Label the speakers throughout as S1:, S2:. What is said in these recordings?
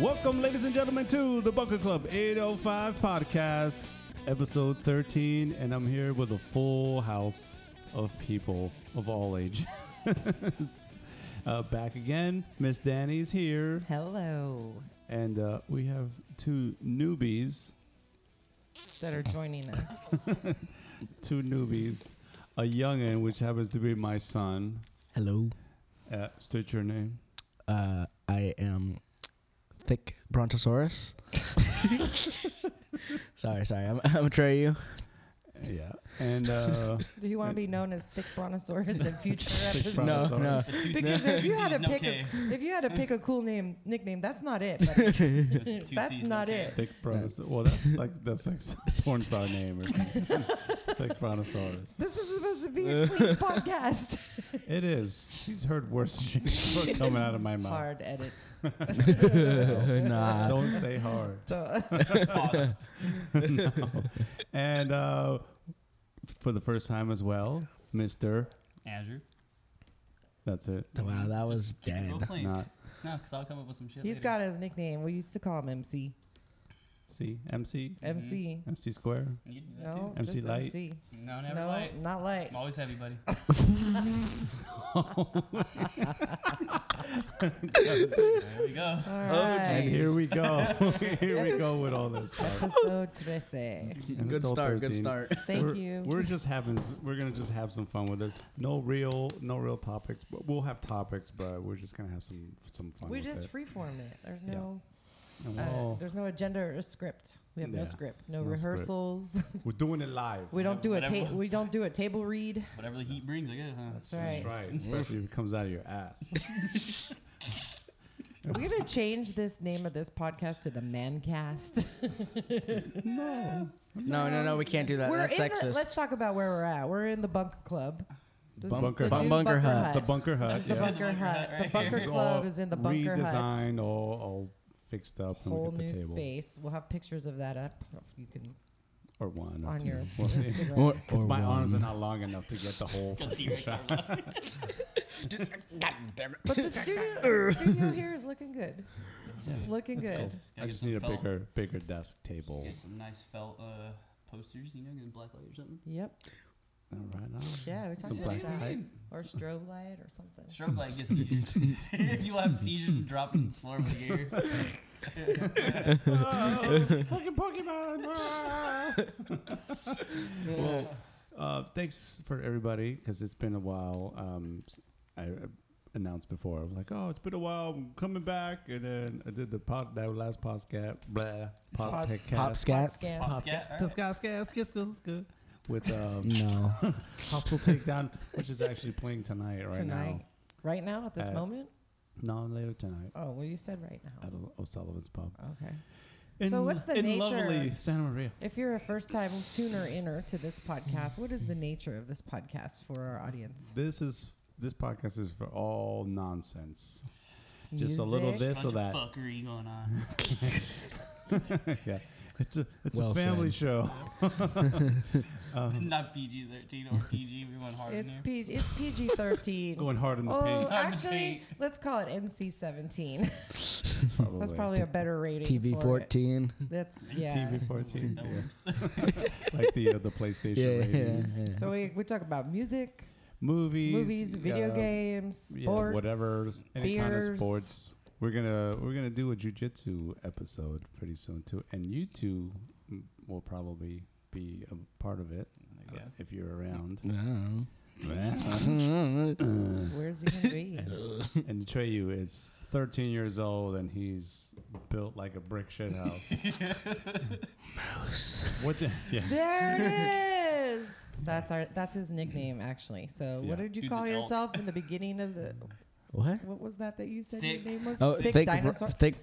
S1: Welcome, ladies and gentlemen, to the Bunker Club 805 podcast, episode 13. And I'm here with a full house of people of all ages. uh, back again, Miss Danny's here,
S2: Hello.
S1: and uh, we have two newbies,
S2: That are joining us.
S1: two newbies, a youngin, which happens to be my son.
S3: Hello.
S1: Uh, state your name.
S3: Uh, I am thick brontosaurus. sorry, sorry. I'm, I'm Atreyu.
S1: Yeah, and uh,
S2: Do you want to be known as Thick Brontosaurus in future episodes?
S3: No,
S1: Brontosaurus.
S3: no.
S2: Because if you had to pick
S4: C's, no
S2: a if you had to pick a cool name nickname, that's not it. buddy.
S4: Two
S2: that's
S4: C's, no
S2: not
S4: K.
S2: it.
S1: Thick Brontosaurus. Well, that's like that's like some porn star name or something. Thick Brontosaurus.
S2: This is supposed to be a clean podcast.
S1: It is. She's heard worse shit coming out of my mouth.
S2: Hard edit.
S3: nah.
S1: Don't say hard.
S2: So,
S4: Pause.
S1: And uh, for the first time as well, Mister.
S4: Andrew.
S1: That's it.
S3: Wow, that was
S4: Go
S3: dead.
S4: play. No,
S1: Not
S4: because I'll come up with some shit.
S2: he's got his nickname. We used to call him MC.
S1: C MC
S2: MC.
S1: MC Square.
S4: You can do
S2: No,
S4: that too.
S1: MC
S2: just
S1: Light.
S2: MC.
S4: No, never
S2: No,
S4: light.
S2: not light.
S4: I'm always heavy, buddy. there we go.
S2: All right.
S1: And here we go. here we go with all this. Stuff.
S2: Episode 13.
S1: And it's all Thursday.
S2: Thank
S1: we're,
S2: you.
S1: We're just having. We're gonna just have some fun with this. No real, no real topics. But we'll have topics, but we're just gonna have some some fun.
S2: We
S1: with
S2: just
S1: it.
S2: freeform it. There's
S1: Yeah.
S2: no
S1: And we'll
S2: uh,
S1: all-
S2: there's no agenda or a script. We have no
S1: Oh. Yeah.
S2: script, no,
S1: No script.
S2: rehearsals.
S1: we're doing it live.
S2: we don't do a ta-
S4: Whatever.
S2: we don't do a table read.
S4: Whatever the heat brings, I guess, huh?
S2: right.
S1: That's right. Especially if it comes out of your ass.
S2: We're gonna change this name of this podcast to the Mancast.
S1: no.
S3: No, no, no. We can't do that.
S2: we're
S3: That's
S2: in The,
S3: sexist.
S2: let's talk about where we're at. We're in the Bunker Club. This is
S1: Bunker-
S2: the
S3: Bun-
S2: new
S3: Bunker Hut.
S1: The bunker hut.
S2: This is the
S1: yeah.
S2: Bunker Hut. The
S4: right
S2: Bunker
S1: It's
S2: Club
S1: all
S2: is in the Bunker Hut.
S1: redesigned, all, all fixed up, and
S2: Whole
S1: look at
S2: new
S1: the table
S2: space. We'll have pictures of that up. Oh, You can
S1: or one or
S2: on
S1: two.
S2: your
S1: We'll see.
S2: Instagram.
S1: Because my arms are not long enough to get the whole fucking
S4: T-Rex
S1: shot.
S3: God damn it.
S2: But the studio, the studio here is looking good. It's looking
S1: That's
S2: good.
S1: cool.
S4: Gotta
S1: I
S4: get
S1: just
S4: some
S1: need a
S4: felt.
S1: bigger, bigger desk table.
S4: Get some nice felt uh, posters, you know, get black light or something.
S2: Yep.
S1: All right now.
S2: Yeah, we
S1: Some
S2: talked
S1: black
S2: about that.
S1: light.
S2: Or strobe light or something.
S4: Strobe light gets used. People have seizures and drop on the floor of the gear.
S1: Fucking Pokemon. well, uh, thanks for everybody because it's been a while. Um, s- I uh, announced before I was like, "Oh, it's been a while. I'm coming back," and then I did the pod that last podcast, blah, podcast,
S3: Pop
S2: Hot
S3: scat.
S2: scam.
S4: Pop scat, all right.
S1: podcast, with um,
S3: No.
S1: Hostile Takedown, which is actually playing tonight right
S2: Tonight.
S1: now.
S2: Right now, at this
S1: Uh,
S2: moment?
S1: No, later tonight
S2: Oh, well, you said right
S1: at
S2: now.
S1: O- O'Sullivan's Pub.
S2: Okay. So what's the
S1: in
S2: nature-
S1: lovely Santa Maria?
S2: If you're a first time tuner inner to this podcast, what is the nature of this podcast for our audience?
S1: This is this podcast is for all nonsense. Just a little
S2: Music?
S1: this
S4: Bunch
S1: or
S4: of
S1: that.
S4: fuckery going on.
S1: yeah, it's a it's a
S3: Well
S1: family show.
S4: Not PG 13 or PG. We went hard in
S2: It's
S4: there.
S2: PG, it's PG 13.
S1: Going hard in the
S2: Oh,
S1: paint.
S2: actually, let's call it NC 17.
S1: Probably.
S2: That's probably a better rating.
S3: TV
S2: for it.
S3: 14.
S2: That's, yeah.
S1: TV fourteen,
S4: that
S1: yeah.
S4: works.
S1: like the uh, the PlayStation
S3: Yeah, yeah,
S1: ratings,
S3: yeah.
S2: So we, we talk about music,
S1: movies,
S2: movies, video
S1: uh,
S2: games,
S1: yeah,
S2: sports,
S1: whatever, any kind of
S2: beers.
S1: sports. We're gonna we're gonna do a jujitsu episode pretty soon too, and you two mm, will probably be a part of it uh,
S4: Yeah.
S1: if you're around.
S3: I don't
S1: and
S3: know.
S2: Where's he gonna be?
S1: Treyu is 13 years old and he's built like a brick shit house. What the? Yeah.
S2: There it is. That's our. That's his nickname, actually. So,
S1: Yeah.
S2: what did you
S4: Dude's
S2: call
S4: an elk.
S2: yourself in the beginning of the?
S3: What?
S2: What was that that you said
S4: Thick.
S2: your name was?
S3: Oh, thick, bro-
S2: dinosaur.
S3: thick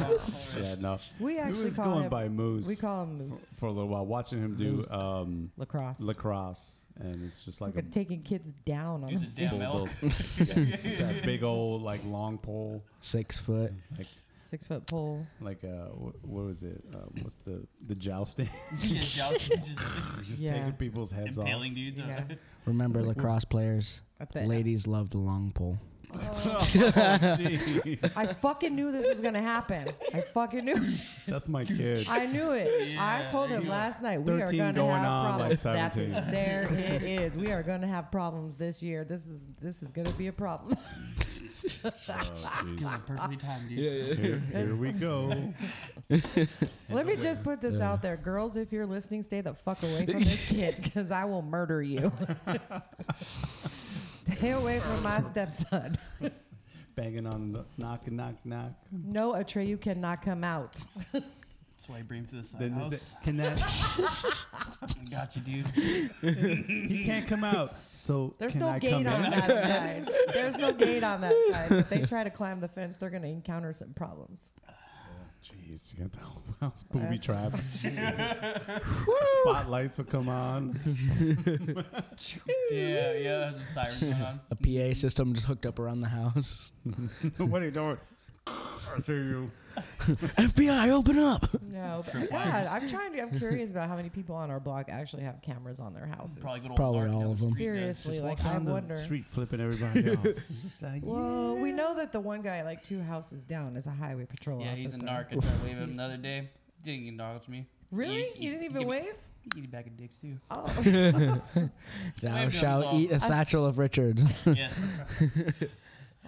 S2: Yeah.
S1: Yeah, no.
S2: We
S1: We
S2: actually
S1: was
S2: call
S1: going
S2: him.
S1: by Moose
S2: we call him
S1: for,
S2: Moose
S1: for a little while, watching him do
S3: Moose.
S1: um,
S2: Lacrosse.
S1: lacrosse, and it's just like a
S2: Fucking taking kids down on
S4: Dude's a
S2: the
S4: damn elk.
S1: bulldoze. Yeah, that big old like long pole,
S3: Six foot.
S1: like
S2: six foot pole.
S1: like uh, wh- what was it? Uh, what's the the jousting?
S4: He is joust- just
S1: Just
S2: Yeah.
S1: taking people's heads off.
S4: impaling dudes.
S2: Yeah.
S3: Remember lacrosse players.
S2: At the
S3: Ladies love the long pole.
S1: Jeez.
S2: I fucking knew this was gonna happen. I fucking knew.
S1: That's my kid.
S2: I knew it. I
S4: Yeah,
S2: told him
S4: he's
S2: last night we are
S1: 13
S2: gonna
S1: going
S2: have
S1: on like
S2: problems. That's
S1: 17.
S2: there it is. We are gonna have problems this year. This is this is gonna be a problem.
S1: Jeez.
S4: Perfectly timed, dude.
S1: Here, here we go.
S2: Let me just put this out there, girls. If you're listening, stay the fuck away from this kid because I will murder you. stay away from my stepson.
S1: Banging on the knock, knock, knock.
S2: No, Atreyu cannot come out.
S4: That's why I bring him to the side
S1: Then is
S4: house.
S1: it, can that?
S4: Got you, dude.
S1: He can't come out. So
S2: There's
S1: can
S2: no
S1: I
S2: gate
S1: come
S2: on
S1: in?
S2: that side. There's no gate on that side. If they try to climb the fence, they're gonna encounter some problems.
S1: Jeez, you got the whole house booby
S2: That's-
S1: trapped. Spotlights will come on.
S4: Yeah, yeah, that's some sirens going on.
S3: A
S2: Mm-hmm.
S3: PA system just hooked up around the house.
S1: what are you doing? I see you.
S3: FBI, open up!
S2: No, but God, I'm trying to. I'm curious about how many people on our block actually have cameras on their houses.
S4: Probably good old
S3: Probably
S4: Mark down
S3: all
S4: the
S3: of 'em.
S4: street does.
S2: Seriously,
S1: Just
S2: like
S1: walk
S2: I
S1: down the
S2: wonder.
S1: Street flipping everybody off. Just like,
S2: Well, we know that the one guy like two houses down is a highway patrol
S4: Yeah,
S2: officer.
S4: he's a narc. I tried to wave at him the other day. He didn't acknowledge me.
S2: Really?
S4: He-
S2: You didn't even
S4: he give me-
S2: wave?
S4: He gave me a bag of dicks too.
S2: Oh,
S3: Thou
S4: Maybe
S3: shalt
S4: I'm
S3: eat a
S2: sorry.
S3: satchel of Richards.
S4: yes. So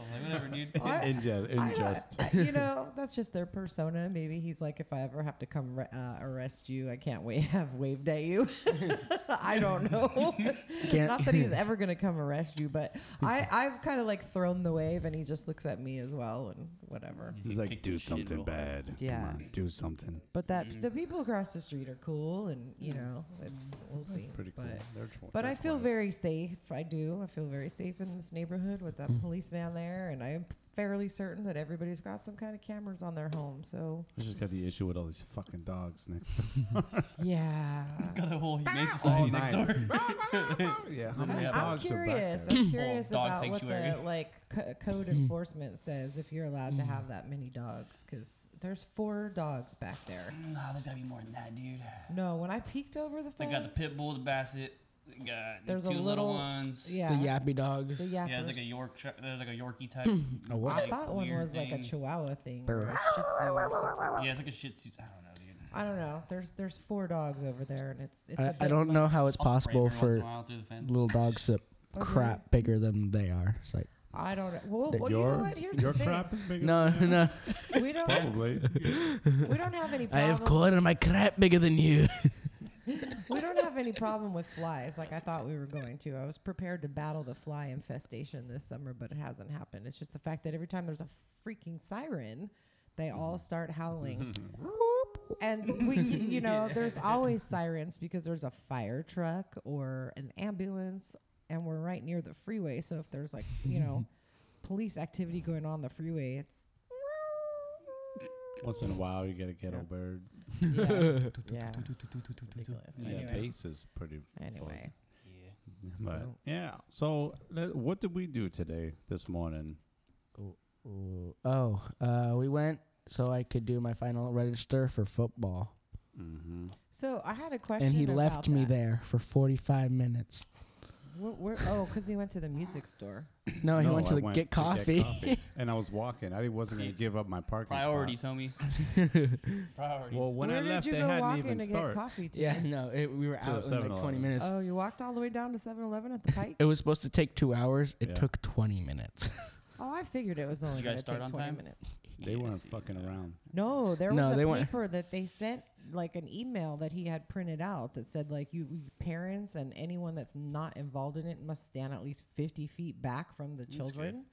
S4: I'm like, whatever, dude.
S2: I-
S1: ingest,
S2: I don't-
S1: ingest.
S2: I- you know, that's just their persona. Maybe he's like, if I ever have to come re- uh, arrest you, I can't wait have waved at you. I don't know.
S3: Can't-
S2: Not that he's ever gonna come arrest you, but I, I've kind of like thrown the wave, and he just looks at me as well, and whatever.
S1: He was like,
S4: Kicked
S1: do
S4: his shit
S1: something
S4: real hard.
S1: bad.
S2: Yeah.
S1: Come on, do something.
S2: But that
S1: Mm-hmm.
S2: the people across the street are cool, and you know, it's we'll see.
S1: Pretty cool.
S2: But,
S1: They're tw-
S2: but
S1: they're
S2: I feel
S1: twelve.
S2: very safe. I do. I feel very safe in this neighborhood with
S1: Mm.
S2: that policeman there, and I am fairly certain that everybody's got some kind of cameras on their home. So
S1: I just got the issue with all these fucking dogs next to
S2: yeah,
S4: Got a whole humane society next door.
S1: Yeah,
S4: how many Yeah,
S2: I'm curious. I'm curious
S4: Dog
S2: about what the
S4: sanctuary.
S2: like co-
S3: Hmm.
S2: code enforcement says if you're allowed to have that many dogs, because there's four dogs back there.
S4: Mm, Nah, there's gotta be more than that, dude.
S2: No, when I peeked over the
S4: They
S2: fence,
S4: got the pit bull, the basset. They got the
S2: There's a
S4: two little,
S2: little-
S4: ones.
S2: Yeah,
S3: The yappy dogs.
S2: the yappers.
S4: Yeah, it's like a York. Tra- there's like a Yorkie type. yeah,
S3: Oh, what?
S2: I
S4: like,
S2: thought one
S4: weird
S2: was like a
S4: thing.
S2: Chihuahua thing.
S3: Brr.
S2: or a Shih Tzu or something.
S4: it's like a Shih Tzu. I don't know, dude.
S2: I don't know. There's there's four dogs over there, and it's it's. a
S3: I, I
S2: bit
S3: don't
S2: much.
S3: know how it's
S4: I'll spray
S3: possible
S4: every once in a
S3: for
S4: while through the fence.
S3: little dogs to crap bigger than they are. It's like,
S2: I don't. know. Well, well you know
S1: your
S2: what? Here's
S1: your
S2: the thing.
S1: crap is bigger.
S3: no,
S1: than
S3: no.
S2: We don't.
S1: probably.
S2: We don't have any.
S3: I
S2: Problem.
S3: have corn and my crap bigger than you.
S2: We don't have any problem with flies, like I thought we were going to. I was prepared to battle the fly infestation this summer, but it hasn't happened. It's just the fact that every time there's a freaking siren, they all start howling. and we you know there's always sirens because there's a fire truck or an ambulance and we're right near the freeway so if there's like you know police activity going on the freeway it's
S1: Once in a while, you get a ghetto bird.
S2: yeah, yeah. Ridiculous.
S1: Yeah,
S2: anyway,
S1: bass is pretty.
S2: anyway.
S4: Yeah.
S1: But
S2: So-
S1: yeah, so let- what did we do today this morning?
S3: Ooh. Oh, uh, we went so I could do my final register for football.
S1: Mm-hmm.
S2: so i had a question
S3: And he
S2: about
S3: left me
S2: that.
S3: there for 45 minutes.
S2: Where, where, oh, because he went to the music store.
S3: No, he went to
S1: I
S3: the get coffee.
S1: and I was walking. I wasn't gonna give up my parking.
S4: Priorities, homie. Priorities.
S1: Spot. Well, when
S2: Where
S1: I
S2: did
S1: left,
S2: you
S1: they
S2: go
S1: hadn't
S2: walking
S1: even
S2: to get
S1: started.
S2: coffee? To
S3: yeah, no, it, we were
S1: To
S3: out
S1: the
S3: in like 20
S1: 7-Eleven.
S3: minutes.
S2: Oh, you walked all the way down to 7-Eleven at the Pike.
S3: It was supposed to take two hours. It
S1: Yeah.
S3: took 20 minutes.
S2: oh, I figured it was only
S4: you
S2: going
S4: guys
S2: to take
S4: start on
S2: 20
S4: time?
S2: minutes.
S1: They
S4: Yeah,
S1: weren't
S4: see,
S1: fucking around.
S2: No, there
S3: No,
S2: was
S3: they
S2: a
S3: went-
S2: paper that they sent, like an email that he had printed out that said, like, you you parents and anyone that's not involved in it must stand at least 50 feet back from the
S4: good.
S2: children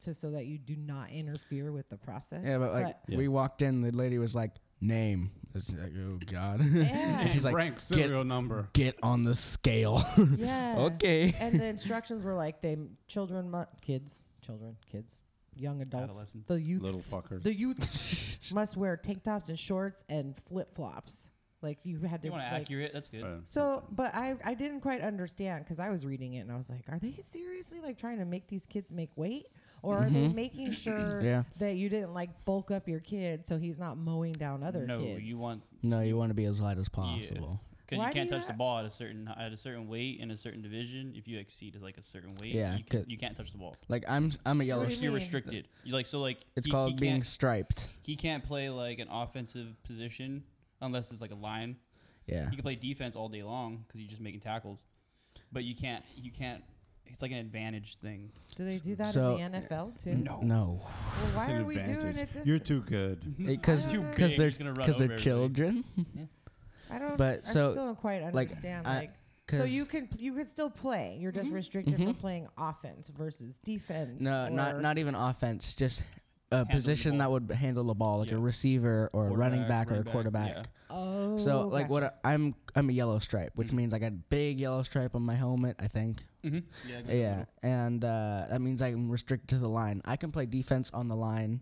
S2: to so that you do not interfere with the process.
S3: yeah, but like
S1: Yeah.
S3: we walked in, the lady was like, name. It's like, oh, God.
S2: Yeah.
S3: and she's like,
S1: Rank
S3: get,
S1: serial number.
S3: get on the scale.
S2: yeah.
S3: okay.
S2: and the instructions were like they children mu- kids children kids young adults
S4: Adolescents.
S2: the youth
S1: Little fuckers.
S2: the youth must wear tank tops and shorts and flip flops like you had to
S4: you want to
S2: like-
S4: accurate? That's good.
S1: Uh,
S2: so but i i didn't quite understand because i was reading it and i was like are they seriously like trying to make these kids make weight or are they making sure
S3: Mm-hmm. Yeah.
S2: that you didn't like bulk up your kid so he's not mowing down other
S4: no,
S2: kids
S4: you want
S3: No, you want to be as light as possible.
S2: Why
S4: because you
S2: do
S4: can't
S2: you
S4: touch the
S2: ha-
S4: ball at a certain at a certain weight in a certain division. If you exceed like a certain weight,
S3: Yeah,
S4: you, can,
S3: 'cause-
S4: you can't touch the ball.
S3: Like I'm I'm a yellow.
S2: What do
S3: s-
S2: you
S4: You're
S2: mean?
S4: restricted. You like so like
S3: It's
S4: he-
S3: called
S4: he
S3: being
S4: can't-
S3: striped.
S4: He can't play like an offensive position unless it's like a line.
S3: Yeah.
S4: He can play defense all day long because he's just making tackles, but you can't. You can't. It's like an advantage thing.
S2: Do they do that
S3: So-
S2: in the NFL too? No.
S3: No,
S2: Well, why
S1: It's an
S2: are we doing
S1: advantage.
S2: it this?
S1: You're too good.
S3: because
S2: Too big,
S3: because they're
S4: just gonna run
S3: because they're
S4: over everybody.
S3: children.
S2: I don't.
S3: but
S2: I
S3: so,
S2: still don't quite
S3: like,
S2: understand.
S3: I-
S2: Like, so
S3: 'cause- Mm-hmm.
S2: you can you could still play. You're just restricted from playing offense versus defense.
S3: No, not
S2: or-
S3: not even offense. Just a
S4: the
S3: position that
S4: ball.
S3: would handle the ball, like
S4: Yeah.
S3: a receiver or a running back
S4: Quarterback,
S3: or a
S4: running back,
S3: quarterback.
S4: yeah. Mm-hmm.
S2: Oh,
S3: So like what
S2: gotcha.
S3: I, I'm I'm a yellow stripe, which means I got a big yellow stripe on my helmet. I think.
S4: Yeah. go
S3: Yeah, and uh, that means I'm restricted to the line. I can play defense on the line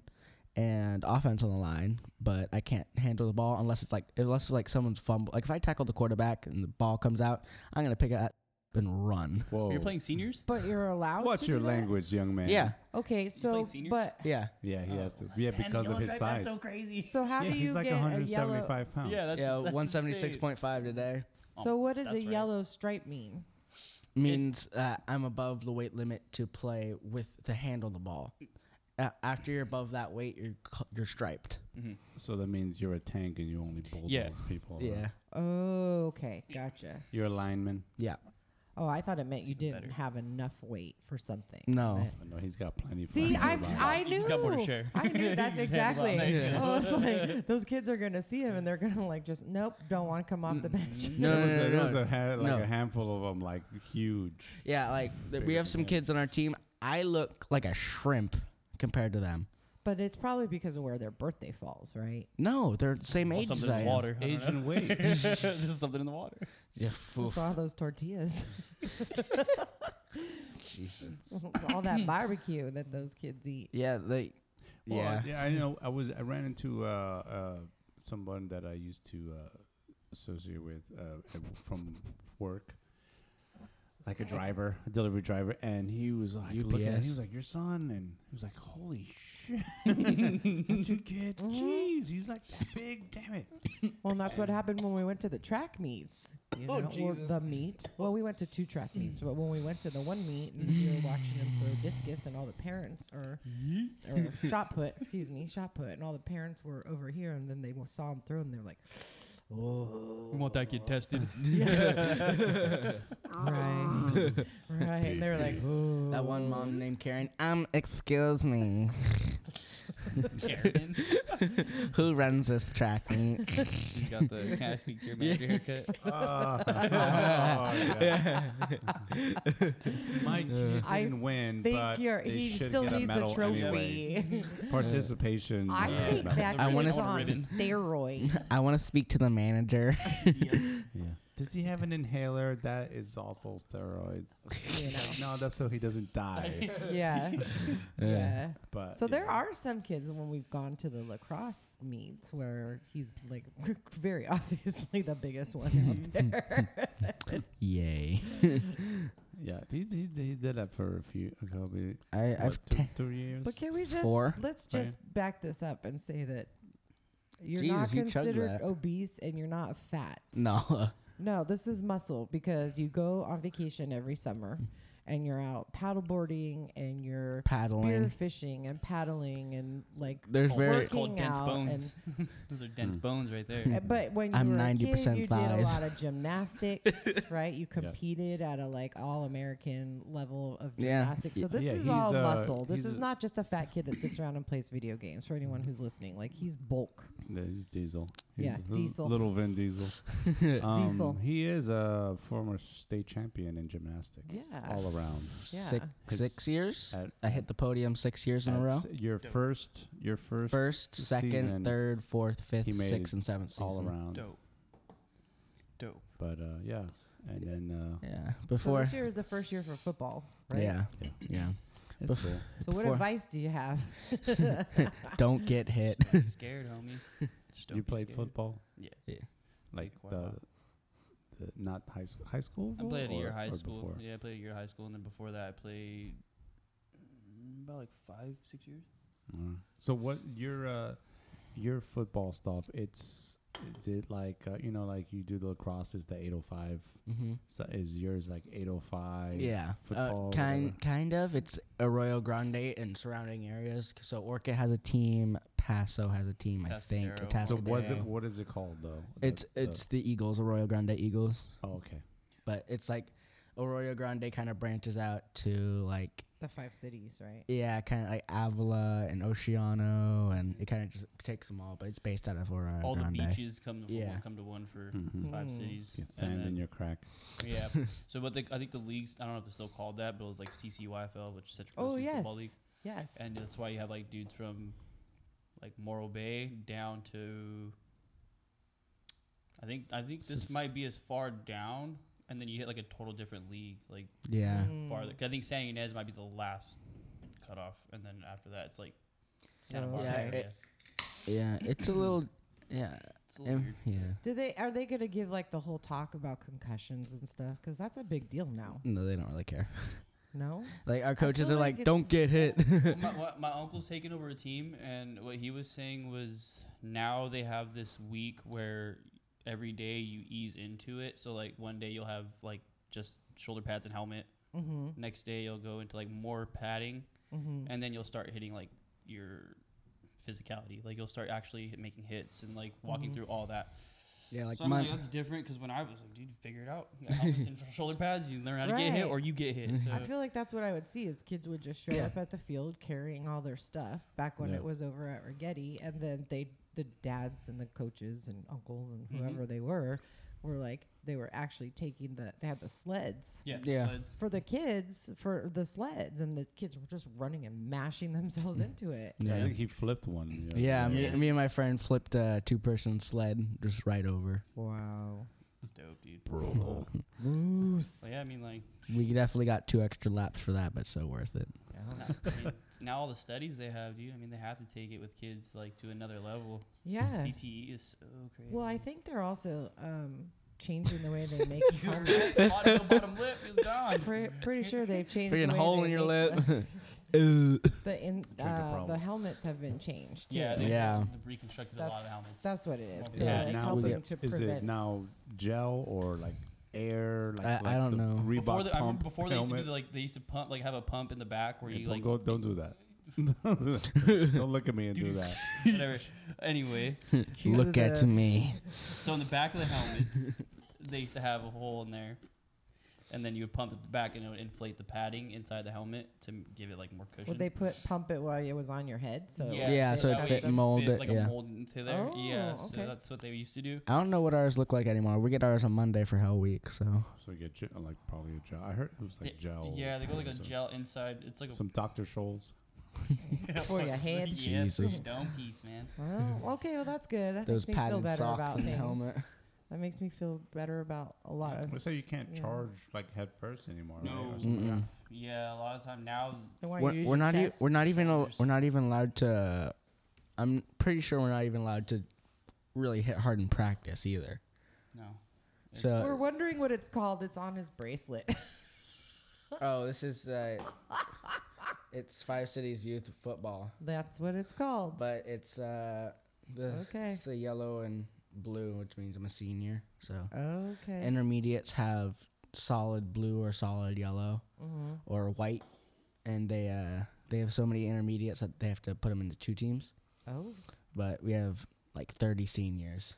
S3: and offense on the line, but I can't handle the ball unless it's like unless like someone's fumble. Like if I tackle the quarterback and the ball comes out, I'm gonna pick it up and run.
S1: Whoa.
S4: You're playing seniors.
S2: But you're allowed.
S1: What's
S2: to
S1: your
S2: do that?
S1: language, young man?
S3: Yeah,
S2: Okay, so
S4: seniors?
S2: but
S3: yeah,
S1: Yeah, he has
S2: Oh,
S1: to. Yeah, because of his size.
S4: crazy.
S2: so how
S1: yeah,
S2: do you
S1: he's like
S2: get a yellow?
S1: 175 pounds.
S4: Yeah, that's
S3: yeah.
S4: that's
S3: One seventy six point five today
S2: So what does a
S4: That's right.
S2: yellow stripe mean?
S3: means uh, I'm above the weight limit to play with to handle the ball. Uh, after you're above that weight, you're cu- you're striped.
S1: So that means you're a tank and you only bulldoze
S4: Yeah.
S1: people. huh?
S3: Yeah,
S2: Oh, okay, gotcha.
S1: You're a lineman.
S3: yeah.
S2: Oh, I thought it meant you
S4: It's even
S2: didn't
S4: better.
S2: have enough weight for something.
S3: No.
S2: But-
S1: Oh, no, he's got plenty. of
S2: See,
S1: linemen
S2: I,
S1: around.
S2: I
S4: He's
S2: knew.
S4: got more to share.
S2: I knew that's
S4: He's had a lot.
S2: exactly.
S4: Yeah.
S2: I was like, those kids are gonna see him and they're gonna like just nope, don't want to come off the
S4: Mm-hmm.
S2: bench.
S3: No,
S1: there
S3: no,
S1: was,
S3: no,
S1: a,
S3: no,
S1: there was a ha- like
S3: no.
S1: a handful of them, like huge.
S3: Yeah, like th- we have some kids on our team. I look like a shrimp compared to them.
S2: But it's probably because of where their birthday falls, right?
S3: No, they're the same age as
S4: Something
S3: I
S4: in
S3: am.
S4: the water. I don't
S1: Age
S4: know.
S1: and weight.
S4: There's something in the water.
S3: Yeah,
S2: It's
S3: oof,
S2: all those tortillas,
S3: Jesus.
S2: It's all that barbecue that those kids eat.
S3: Yeah, like
S1: Well,
S3: yeah.
S1: I- yeah, I know. I was I ran into uh, uh, someone that I used to uh, associate with uh, at- from work, like a
S2: Eh.
S1: driver, a delivery driver, and he was like, looking at, he
S3: UPS.
S1: was like, "Your son," and he was like, "Holy shit, that's your kid? Jeez, he's like that big. Damn it!"
S2: Well, and that's what happened when we went to the track meets. You know,
S4: Oh,
S2: or
S4: Jesus.
S2: the meet. Well, we went to two track meets, but when we went to the one meet and we were watching him throw discus and all the parents or, or shot put, excuse me, shot put, and all the parents were over here and then they w- saw him throw and they were like,
S4: We want that kid tested.
S2: right, right. And they were like, oh.
S3: that one mom named Karen. Um, excuse me.
S4: Karen.
S3: Who runs this track meet?
S4: You got the can I speak to your manager haircut?
S1: Ah. Oh, yeah. My kid
S2: I
S1: didn't win,
S2: Think
S1: but
S2: you're,
S1: they
S2: he
S1: should
S2: still
S1: get
S2: needs
S1: a,
S2: a,
S1: medal anyway.
S2: trophy.
S1: Participation.
S2: I
S1: uh,
S2: think
S1: medal.
S2: that
S3: I wanna
S2: kid's
S4: s-
S2: on
S4: ribbon.
S2: steroids.
S3: I want to speak to the manager.
S1: Yeah. Does he have an inhaler that is also steroids?
S2: You know.
S1: no, that's so he doesn't die.
S2: Yeah, yeah.
S1: But
S2: So
S1: you
S2: there
S1: know.
S2: are some kids when we've gone to the lacrosse meets where he's like very obviously the biggest one out there.
S3: Yay.
S1: Yeah, he, he, he did that for a few, a couple,
S3: I, I've
S1: what, two,
S3: te-
S1: two years.
S2: but can we just
S3: Four.
S2: let's
S1: Right.
S2: just back this up and say that you're
S3: Jesus,
S2: not
S3: you chugged
S2: considered
S3: that.
S2: obese and you're not fat.
S3: no.
S2: No, this is muscle because you go on vacation every summer and you're out paddleboarding and you're
S3: Paddling.
S2: spearfishing and paddling and like
S3: There's
S4: Oh,
S3: very
S4: it's called
S2: working
S4: dense
S2: out
S4: bones. Those are
S3: Hmm.
S4: dense bones right there.
S2: Uh, But when you
S3: I'm
S2: were 90 a
S3: 90%
S2: kid, you
S3: thighs.
S2: did a lot of gymnastics, right? You competed at a like all American level of
S3: Yeah.
S2: gymnastics. So this
S1: Yeah,
S2: is
S1: he's,
S2: all
S1: uh,
S2: muscle. This
S1: he's
S2: is
S1: a-
S2: not just a fat kid that sits around and plays video games. For anyone who's listening, like he's bulk.
S1: Yeah, he's Diesel.
S2: Yeah,
S1: He's little-
S2: Diesel.
S1: Little Vin Diesel. Um,
S2: Diesel.
S1: He is a former state champion in gymnastics.
S2: Yeah.
S1: All around.
S3: Six
S1: His-
S3: six years.
S1: at-
S3: I hit the podium six years in a row.
S1: That's Your first, your first,
S3: First,
S1: season,
S3: second, third, fourth, fifth,
S1: he made
S3: sixth, and seventh. Season.
S1: all around.
S4: Dope. Dope.
S1: But uh, yeah, and then uh,
S3: Yeah.
S2: So
S3: Before.
S2: this year is the first year for football, right?
S3: Yeah.
S1: Yeah.
S3: Yeah.
S1: it's cool.
S2: So what
S3: Before-
S2: advice do you have?
S3: Don't get hit.
S4: Don't be scared, homie. Just don't
S1: You
S4: be
S1: played
S4: scared.
S1: football.
S4: Yeah.
S3: Yeah.
S1: Like
S4: Like,
S1: the,
S4: wow.
S1: the not high school, high school.
S4: I played at
S1: or-
S4: your high
S1: or
S4: school.
S1: before?
S4: Yeah, I played at your high school, and then before that, I played mm, about like five, six years.
S1: Alright. So what your uh, your football stuff, it's is it like uh, you know like you do the lacrosse is the 805
S3: Mm-hmm.
S1: so is yours like 805
S3: Yeah,
S1: football,
S3: uh, kind
S1: whatever.
S3: kind of. It's Arroyo Grande and surrounding areas. So Orca has a team. Paso has a team, I think.
S4: Tascadero.
S3: Tascadero.
S1: so was it
S4: Escudero.
S1: what is it called though The-
S3: It's
S1: the-
S3: it's the Eagles, Arroyo Grande Eagles,
S1: oh, okay
S3: but it's like Arroyo Grande kind of branches out to like
S2: The five cities, right?
S3: yeah, kind of like Avila and Oceano, and it kind of just takes them all. But it's based out of Arroyo
S4: All the
S3: Grande.
S4: beaches come to
S3: Yeah.
S4: one, come to one for
S1: Mhm.
S4: five
S2: Mm.
S4: cities.
S1: Get
S4: Mm-hmm. and
S1: sand in
S4: then-
S1: your crack
S4: yeah. So, but the, I think the leagues, I don't know if it's still called that, but it was like CCYFL, which is Central Coast
S2: Oh
S4: Youth
S2: yes,
S4: Football League.
S2: yes.
S4: And that's why you have like dudes from like Morro Bay down to I think I think this
S1: Sus-
S4: might be as far down and then you hit like a total different league, like
S3: Yeah,
S2: Mm.
S4: farther. 'Cause I think San Ynez might be the last cutoff and then after that it's like Santa
S2: Oh,
S4: Barbara.
S3: okay.
S4: area.
S3: Yeah, yeah, it's a little yeah,
S4: It's a little
S3: em-
S4: weird.
S3: yeah.
S2: Do they are they gonna give like the whole talk about concussions and stuff? Because that's a big deal now.
S3: No, they don't really care.
S2: No,
S3: Like our coaches are
S2: feel like
S3: like, don't get hit.
S4: Well, my, what- my uncle's taking over a team, and what he was saying was now they have this week where every day you ease into it. So like one day you'll have like just shoulder pads and helmet.
S2: mm-hmm.
S4: Next day you'll go into like more padding,
S2: Mm-hmm.
S4: and then you'll start hitting like your physicality. Like you'll start actually hit- making hits and like walking
S2: Mhm.
S4: through all that.
S3: yeah, like
S4: so I'm
S3: my
S4: like, that's different because when I was like, dude, figure it out. You got helmets and shoulder pads. You learn how to get hit
S2: Right.
S4: or you get hit. So
S2: I feel like that's what I would see is kids would just show
S3: Yeah.
S2: up at the field carrying all their stuff back when
S1: Yeah.
S2: it was over at Rigetti, and then they the dads and the coaches and uncles and
S3: Mm-hmm.
S4: Mhm.
S2: whoever they were were like they were actually taking the they had the sleds
S4: yeah,
S3: Yeah.
S4: sleds.
S2: for the kids for the sleds and the kids were just running and mashing themselves into it.
S1: yeah. i
S3: yeah.
S1: think he flipped one the
S3: Yeah,
S1: other
S3: me,
S1: day.
S4: Yeah.
S3: me and my friend flipped a two person sled just right over.
S2: Wow,
S4: It's dope, dude.
S1: brutal
S2: moose.
S4: So yeah, I mean like.
S3: We definitely got two extra laps for that, but so worth it.
S4: Now, I mean, now all the studies they have, dude. I mean, they have to take it with kids like to another level.
S2: Yeah.
S4: CTE is so crazy.
S2: Well, I think they're also um, changing the way they make
S4: Dude,
S2: helmets.
S4: the audio bottom lip is gone.
S2: Pre- pretty sure they've changed. the
S3: Freaking
S2: way
S3: hole
S2: they
S3: in your
S2: make
S3: lip.
S2: the-
S3: Ooh.
S2: The in
S1: Trigger
S2: uh, the
S1: problem.
S2: helmets have been changed. Too.
S4: Yeah, they,
S3: Yeah.
S4: They've reconstructed a lot of helmets.
S2: That's what it is.
S4: Is
S2: So
S4: it
S2: it's
S1: now-
S2: helping
S3: Yeah.
S2: to
S1: is it
S2: prevent.
S1: now gel or like air like,
S3: I-
S1: like
S3: I don't
S1: the
S3: know.
S1: Reebok
S4: before, the, I
S1: pump
S4: remember before they used to do
S1: helmet?
S4: the, like they used to pump like have a pump in the back where
S1: Yeah,
S4: you
S1: don't
S4: like
S1: go don't do that don't do that. Don't look at me and do
S4: Dude.
S1: that
S4: whatever. Anyway,
S3: Look at me.
S4: so in the back of the helmets, they used to have a hole in there, and then you would pump at the back and it would inflate the padding inside the helmet to m- give it like more cushion.
S2: Would they put pump it while it was on your head? So
S3: Yeah. so it
S4: that way
S3: fit
S4: you could
S3: mold it,
S4: like
S3: yeah.
S4: a mold into there. yeah,
S2: Oh,
S4: so
S2: okay.
S4: that's what they used to do.
S3: I don't know what ours look like anymore. We get ours on Monday for Hell Week, so
S1: so you get ge- like probably a gel I heard it was like
S4: They-
S1: gel
S4: Yeah, they go like a
S1: So-
S4: gel inside. It's like a
S1: some Dr. Scholl's
S2: For your hand.
S4: Yeah, it's like a
S3: Jesus.
S4: dome piece, man.
S2: Well, okay. Well, that's good. That
S3: those
S2: makes me feel
S3: padded
S2: better
S3: socks
S2: about
S3: and
S2: things.
S3: helmet.
S2: That makes me feel better about a lot of.
S1: Let's say you can't
S2: Yeah.
S1: charge like head first anymore. right?
S4: No.
S1: Or something like
S3: Mm-mm.
S4: Yeah, a lot of time now.
S2: They want you to
S3: We're,
S2: use
S3: we're
S2: your
S3: not e-
S2: chest.
S3: we're not even al-
S4: shoulders.
S3: we're not even allowed to. I'm pretty sure we're not even allowed to really hit hard in practice either.
S4: No. It's-
S3: So
S2: We're wondering what it's called. It's on his bracelet.
S3: Oh, this is uh, it's Five Cities Youth Football,
S2: that's what it's called.
S3: but it's uh, the
S2: Okay.
S3: it's the yellow and blue, which means I'm a senior. So
S2: okay.
S3: intermediates have solid blue or solid yellow
S2: Mhm.
S3: or white, and they uh, they have so many intermediates that they have to put them into two teams.
S2: Oh.
S3: But we have like 30 seniors,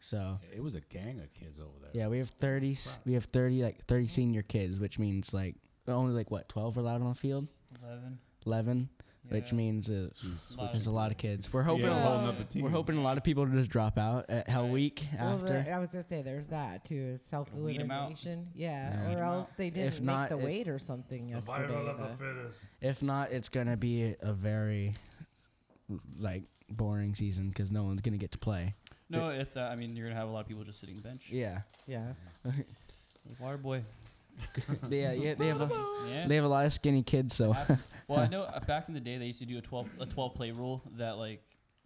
S3: so
S1: that. It was a gang of kids over there.
S3: yeah, we have 30 s- we have 30 like 30 senior kids, which means like only like what 12 are allowed on the field,
S4: 11.
S3: 11, which
S4: yeah.
S3: means. Uh,
S1: Jeez.
S4: Lot of
S3: There's a lot of kids. We're hoping
S1: Yeah,
S3: a
S1: a
S3: lot,
S1: whole nother team.
S3: we're hoping a lot of people to just drop out at Hell
S4: Right.
S3: Week
S2: Well,
S3: after.
S2: the- I was gonna say there's that too. Is self
S4: weed 'em out.
S2: elimination? Yeah,
S3: Yeah. Weed
S2: or
S4: 'em
S2: else they didn't make
S3: not,
S2: the
S3: it's-
S2: weight or something. yesterday,
S3: uh,
S2: the-
S1: fittest.
S3: if not, it's gonna be a very like boring season because no one's gonna get to play.
S4: No, if that, I mean, you're going to have a lot of people just sitting bench.
S3: Yeah,
S2: Yeah.
S4: Water boy.
S3: yeah, yeah. They have a,
S4: Yeah.
S3: they have a lot of skinny kids, so
S4: Half- well, I know uh, back in the day they used to do a 12 a 12 play rule that like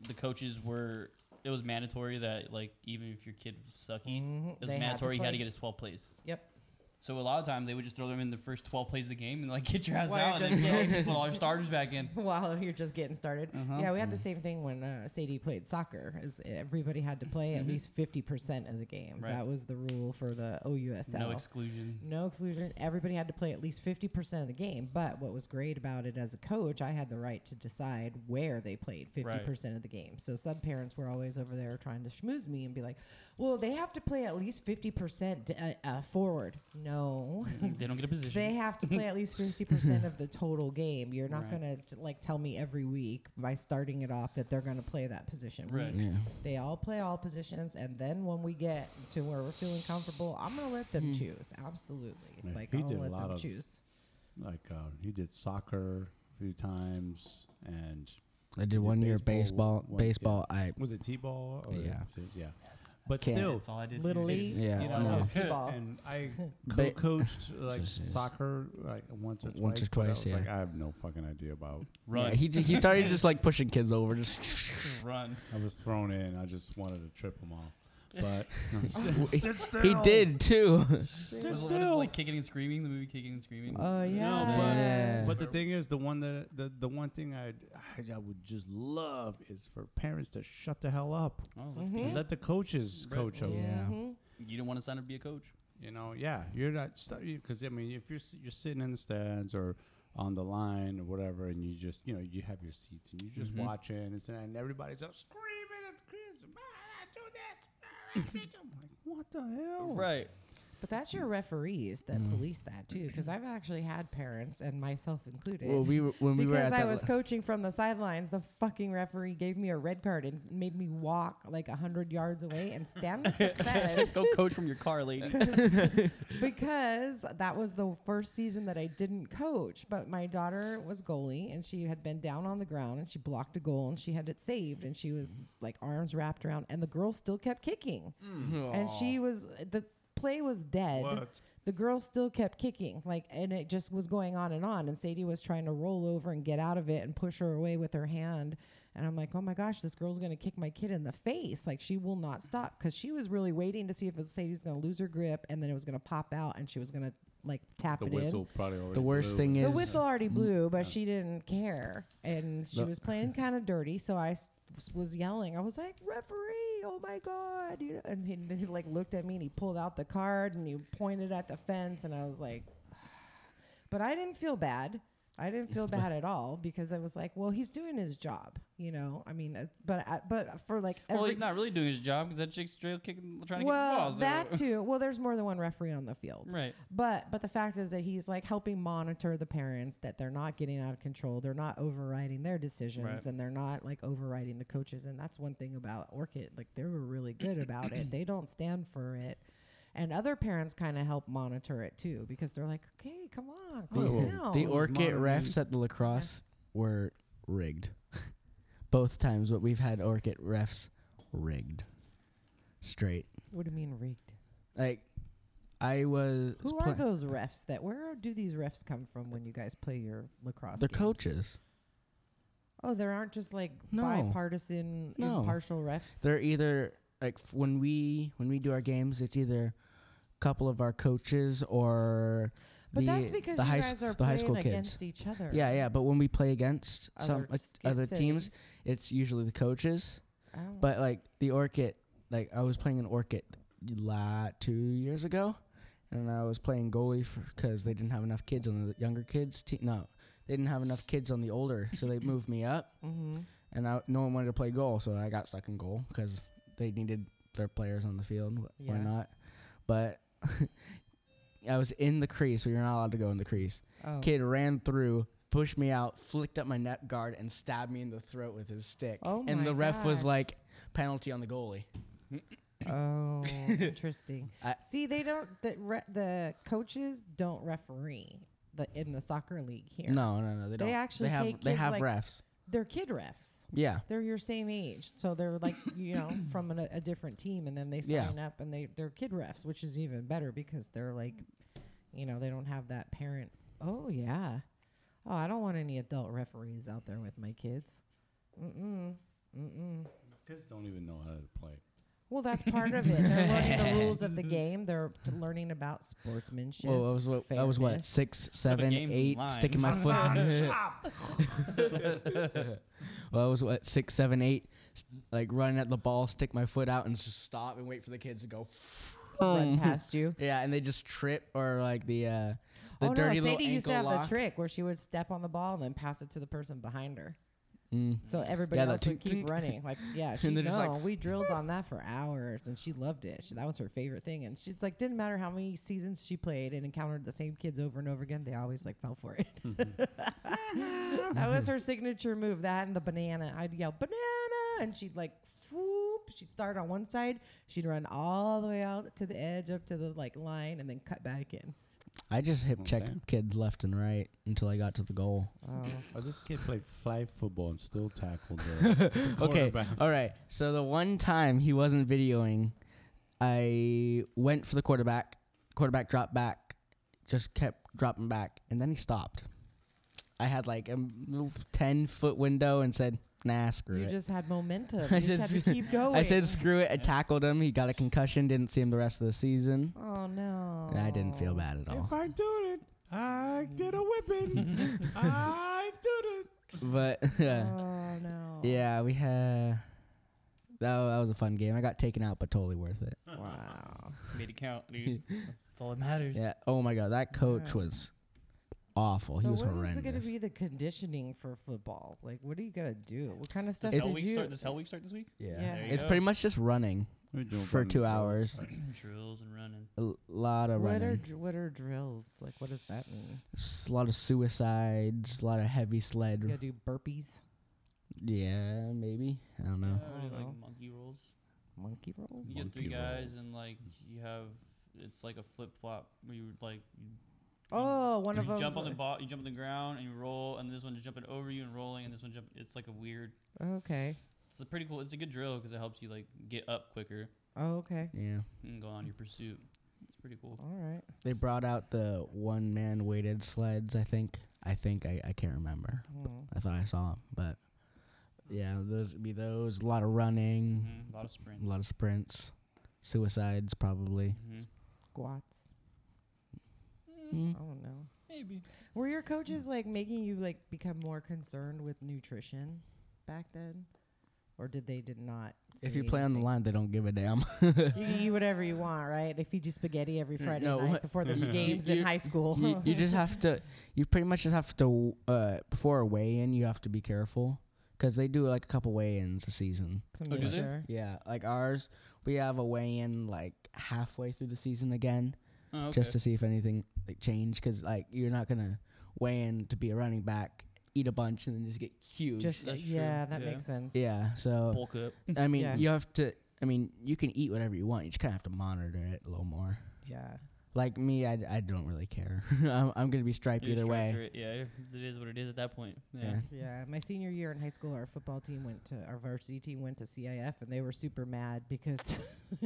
S4: the coaches were it was mandatory that like even if your kid was sucky,
S2: Mhm,
S4: it was
S2: they had to
S4: mandatory he had
S2: play.
S4: to get his 12 plays.
S2: Yep.
S4: So a lot of times they would just throw them in the first 12 plays of the game and like get your ass
S2: While
S4: out
S2: you're
S4: and
S2: just
S4: then
S2: getting-
S4: put all your starters back in.
S2: While you're just getting started,
S4: Uh-huh.
S2: yeah, we had
S4: Mm.
S2: the same thing when uh, Sadie played soccer. Is everybody had to play at least fifty percent of the game?
S4: Mm-hmm. Right.
S2: That was the rule for the OUSL.
S4: No exclusion.
S2: No exclusion. Everybody had to play at least 50% of the game. But what was great about it as a coach, I had the right to decide where they played 50% of the game. So some parents were always over there trying to schmooze me and be like, well, they have to play at least 50% d- uh, uh, forward. No.
S4: They don't get a position.
S2: They have to play at least 50% of the total game. You're not
S4: Right.
S2: going to like tell me every week by starting it off that they're going to play that position.
S4: Right.
S3: Yeah.
S2: They all play all positions, and then when we get to where we're feeling comfortable, I'm gonna let
S3: Hmm.
S2: them choose. Absolutely,
S1: Yeah,
S2: like
S1: he
S2: I'll
S1: did a
S2: let
S1: lot
S2: them
S1: of-
S2: choose.
S1: Like uh, he did soccer a few times, and
S3: I did one year
S1: baseball,
S3: baseball.
S1: one- yeah.
S3: Baseball. I
S1: was it t-ball? Or
S3: Yeah.
S1: yeah. But
S3: Can't-
S1: still,
S4: That's all I did.
S2: Little
S4: too.
S2: League.
S4: It's-
S3: Yeah,
S4: it's
S1: you
S4: all I
S1: know,
S2: no.
S4: did.
S2: T-ball.
S1: and I
S3: Ba-
S1: co-coached like
S3: Jesus.
S1: soccer like once or twice.
S3: Once or
S1: but I
S3: twice,
S1: was Like
S3: yeah.
S1: I have no fucking idea about.
S4: Run.
S3: Yeah, he j- he started just like pushing kids over. Just
S4: Run.
S1: I was thrown in. I just wanted to trip them all. But
S3: he did too.
S4: What is- what is it, like kicking and screaming. The movie Kicking and Screaming.
S2: Oh yeah,
S3: Yeah.
S1: But the thing is, the one that the, the one thing I I I would just love is for parents to shut the hell up
S4: Oh, look,
S2: Mm-hmm.
S1: and let the coaches
S4: Right.
S1: coach them.
S3: Hmm? Yeah.
S4: You don't want to sign up to be a coach.
S1: You know, yeah, you're not because I mean, if you're s- you're sitting in the stands or on the line or whatever, and you just you know you have your seats and you're just watching and, s- and everybody's up screaming at Chris, "Ah, do this, ah, do that." I'm like, what the
S2: Oh.
S1: hell?
S4: Right.
S2: but that's your referees that
S3: Mm.
S2: police that too, because I've actually had parents and myself included.
S3: Well, we were, when we were
S2: because
S3: at
S2: I
S3: that
S2: was
S3: la-
S2: coaching from the sidelines, the fucking referee gave me a red card and made me walk like a hundred yards away and stand at the fence.
S4: Go coach from your car, lady.
S2: because that was the first season that I didn't coach. But my daughter was goalie and she had been down on the ground and she blocked a goal and she had it saved and she
S3: Mm-hmm.
S2: was like arms wrapped around and the girl still kept kicking.
S3: Oh.
S2: And she was the play was dead.
S1: What?
S2: The girl still kept kicking, like, and it just was going on and on. And Sadie was trying to roll over and get out of it and push her away with her hand. And I'm like, oh my gosh, this girl's gonna kick my kid in the face. Like, she will not stop because she was really waiting to see if Sadie was gonna lose her grip and then it was gonna pop out and she was gonna like tap
S1: The
S2: it
S1: whistle probably already
S3: the worst
S1: blew.
S3: thing
S2: in.
S3: is
S2: The whistle already blew, but she didn't care, and she
S3: The-
S2: was playing kind of dirty. So I s- was yelling. I was like, "Referee! Oh my god!" You know, and he, he like looked at me and he pulled out the card and he pointed at the fence, and I was like, but I didn't feel bad. I didn't feel bad at all because I was like, well, he's doing his job, you know. I mean, uh, but I- but for like every
S4: well, he's not really doing his job because that chick's trail kicking, trying to
S2: well,
S4: get the ball.
S2: that too. Well, there's more than one referee on the field.
S4: Right.
S2: But but the fact is that he's like helping monitor the parents that they're not getting out of control. They're not overriding their decisions
S4: Right.
S2: and they're not like overriding the coaches. And that's one thing about Orchid. Like they were really good about it. They don't stand for it. And other parents kind of help monitor it too because they're like, okay, come on,
S3: the,
S2: calm
S1: Well,
S2: down.
S3: the Orchid
S1: modern
S3: refs at the lacrosse were rigged. Both times, but we've had Orchid refs rigged, straight.
S2: what do you mean rigged?
S3: Like I was.
S2: Who
S3: pla-
S2: are those refs? That where do these refs come from when you guys play your lacrosse?
S3: They're
S2: games?
S3: coaches.
S2: Oh, there aren't just like
S3: No.
S2: bipartisan,
S3: No.
S2: impartial refs.
S3: They're either like f- when we when we do our games, it's either a couple of our coaches or
S2: but
S3: the,
S2: that's because
S3: the
S2: you
S3: high
S2: guys
S3: sch-
S2: are
S3: the high
S2: playing
S3: school kids.
S2: against each other. Oh,
S3: Yeah, yeah. But when we play against some like,
S2: sk-
S3: other
S2: cities.
S3: teams, it's usually the coaches.
S2: Oh.
S3: But like the orchid, like I was playing an orchid la two years ago, and I was playing goalie because they didn't have enough kids on the younger kids. Te- no, they didn't have enough kids on the older, so they moved me up, and I, no one wanted to play goal, so I got stuck in goal because they needed their players on the field. wh- Why
S2: Yeah.
S3: not? But I was in the crease. We were not allowed to go in the crease.
S2: Oh.
S3: Kid ran through. Pushed me out, flicked up my net guard, and stabbed me in the throat with his stick.
S2: Oh
S3: and
S2: my
S3: the ref was
S2: gosh.
S3: like, penalty on the goalie.
S2: oh, interesting.
S3: I-
S2: See, they don't. The, re- the coaches don't referee the in the soccer league here.
S3: No, no, no. They don't.
S2: actually
S3: they have
S2: take
S3: they
S2: kids
S3: have
S2: like-
S3: refs.
S2: They're kid refs.
S3: Yeah,
S2: They're your same age, so they're like you know from an, a different team, and then they
S3: Yeah.
S2: sign up and they they're kid refs, which is even better because they're like, you know, they don't have that parent. Oh yeah, oh I don't want any adult referees out there with my kids. Mm mm mm mm.
S1: Kids don't even know how to play.
S2: Well, that's part of it. They're learning the rules of the game. They're t- learning about sportsmanship.
S3: Whoa, I was what? I was what?
S2: fairness.
S3: Six, seven,
S4: game's
S3: eight.
S4: online.
S3: Sticking my foot. well, I was what? Six, seven, eight. s- Like running at the ball, stick my foot out, and just stop and wait for the kids to go.
S2: Run past you.
S3: Yeah, and they just trip or like the uh, the
S2: oh
S3: dirty
S2: no,
S3: little
S2: Sadie
S3: ankle
S2: used to have
S3: lock.
S2: the trick where she would step on the ball and then pass it to the person behind her.
S3: Mm,
S2: So everybody
S3: Yeah, that
S2: else would
S3: tink,
S2: keep
S3: tink.
S2: running. Like, yeah, she
S3: they're
S2: no,
S3: just like,
S2: we drilled on that for hours, and she loved it. She, that was her favorite thing. And she's like, didn't matter how many seasons she played and encountered the same kids over and over again, they always like fell for it. that was her signature move. That and the banana. I'd yell banana, and she'd like, whoop. She'd start on one side, she'd run all the way out to the edge, up to the like line, and then cut back in.
S3: I just hip checked
S1: damn.
S3: kids left and right until I got to the goal.
S1: Oh, this kid played flag football and still tackled the, the
S3: Okay,
S1: quarterback.
S3: all right. So the one time he wasn't videoing, I went for the quarterback. Quarterback dropped back, just kept dropping back, and then he stopped. I had like a little ten foot window and said, "Nah, screw
S2: You
S3: it."
S2: just had momentum.
S3: I
S2: you
S3: said,
S2: just had to keep going.
S3: I said, "Screw it." I tackled him. He got a concussion. Didn't see him the rest of the season.
S2: oh no.
S3: And I didn't feel bad at all.
S1: If I do it, I get a whipping. I do it.
S3: But yeah.
S2: Oh no.
S3: Yeah, we had. That, wa- that was a fun game. I got taken out, but totally worth it.
S2: Wow.
S4: Made it count, dude. That's all that matters.
S3: Yeah. Oh my god, that coach
S2: Yeah.
S3: was awful. he
S2: so
S3: was
S2: what
S3: horrendous.
S2: is going to be the conditioning for football? Like, what are you going to do? What kind of
S4: Does
S2: stuff
S4: Hell
S2: did
S4: Week
S2: you?
S4: start? Does Hell Week start this week?
S3: yeah.
S2: Yeah. There you
S3: It's
S4: go.
S3: pretty much just running
S1: We do
S3: for
S1: running
S3: two
S1: drills.
S3: hours.
S4: Drills and running.
S3: A lot of
S2: what are
S3: running.
S2: dr- what are drills? Like, what does that mean?
S3: S- A lot of suicides. A lot of heavy sled.
S2: You
S3: Yeah,
S2: got to do burpees,
S3: maybe. I don't know.
S4: Yeah, or
S2: don't know.
S4: like monkey rolls.
S2: monkey rolls.
S4: You get three
S1: Monkey
S4: guys
S1: rolls.
S4: and like you have. It's like a flip flop where you like. You
S2: Oh, one
S4: you
S2: of them.
S4: jump on the ball, you jump on the ground, and you roll, and this one's jumping over you and rolling, and this one jump. It's like a weird.
S2: Okay.
S4: It's a pretty cool. It's a good drill because it helps you like get up quicker
S2: Oh, okay.
S3: Yeah.
S4: and go on your pursuit. It's pretty cool.
S2: All right.
S3: They brought out the one man weighted sleds. I think. I think. I, I can't remember.
S2: Mm.
S3: I thought I saw 'em, but yeah, those would be those. A lot of running.
S4: Mhm, A lot of sprints.
S2: Mm-hmm.
S3: A lot of sprints, suicides probably.
S4: Mhm.
S2: Squats. I don't know.
S4: Hmm. Maybe.
S2: Were your coaches like making you like become more concerned with nutrition back then, or did they did not?
S3: If
S2: say
S3: you play on the
S2: anything?
S3: line, they don't give a damn.
S2: You can eat whatever you want, right? They feed you spaghetti every Friday
S3: Mm, no,
S2: night
S3: what-
S2: before the
S3: You-
S2: games
S3: you-
S2: in high school.
S3: you, you just have to. You pretty much just have to. Uh, before a weigh-in, you have to be careful because they do like a couple weigh-ins a season.
S2: to
S4: do
S2: make
S4: they?
S2: sure.
S3: Yeah, like ours, we have a weigh-in like halfway through the season again,
S4: Oh, okay.
S3: just to see if anything like changed. Because like you're not gonna weigh in to be a running back, eat a bunch, and then just get huge.
S2: Just
S4: That's true.
S2: yeah, that
S4: Yeah.
S2: makes sense.
S3: yeah, so
S4: bulk up.
S3: I mean,
S2: Yeah.
S3: you have to. I mean, you can eat whatever you want. You just kind of have to monitor it a little more.
S2: yeah.
S3: Like me, I, I don't really care. I'm, I'm gonna be striped
S4: You're
S3: either way.
S4: structured, Yeah, it is what it is at that point. Yeah.
S3: Yeah.
S2: Yeah, my senior year in high school, our football team went to our varsity team went to CIF, and they were super mad because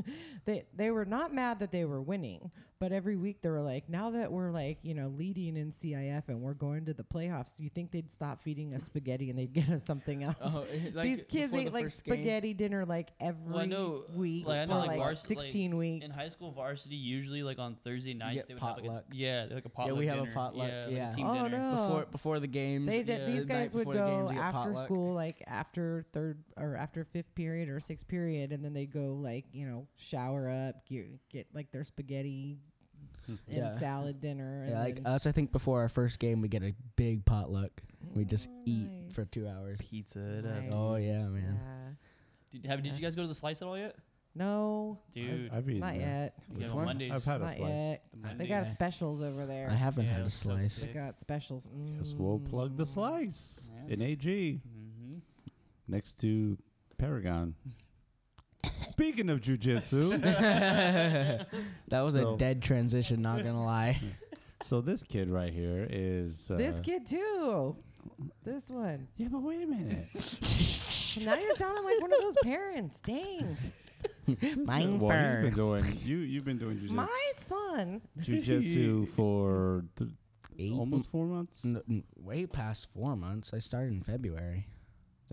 S2: they they were not mad that they were winning, but every week they were like, now that we're like you know leading in CIF and we're going to the playoffs, you think they'd stop feeding us spaghetti and they'd get us something else?
S3: Oh, eh,
S2: These kids ate like spaghetti dinner like every
S4: I know-
S2: week
S4: like, I know,
S2: for
S4: like,
S2: like,
S4: vars- like,
S2: 16 weeks.
S4: In high school varsity, usually like on Thursday nights,
S3: get
S4: they would have like
S3: potluck.
S4: a, yeah, like a potluck.
S3: we have a
S4: dinner.
S3: potluck,
S4: like a
S3: yeah.
S4: team
S2: Oh,
S4: dinner.
S2: no.
S3: before before the games.
S2: They did,
S4: Yeah,
S2: these
S3: the night
S2: guys would
S3: before the games,
S2: go
S3: you get
S2: after
S3: potluck.
S2: school, like after third or after fifth period or sixth period, and then they'd go like you know shower up, get, get like their spaghetti and
S3: Yeah.
S2: salad dinner. And
S3: Yeah, like uh,
S2: then-
S3: us, I think before our first game, we get a big potluck. We just
S2: Oh,
S3: eat for
S2: nice.
S3: two hours.
S4: Pizza.
S2: Nice.
S3: Oh yeah,
S2: yeah.
S3: man.
S4: Did, have, did you guys go to the slice at all yet?
S2: No, uh,
S4: Dude,
S1: I've eaten
S2: not
S1: that.
S2: yet.
S4: you
S3: Which
S4: know,
S3: one?
S4: Mondays.
S1: I've had a
S2: Not
S1: slice.
S2: yet.
S4: the
S2: They
S4: Mondays.
S2: got specials over there.
S3: I haven't
S4: Yeah,
S3: had a
S4: it's so
S3: slice.
S4: sick.
S2: they got specials. Mm.
S1: Yes, we'll plug the slice
S3: Mm.
S4: Yeah.
S1: in AG
S4: Mhm.
S1: next to Paragon. Speaking of jujitsu,
S3: that was
S1: So-
S3: a dead transition. Not gonna lie.
S1: so this kid right here is uh,
S2: This kid too. This one.
S1: Yeah, but wait a minute.
S2: Now you're sounding like one of those parents. Dang,
S1: This
S3: Mine
S1: is- well, you've been
S3: first.
S1: doing you you've been doing jujitsu
S2: my son.
S1: jujitsu for th-
S3: Eight
S1: almost four months.
S3: N- n- way past four months. I started in February.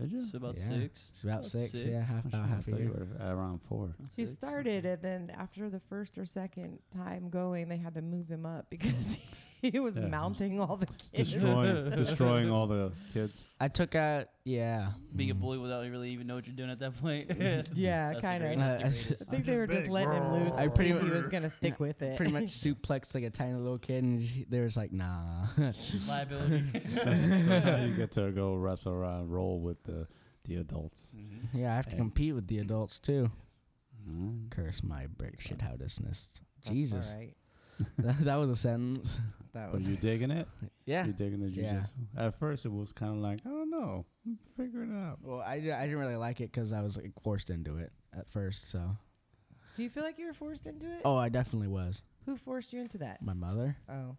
S1: Did you?
S4: It's about
S3: Yeah.
S4: six.
S3: It's about
S4: About
S3: six,
S4: six?
S3: yeah, half
S1: I
S3: about
S1: should've
S3: half a
S1: thought you
S3: year.
S1: were around four.
S4: About
S2: He
S4: six.
S2: started, and then after the first or second time going, they had to move him up because he was
S1: Yeah.
S2: mounting all the kids.
S1: Destroying, destroying all the kids.
S3: I took out yeah.
S4: Being a
S3: mm.
S4: bully without really even know what you're doing at that point.
S2: Yeah,
S4: That's
S2: kinda.
S4: the greatest,
S3: Uh,
S4: the
S2: I
S4: greatest.
S2: think they were just letting him loose
S3: I
S2: to see
S3: pretty
S2: if he
S3: mu-
S2: was gonna stick with it.
S3: Pretty much suplexed like a tiny little kid, and she, they was like, "Nah."
S4: liability.
S1: So- so now you get to go wrestle around, roll with the the adults.
S4: Mhm.
S3: yeah, I have to
S1: Hey.
S3: compete with the adults too.
S1: Mm.
S3: Curse my brick shithousness.
S2: That's all
S3: Jesus,
S2: right.
S3: that, that was a sentence.
S2: That
S1: Are
S2: was
S1: you digging it?
S3: Yeah.
S1: You digging the
S3: Yeah.
S1: jujitsu? At first, it was kind of like I don't know, I'm figuring it out.
S3: Well, I, di- I didn't really like it because I was like forced into it at first. So.
S2: Do you feel like you were forced into it?
S3: Oh, I definitely was.
S2: Who forced you into that?
S3: My mother.
S2: Oh.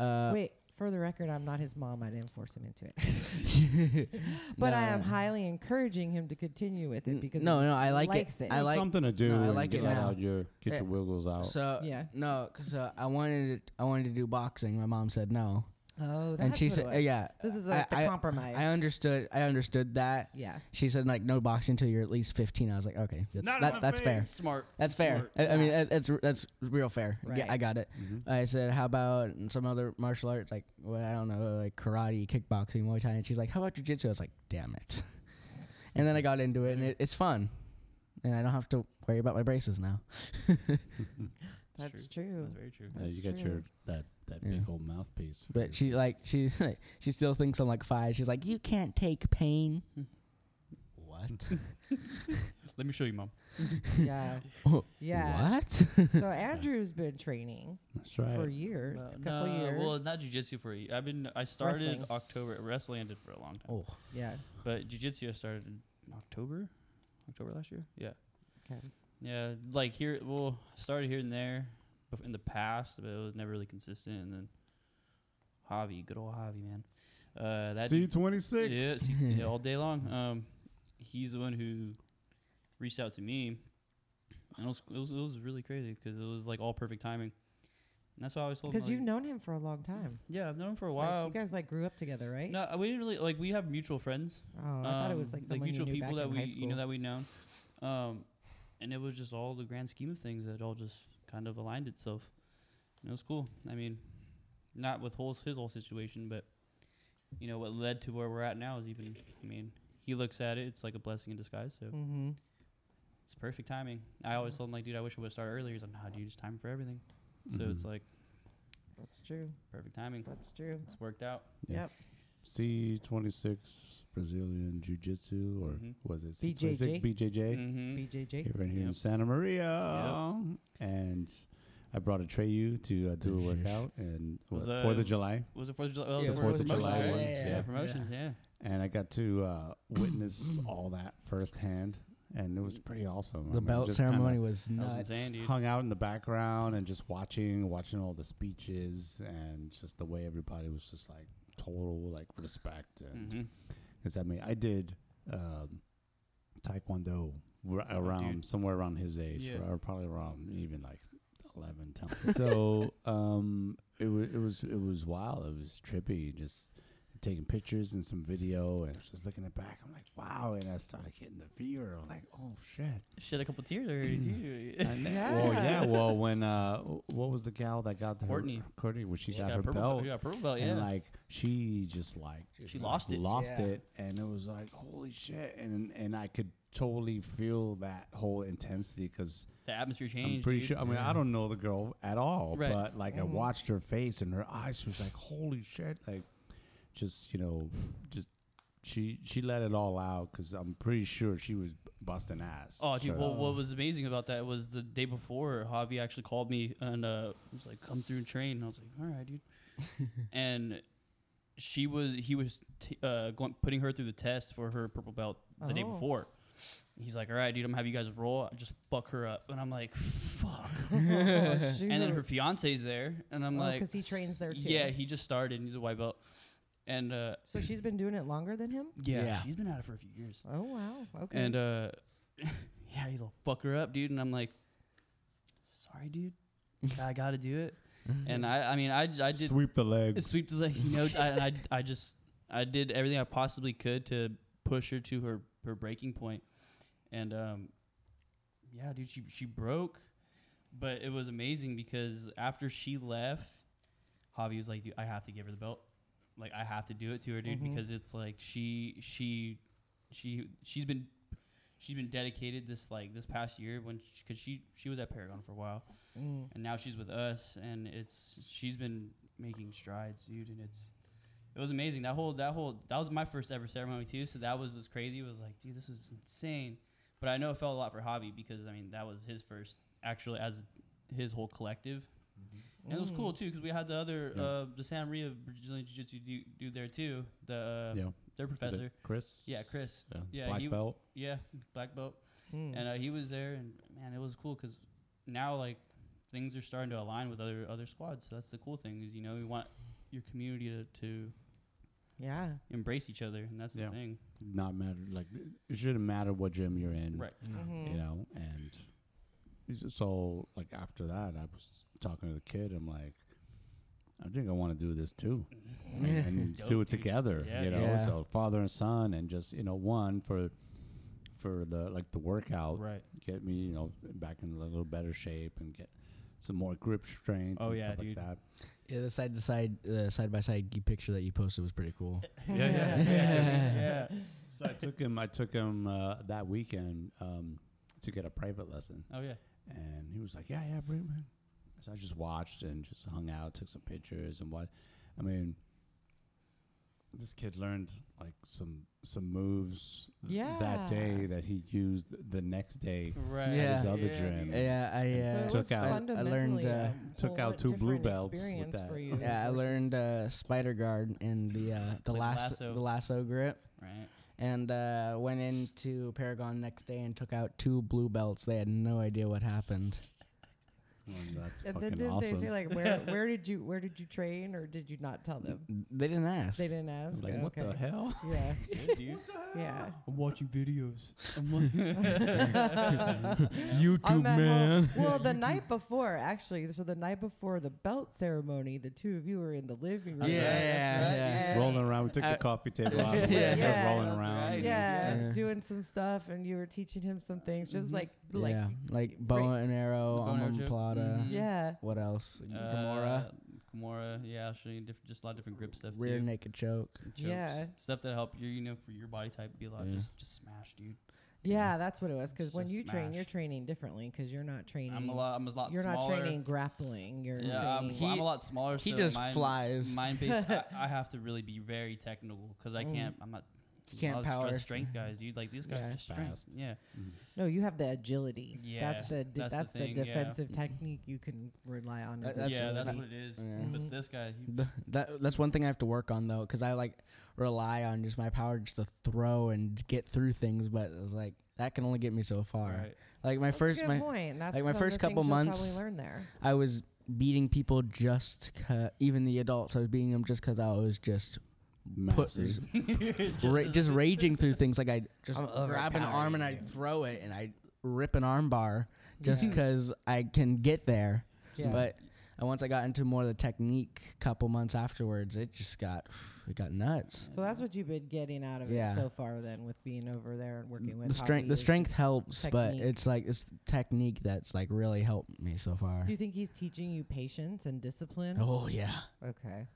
S3: Uh,
S2: Wait, for the record, I'm not his mom. I didn't force him into it. but I am
S3: no.
S2: highly encouraging him to continue with it
S3: N-
S2: because
S3: no, no, I like
S2: likes it.
S3: I
S1: There's Oh.
S3: like
S1: something to do.
S3: no, I
S1: and
S3: like
S1: get
S3: it now.
S1: out your get
S3: Yeah.
S1: your wiggles out.
S3: So
S2: Yeah.
S3: no, because uh, I wanted to, I wanted to do boxing. My mom said no,
S2: Oh, that's
S3: and she
S2: what
S3: said
S2: it
S3: uh,
S2: was.
S3: yeah.
S2: This is
S3: I-
S2: like the
S3: I-
S2: compromise.
S3: I understood. I understood that.
S2: yeah.
S3: She said like no boxing until you're at least 15. I was like, okay, that's that, that's fair.
S4: Smart.
S3: That's fair.
S4: Smart.
S3: I, I mean, that- that's that's real fair. G-
S2: Right.
S3: I got it.
S1: Mhm.
S3: I said, how about some other martial arts like well, I don't know, like karate, kickboxing, Muay Thai, and she's like, how about jujitsu? I was like, damn it. And then I got into it, and it, it's fun, and I don't have to worry about my braces now.
S4: That's
S2: That's
S4: That's
S2: true.
S4: very true.
S1: Yeah, you got
S2: true.
S1: your that that
S3: Yeah.
S1: big old mouthpiece. for your-
S3: But she like she she still thinks I'm like five. She's like, you can't take pain. what?
S4: Let me show you, mom.
S2: yeah. Yeah.
S3: Oh, What?
S2: So Andrew's been training
S1: that's right.
S2: for years, a couple
S4: No,
S2: years.
S4: Well, not jujitsu for a year. I've been. I started
S2: Wrestling.
S4: October. Wrestling I did for a long time.
S3: oh,
S2: yeah.
S4: But jujitsu I started in October, October last year. Yeah.
S2: Okay.
S4: Yeah, like here. Well, started here and there, bef- in the past, but it was never really consistent. And then Javi, good old Javi, man. Uh, that
S1: C twenty six.
S4: Yeah, see, yeah, all day long. Um, he's the one who reached out to me, and it was it was, it was really crazy because it was like all perfect timing. And that's why I always told him.
S2: Because you've
S4: like,
S2: known him for a long time.
S4: yeah, I've known him for a
S2: Like,
S4: while.
S2: you guys like grew up together, right?
S4: no, we didn't really like. We have mutual friends.
S2: Oh, I thought it
S4: um,
S2: was like someone you
S4: mutual
S2: knew
S4: people
S2: back
S4: that
S2: in
S4: we
S2: high school.
S4: you know that we know, um, and it was just all the grand scheme of things that all just kind of aligned itself. And it was cool. I mean, not with whole, his whole situation, but you know what led to where we're at now is even. I mean, he looks at it; it's like a blessing in disguise. So
S2: mm-hmm.
S4: it's perfect timing.
S2: Mm.
S4: I always told him like, dude, I wish I would have started earlier. He's like, nah, dude, it's time for everything. So
S2: Mm-hmm.
S4: it's
S1: Mhm.
S4: like
S2: That's true.
S4: perfect timing.
S2: That's true.
S4: It's worked out.
S1: C twenty six Brazilian Jiu Jitsu or
S4: Mhm.
S1: was it C twenty six
S2: BJJ?
S1: BJJ?
S4: Mm-hmm.
S2: BJJ.
S1: Here, right here in
S4: Yep.
S1: Santa Maria. And I brought a Treyu to uh, do a
S3: Delicious.
S1: workout and
S4: Was
S1: what,
S4: that-
S1: Fourth of July,
S4: Was it Fourth of July? Oh,
S3: Yeah,
S4: it was
S1: Fourth
S4: the
S1: of
S4: promotions,
S1: July
S4: right?
S1: one,
S4: Yeah,
S1: yeah.
S4: promotions. Yeah.
S1: and I got to uh, witness all that firsthand, and it was pretty awesome. I
S3: the
S1: mean,
S3: belt
S1: just kinda
S3: ceremony was
S4: That was
S3: nuts.
S4: insane, dude.
S1: Hung out in the background and just watching, watching all the speeches, and just the way everybody was just like total like respect
S3: Mm-hmm.
S1: and
S4: Mhm.
S1: Because I mean, I did um, taekwondo r- around somewhere around his age,
S4: Yeah.
S1: or probably around even like 11, 10. so um, it was it was it was wild. It was trippy. Just taking pictures and some video, and just looking it back. I'm like, wow. And I started getting the fever. I'm like, oh shit.
S4: Shed a couple tears already,
S1: Mm-hmm.
S4: dude.
S1: And Well, yeah. Well, when uh, what was the gal that got the
S4: Courtney.
S1: Courtney, when she,
S4: She
S1: got, her
S4: purple
S1: belt,
S4: belt. Yeah, purple belt. Oh, Yeah.
S1: and like she just like
S4: She lost it.
S1: lost
S3: Yeah.
S1: it, and it was like holy shit, and and I could totally feel that whole intensity because
S4: the atmosphere changed.
S1: I'm pretty
S4: dude.
S1: sure. I mean, I don't know the girl at all,
S4: Right.
S1: but like I watched her face and her eyes she was like holy shit, like just you know, just she she let it all out because I'm pretty sure she was busting ass.
S4: Oh, dude!
S1: So- uh,
S4: Well, what was amazing about that was the day before Javi actually called me and uh, was like, "Come through and train." And I was like, "All right, dude." and she was he was t- uh, going putting her through the test for her purple belt the day
S2: Oh.
S4: before. He's like, "All right, dude, I'm gonna have you guys roll. Just fuck her up." And I'm like, "Fuck." and then her fiance's there, and I'm
S2: Oh,
S4: like,
S2: 'cause he trains there too.
S4: Yeah, he just started. and He's a white belt, and uh,
S2: so she's been doing it longer than him.
S4: yeah,
S3: Yeah.
S4: she's been at it for a few years.
S2: Oh wow. Okay.
S4: And uh, yeah, he's all fuck her up, dude. And I'm like, sorry, dude, I gotta do it. and I, I mean, I, j- I did
S1: sweep the legs.
S4: sweep the legs, you know. I, I, I just, I did everything I possibly could to push her to her her breaking point, and um, yeah, dude, she she broke, but it was amazing because after she left, Javi was like, dude, I have to give her the belt, like I have to do it to her, dude, because it's like she she she she's been she's been dedicated this like this past year when because she she was at Paragon for a while
S2: Mm.
S4: and now she's with us and it's she's been making strides dude and it's it was amazing that whole that whole that was my first ever ceremony too so that was was crazy it was like dude this was insane but i know it felt a lot for hobby because i mean that was his first actually as his whole collective and it was
S2: Mm.
S4: cool too because we had the other
S1: Mm. Yeah.
S4: uh the san Maria brazilian jiu-jitsu du- dude there too the uh,
S1: yeah.
S4: their
S1: Is it
S4: professor
S1: Chris.
S4: yeah chris
S1: Yeah.
S4: Yeah,
S1: Black
S4: he-
S1: belt.
S4: yeah black belt
S2: Mm.
S4: and uh, he was there and man it was cool because now like things are starting to align with other other squads so that's the cool thing is you know you want your community to, to
S2: yeah.
S4: embrace each other and that's
S1: Yeah.
S4: the thing
S1: Not matter like it shouldn't matter what gym you're in.
S4: right
S2: Mhm.
S1: you know and it's- so like after that i was talking to the kid i'm like i think i want to do this too and, and
S4: Dope,
S1: do it
S4: dude.
S1: together
S4: Yeah,
S1: you know
S3: yeah.
S1: so father and son and just you know one for for the like the workout
S4: right
S1: get me you know back in a little better shape and get some more grip strength
S4: Oh,
S1: and
S4: yeah,
S1: stuff
S4: dude.
S1: like that
S3: Yeah, the side to side, uh, side by side gi picture that you posted was pretty cool.
S1: yeah yeah
S4: yeah
S1: so i took him i took him uh, that weekend um, to get a private lesson
S4: oh yeah
S1: And he was like, "Yeah, yeah, bring it, man." So I just watched and just hung out, took some pictures, and what. I mean, this kid learned like some some moves th- that day
S2: Yeah.
S1: that he used the next day.
S4: right
S3: Yeah. His
S1: other gym.
S4: dude.
S3: Yeah, I
S2: So it
S3: uh,
S1: Took
S2: was
S1: out- I learned,
S2: fundamentally a
S3: uh,
S1: took
S2: whole
S1: out two
S2: different
S1: blue belts with
S2: experience
S1: that.
S2: For you
S3: yeah, I learned
S2: versus-
S3: uh, spider guard and the uh, the
S4: Like
S3: lasso
S4: lasso.
S3: the lasso grip,
S4: right
S3: and uh, went into Paragon next day and took out two blue belts. They had no idea what happened.
S1: And Oh, that's
S2: And then
S1: fucking
S2: did
S1: awesome.
S2: they say like where where did you where did you train or did you not tell them?
S3: They didn't ask.
S2: They didn't ask.
S1: like, what the
S2: Okay.
S1: hell?
S2: Yeah,
S4: Good, dude.
S2: yeah.
S4: i'm watching videos I'm wa-
S2: YouTube man. well, the night before, actually, so the night before the belt ceremony, the two of you were in the living room.
S3: Yeah,
S4: That's right.
S3: yeah.
S2: And-
S1: Rolling around, we took
S3: Uh,
S1: the coffee table out,
S3: Yeah.
S1: and we kept
S2: Yeah.
S1: rolling
S4: That's
S1: around.
S4: right.
S2: Yeah,
S3: Yeah.
S2: doing some stuff, and you were teaching him some things, just
S1: Mm-hmm.
S2: like like
S3: yeah,
S2: yeah.
S3: like bow and arrow,
S4: The bow and arrow
S3: alma
S4: chip?
S3: plata.
S4: Mhm.
S3: What else?
S4: uh,
S3: Gamora,
S4: Gamora, yeah, I'll show you diff- just a lot of different grip stuff.
S3: rear
S4: too.
S3: naked choke.
S4: Chokes.
S2: Yeah.
S4: stuff that help you, you know, for your body type, be a lot.
S3: Yeah.
S4: Just, just smash, dude.
S2: Yeah, that's what it was. Because
S4: It's
S2: when
S4: just
S2: you train, you're
S4: smash.
S2: training differently because you're not training.
S4: I'm a lot. I'm a lot
S2: You're
S4: smaller.
S2: not training grappling. You're
S4: Yeah, I'm,
S2: training.
S4: he, I'm a lot smaller.
S3: He
S4: so
S3: just
S4: mine,
S3: flies.
S4: Mine based. I, I have to really be very technical because I
S2: Mm.
S4: can't. I'm not.
S3: You can't
S4: a lot of stre-
S3: power-
S4: strength guys, dude. Like these guys
S2: Yeah.
S4: are strength.
S1: Fast.
S4: Yeah,
S2: no, you have the agility.
S4: Yeah,
S2: that's the de-
S4: that's the
S2: that's, the,
S4: thing, yeah.
S2: defensive technique you can rely on.
S3: That-
S2: as
S3: That's-
S4: yeah, that's
S3: that-
S4: what it is.
S3: yeah.
S4: But this guy, he,
S3: Th- that that's one thing I have to work on though, because I like rely on just my power just to throw and get through things, but it's like that can only get me so far.
S4: right.
S3: Like my
S2: That's a
S3: first
S2: good
S3: my
S2: point. That's
S3: like,
S2: some
S3: my
S2: of the
S3: first couple
S2: things you'll
S3: months-
S2: Probably learn there.
S3: I was beating people just 'ca- even the adults. I was beating them just because I was just put
S1: Massive.
S3: ra- just raging through things. Like I just
S2: I'm
S3: grab an arm and I
S2: overpowering
S3: throw it and I rip an arm bar just
S2: Yeah.
S3: because I can get there.
S2: Yeah.
S3: But and once I got into more of the technique, couple months afterwards, it just got it got nuts.
S2: So that's what you've been getting out of
S3: Yeah.
S2: it so far, then, with being over there and working with
S3: the strength
S2: Javi
S3: the
S2: is-
S3: strength helps but
S2: technique.
S3: it's like it's the technique that's like really helped me so far
S2: Do you think he's teaching you patience and discipline?
S3: oh yeah
S2: Okay.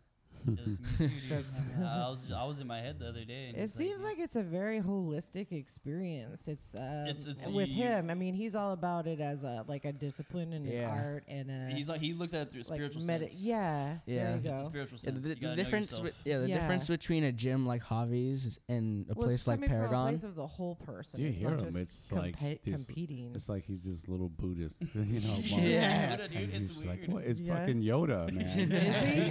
S4: It was me too, dude.
S2: That's-
S4: I mean, I was, I was in my head the other day. And
S2: It
S4: it's
S2: seems like it's a very holistic experience. It's, um,
S4: It's- it's-
S2: with
S4: you-
S2: him. I mean, he's all about it as a like a discipline and
S3: Yeah.
S2: an art and a
S4: he's like he looks at it through a
S2: like
S4: spiritual
S2: medi-
S4: sense.
S2: Yeah,
S3: Yeah.
S2: There you
S3: It's
S2: go.
S4: It's a spiritual
S3: Yeah,
S4: sense.
S3: the,
S4: You
S3: the
S4: gotta know
S3: difference
S4: yourself.
S3: be- yeah the
S2: Yeah.
S3: difference between a gym like Javi's and a
S2: Well, it's
S3: place like
S2: coming from a
S3: Paragon
S2: place of the whole person.
S1: Do you
S2: it's
S1: hear
S2: not
S1: him?
S2: just
S1: It's like
S2: compe-
S1: this-
S2: competing.
S1: It's like he's this little Buddhist, you know. monk.
S3: Yeah.
S4: Yoda, dude,
S1: And
S4: it's
S1: he's
S4: weird.
S1: like, what is
S2: Yeah.
S1: fucking Yoda, man?
S2: Is
S1: He's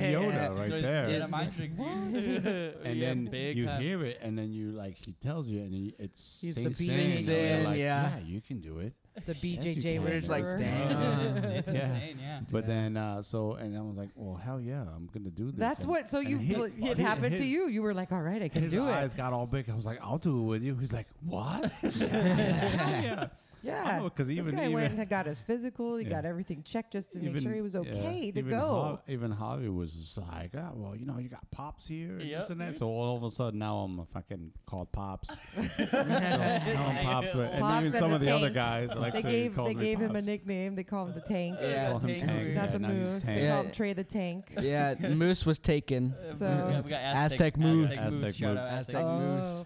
S3: he?
S1: Yoda right
S4: Those-
S1: there.
S4: yeah, the Matrix, dude.
S1: and
S4: Yeah,
S1: then
S4: big
S1: you
S4: time.
S1: hear it, and then you like he tells you, and then you- it
S2: He's the
S1: sinks
S2: BJJ.
S1: in.
S2: Sinks
S1: and you're
S3: in,
S1: like,
S3: yeah.
S1: you can do it.
S2: the
S1: Yes,
S2: BJJ
S1: you
S3: where
S1: can.
S3: it's like
S2: whisperer.
S4: Oh,
S3: damn
S4: it's
S1: Yeah.
S4: insane. Yeah.
S1: But
S3: Yeah.
S1: then, uh, so and I was like, well, hell yeah, I'm gonna do this.
S2: That's
S1: And
S2: what. So
S1: and
S2: you
S1: his-
S2: it happened to
S1: his-
S2: you. You were like, all right, I can
S1: His
S2: do
S1: eyes
S2: it.
S1: got all big. I was like, I'll do it with you. He's like, what? yeah, hell yeah.
S2: Yeah,
S1: because
S2: this
S1: even
S2: guy
S1: even,
S2: went and got his physical. He
S1: Yeah.
S2: got everything checked just to make
S1: even-
S2: sure he was
S1: yeah,
S2: okay to
S1: even
S2: go.
S1: Ho- even Javi was just like, oh, well, you know, you got pops here, and
S4: Yep.
S1: this and that. So all of a sudden, now I'm fucking called pops. so now I'm pops, with, and
S2: Pops
S1: even
S2: and
S1: some
S2: the
S1: of the other
S2: tank.
S1: guys like
S2: they
S1: so
S2: gave
S1: calls
S2: they
S1: me
S2: gave him a
S1: pops.
S2: nickname. They call him the Tank,
S4: Yeah,
S1: Call him
S4: Tank
S1: Tank.
S4: Root.
S1: Yeah,
S2: not the
S1: now he's
S2: Moose.
S1: Tank.
S2: They call him
S3: Yeah.
S2: Trey the Tank.
S3: yeah, Moose was taken.
S2: So-
S4: Yeah, we got
S3: Aztec Moose.
S4: Aztec Moose.
S1: Aztec
S4: Shout out
S1: Moose.
S4: Aztec
S3: Aztec
S4: Moose.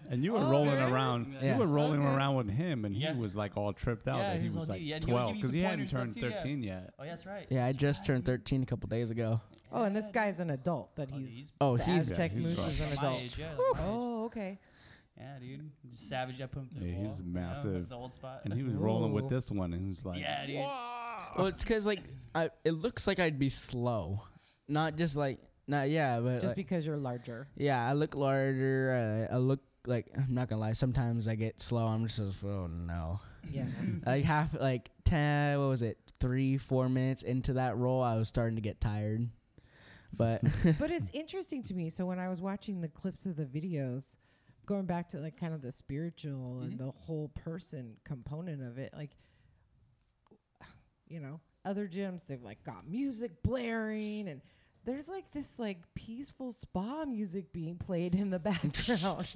S3: Moose.
S1: And you were
S2: Oh,
S1: rolling
S2: there it is.
S1: around.
S4: Yeah.
S1: You were rolling
S2: Okay.
S1: around with him, and he
S4: Yeah.
S1: was like all tripped out
S4: Yeah,
S1: that
S4: he
S1: he
S4: was
S1: was
S4: all-
S1: like
S4: yeah, and he would give
S1: 12
S4: you
S1: because
S4: some
S1: he hadn't
S4: pointers and
S1: turned
S4: stuff too, yeah.
S1: 13 yet.
S4: Oh, yeah, that's right.
S3: Yeah, I just turned 13 a couple days ago.
S2: Oh, and this guy's an adult. That he's
S3: Oh,
S2: the
S3: he's
S2: Aztec
S1: Yeah, he's
S2: Moose
S1: right.
S2: is an
S4: my
S2: adult.
S4: age, yeah, like my age.
S2: Oh, okay.
S4: Yeah, dude. Just savage. I put him through
S1: Yeah,
S4: the wall.
S1: he's
S4: you know,
S1: massive.
S4: the old spot.
S1: And he was rolling
S2: Ooh.
S1: with this one, and he was like,
S4: yeah, dude.
S3: well, it's because like I, it looks like I'd be slow, not just like not yeah, but
S2: Just
S3: like-
S2: because you're larger.
S3: yeah, I look larger. I, I look like I'm not gonna lie. Sometimes I get slow. I'm just as oh no.
S2: Yeah.
S3: Like half like ten. What was it? Three four minutes into that roll, I was starting to get tired. But
S2: but it's interesting to me. So when I was watching the clips of the videos, going back to like kind of the spiritual and
S4: Mm-hmm.
S2: the whole person component of it, like you know, other gyms they've like got music blaring and there's like this like peaceful spa music being played in the background.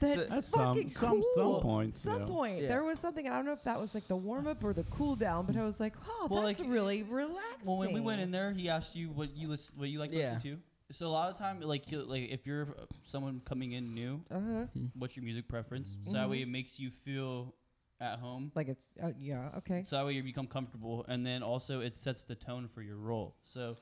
S2: That's
S1: At
S2: fucking
S1: some, some, some
S2: cool.
S1: point.
S2: Some point
S3: Yeah.
S2: there was something and I don't know if that was like the warm up or the cool down, but I was like, "Oh,
S4: Well,
S2: that's
S4: like,
S2: really relaxing."
S4: Well, when we went in there, he asked you what you listen, what you like to
S3: Yeah.
S4: listen to. So a lot of time, like, he'll, like if you're uh, someone coming in new,
S2: uh-huh.
S4: what's your music preference? So that
S2: Mm-hmm.
S4: way it makes you feel at home.
S2: like it's uh, yeah, okay.
S4: So that way you become comfortable, and then also it sets the tone for your role. So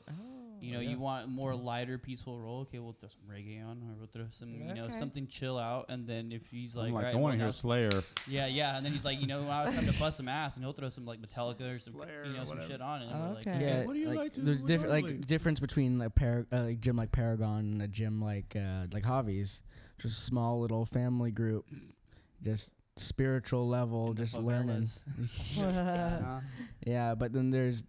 S4: you know you want more lighter, peaceful role. Okay, we'll throw some reggae on, or we'll throw some you know
S2: Okay.
S4: something chill out. And then if he's like,
S1: I'm like,
S4: "All right,
S1: I
S4: well,
S1: want to
S4: now
S1: hear Slayer.
S4: Yeah, yeah, and then he's like, you know, when I was trying to bust some ass, and he'll throw some like Metallica or some,
S1: Slayer
S4: you know,
S1: or
S4: some
S1: whatever.
S4: shit on, and we're like,
S2: Oh, Okay.
S3: yeah,
S1: What do you like to
S3: there's
S1: do
S3: different
S1: normally?
S3: like difference between a par- uh, like gym like Paragon and a gym like uh, like Javi's, just small little family group, just spiritual level,
S4: In the
S3: just learning.
S4: favelas.
S1: Uh-huh.
S2: Uh,
S3: Yeah, but then there's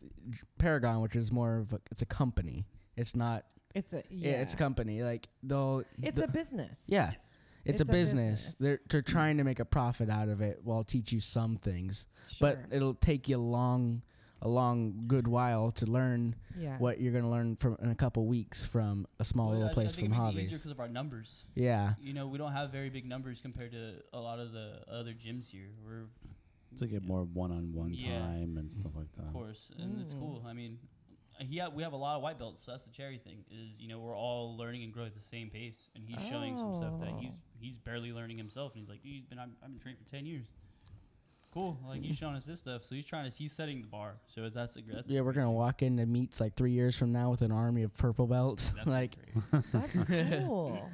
S3: Paragon, which is more of a, it's a company. It's not.
S2: it's a
S3: Yeah,
S2: yeah.
S3: it's a company. Like they'll.
S2: It's
S3: the-
S2: a business.
S3: Yeah. It's, a, business.
S2: business.
S3: They're they're trying to make a profit out of it while teach you some things, but it'll take you a long, a long good while to learn
S2: yeah.
S3: what you're gonna learn from in a couple weeks from a small
S4: But I-
S3: little
S4: I
S3: place
S4: think
S3: from
S4: it makes it easier
S3: hobbies.
S4: because of our numbers.
S3: Yeah.
S4: You know, we don't have very big numbers compared to a lot of the other gyms here. We're
S1: To get more one on one
S4: Yeah.
S1: time and stuff like that.
S4: of course, and it's
S2: Mm.
S4: cool. I mean, he ha- we have a lot of white belts, so that's the cherry thing. Is you know we're all learning and growing at the same pace, and he's showing some stuff that
S2: Oh.
S4: he's he's barely learning himself, and he's like, he's been I've, I've been training for ten years. Cool, like he's showing us this stuff, so he's trying to he's setting the bar. So it's- that's the that's the
S3: Yeah, we're gonna walk into meets like three years from now with an army of purple belts.
S4: that's
S3: like
S4: great.
S2: That's cool.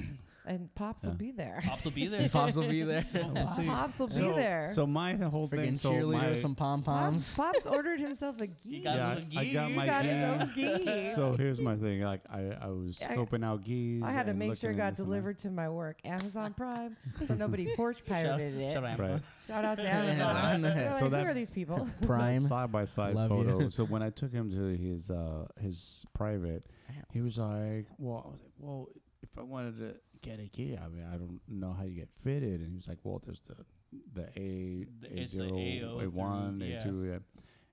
S2: and pops will
S1: Yeah.
S2: be there.
S4: Pops will be there.
S3: the pops will be there.
S1: We'll see.
S2: Pops will
S1: So-
S2: be there.
S1: So my whole thing.
S3: Freaking
S1: So my,
S3: cheerleaders, some pom
S2: pops,
S3: poms.
S2: pops ordered himself a gi.
S4: got
S1: yeah,
S4: his
S1: I, I
S4: gi.
S1: got
S4: You
S1: my
S2: got his
S1: gi.
S2: own gi.
S1: So here's my thing. Like I, I was
S2: I-
S1: scoping out geese.
S2: I had to
S1: and
S2: make sure it
S1: uh, looking
S2: got
S1: and this and that.
S2: delivered to my work, Amazon Prime, so nobody porch
S4: Shout-
S2: pirated it.
S4: shout out Amazon.
S1: Right.
S2: Shout out to Amazon.
S3: Amazon.
S2: They're
S1: So
S2: like,
S1: that-
S2: Who are these people?
S3: Prime.
S1: Side by side
S3: Love you.
S1: photo. So when I took him to his uh his private, he was like, "Well, well, if I wanted to get a gi, I mean, I don't know how you get fitted." And he was like, "Well, there's the the A
S4: The-
S1: A
S4: it's the AO
S1: zero A one
S4: through-
S1: A two, yeah."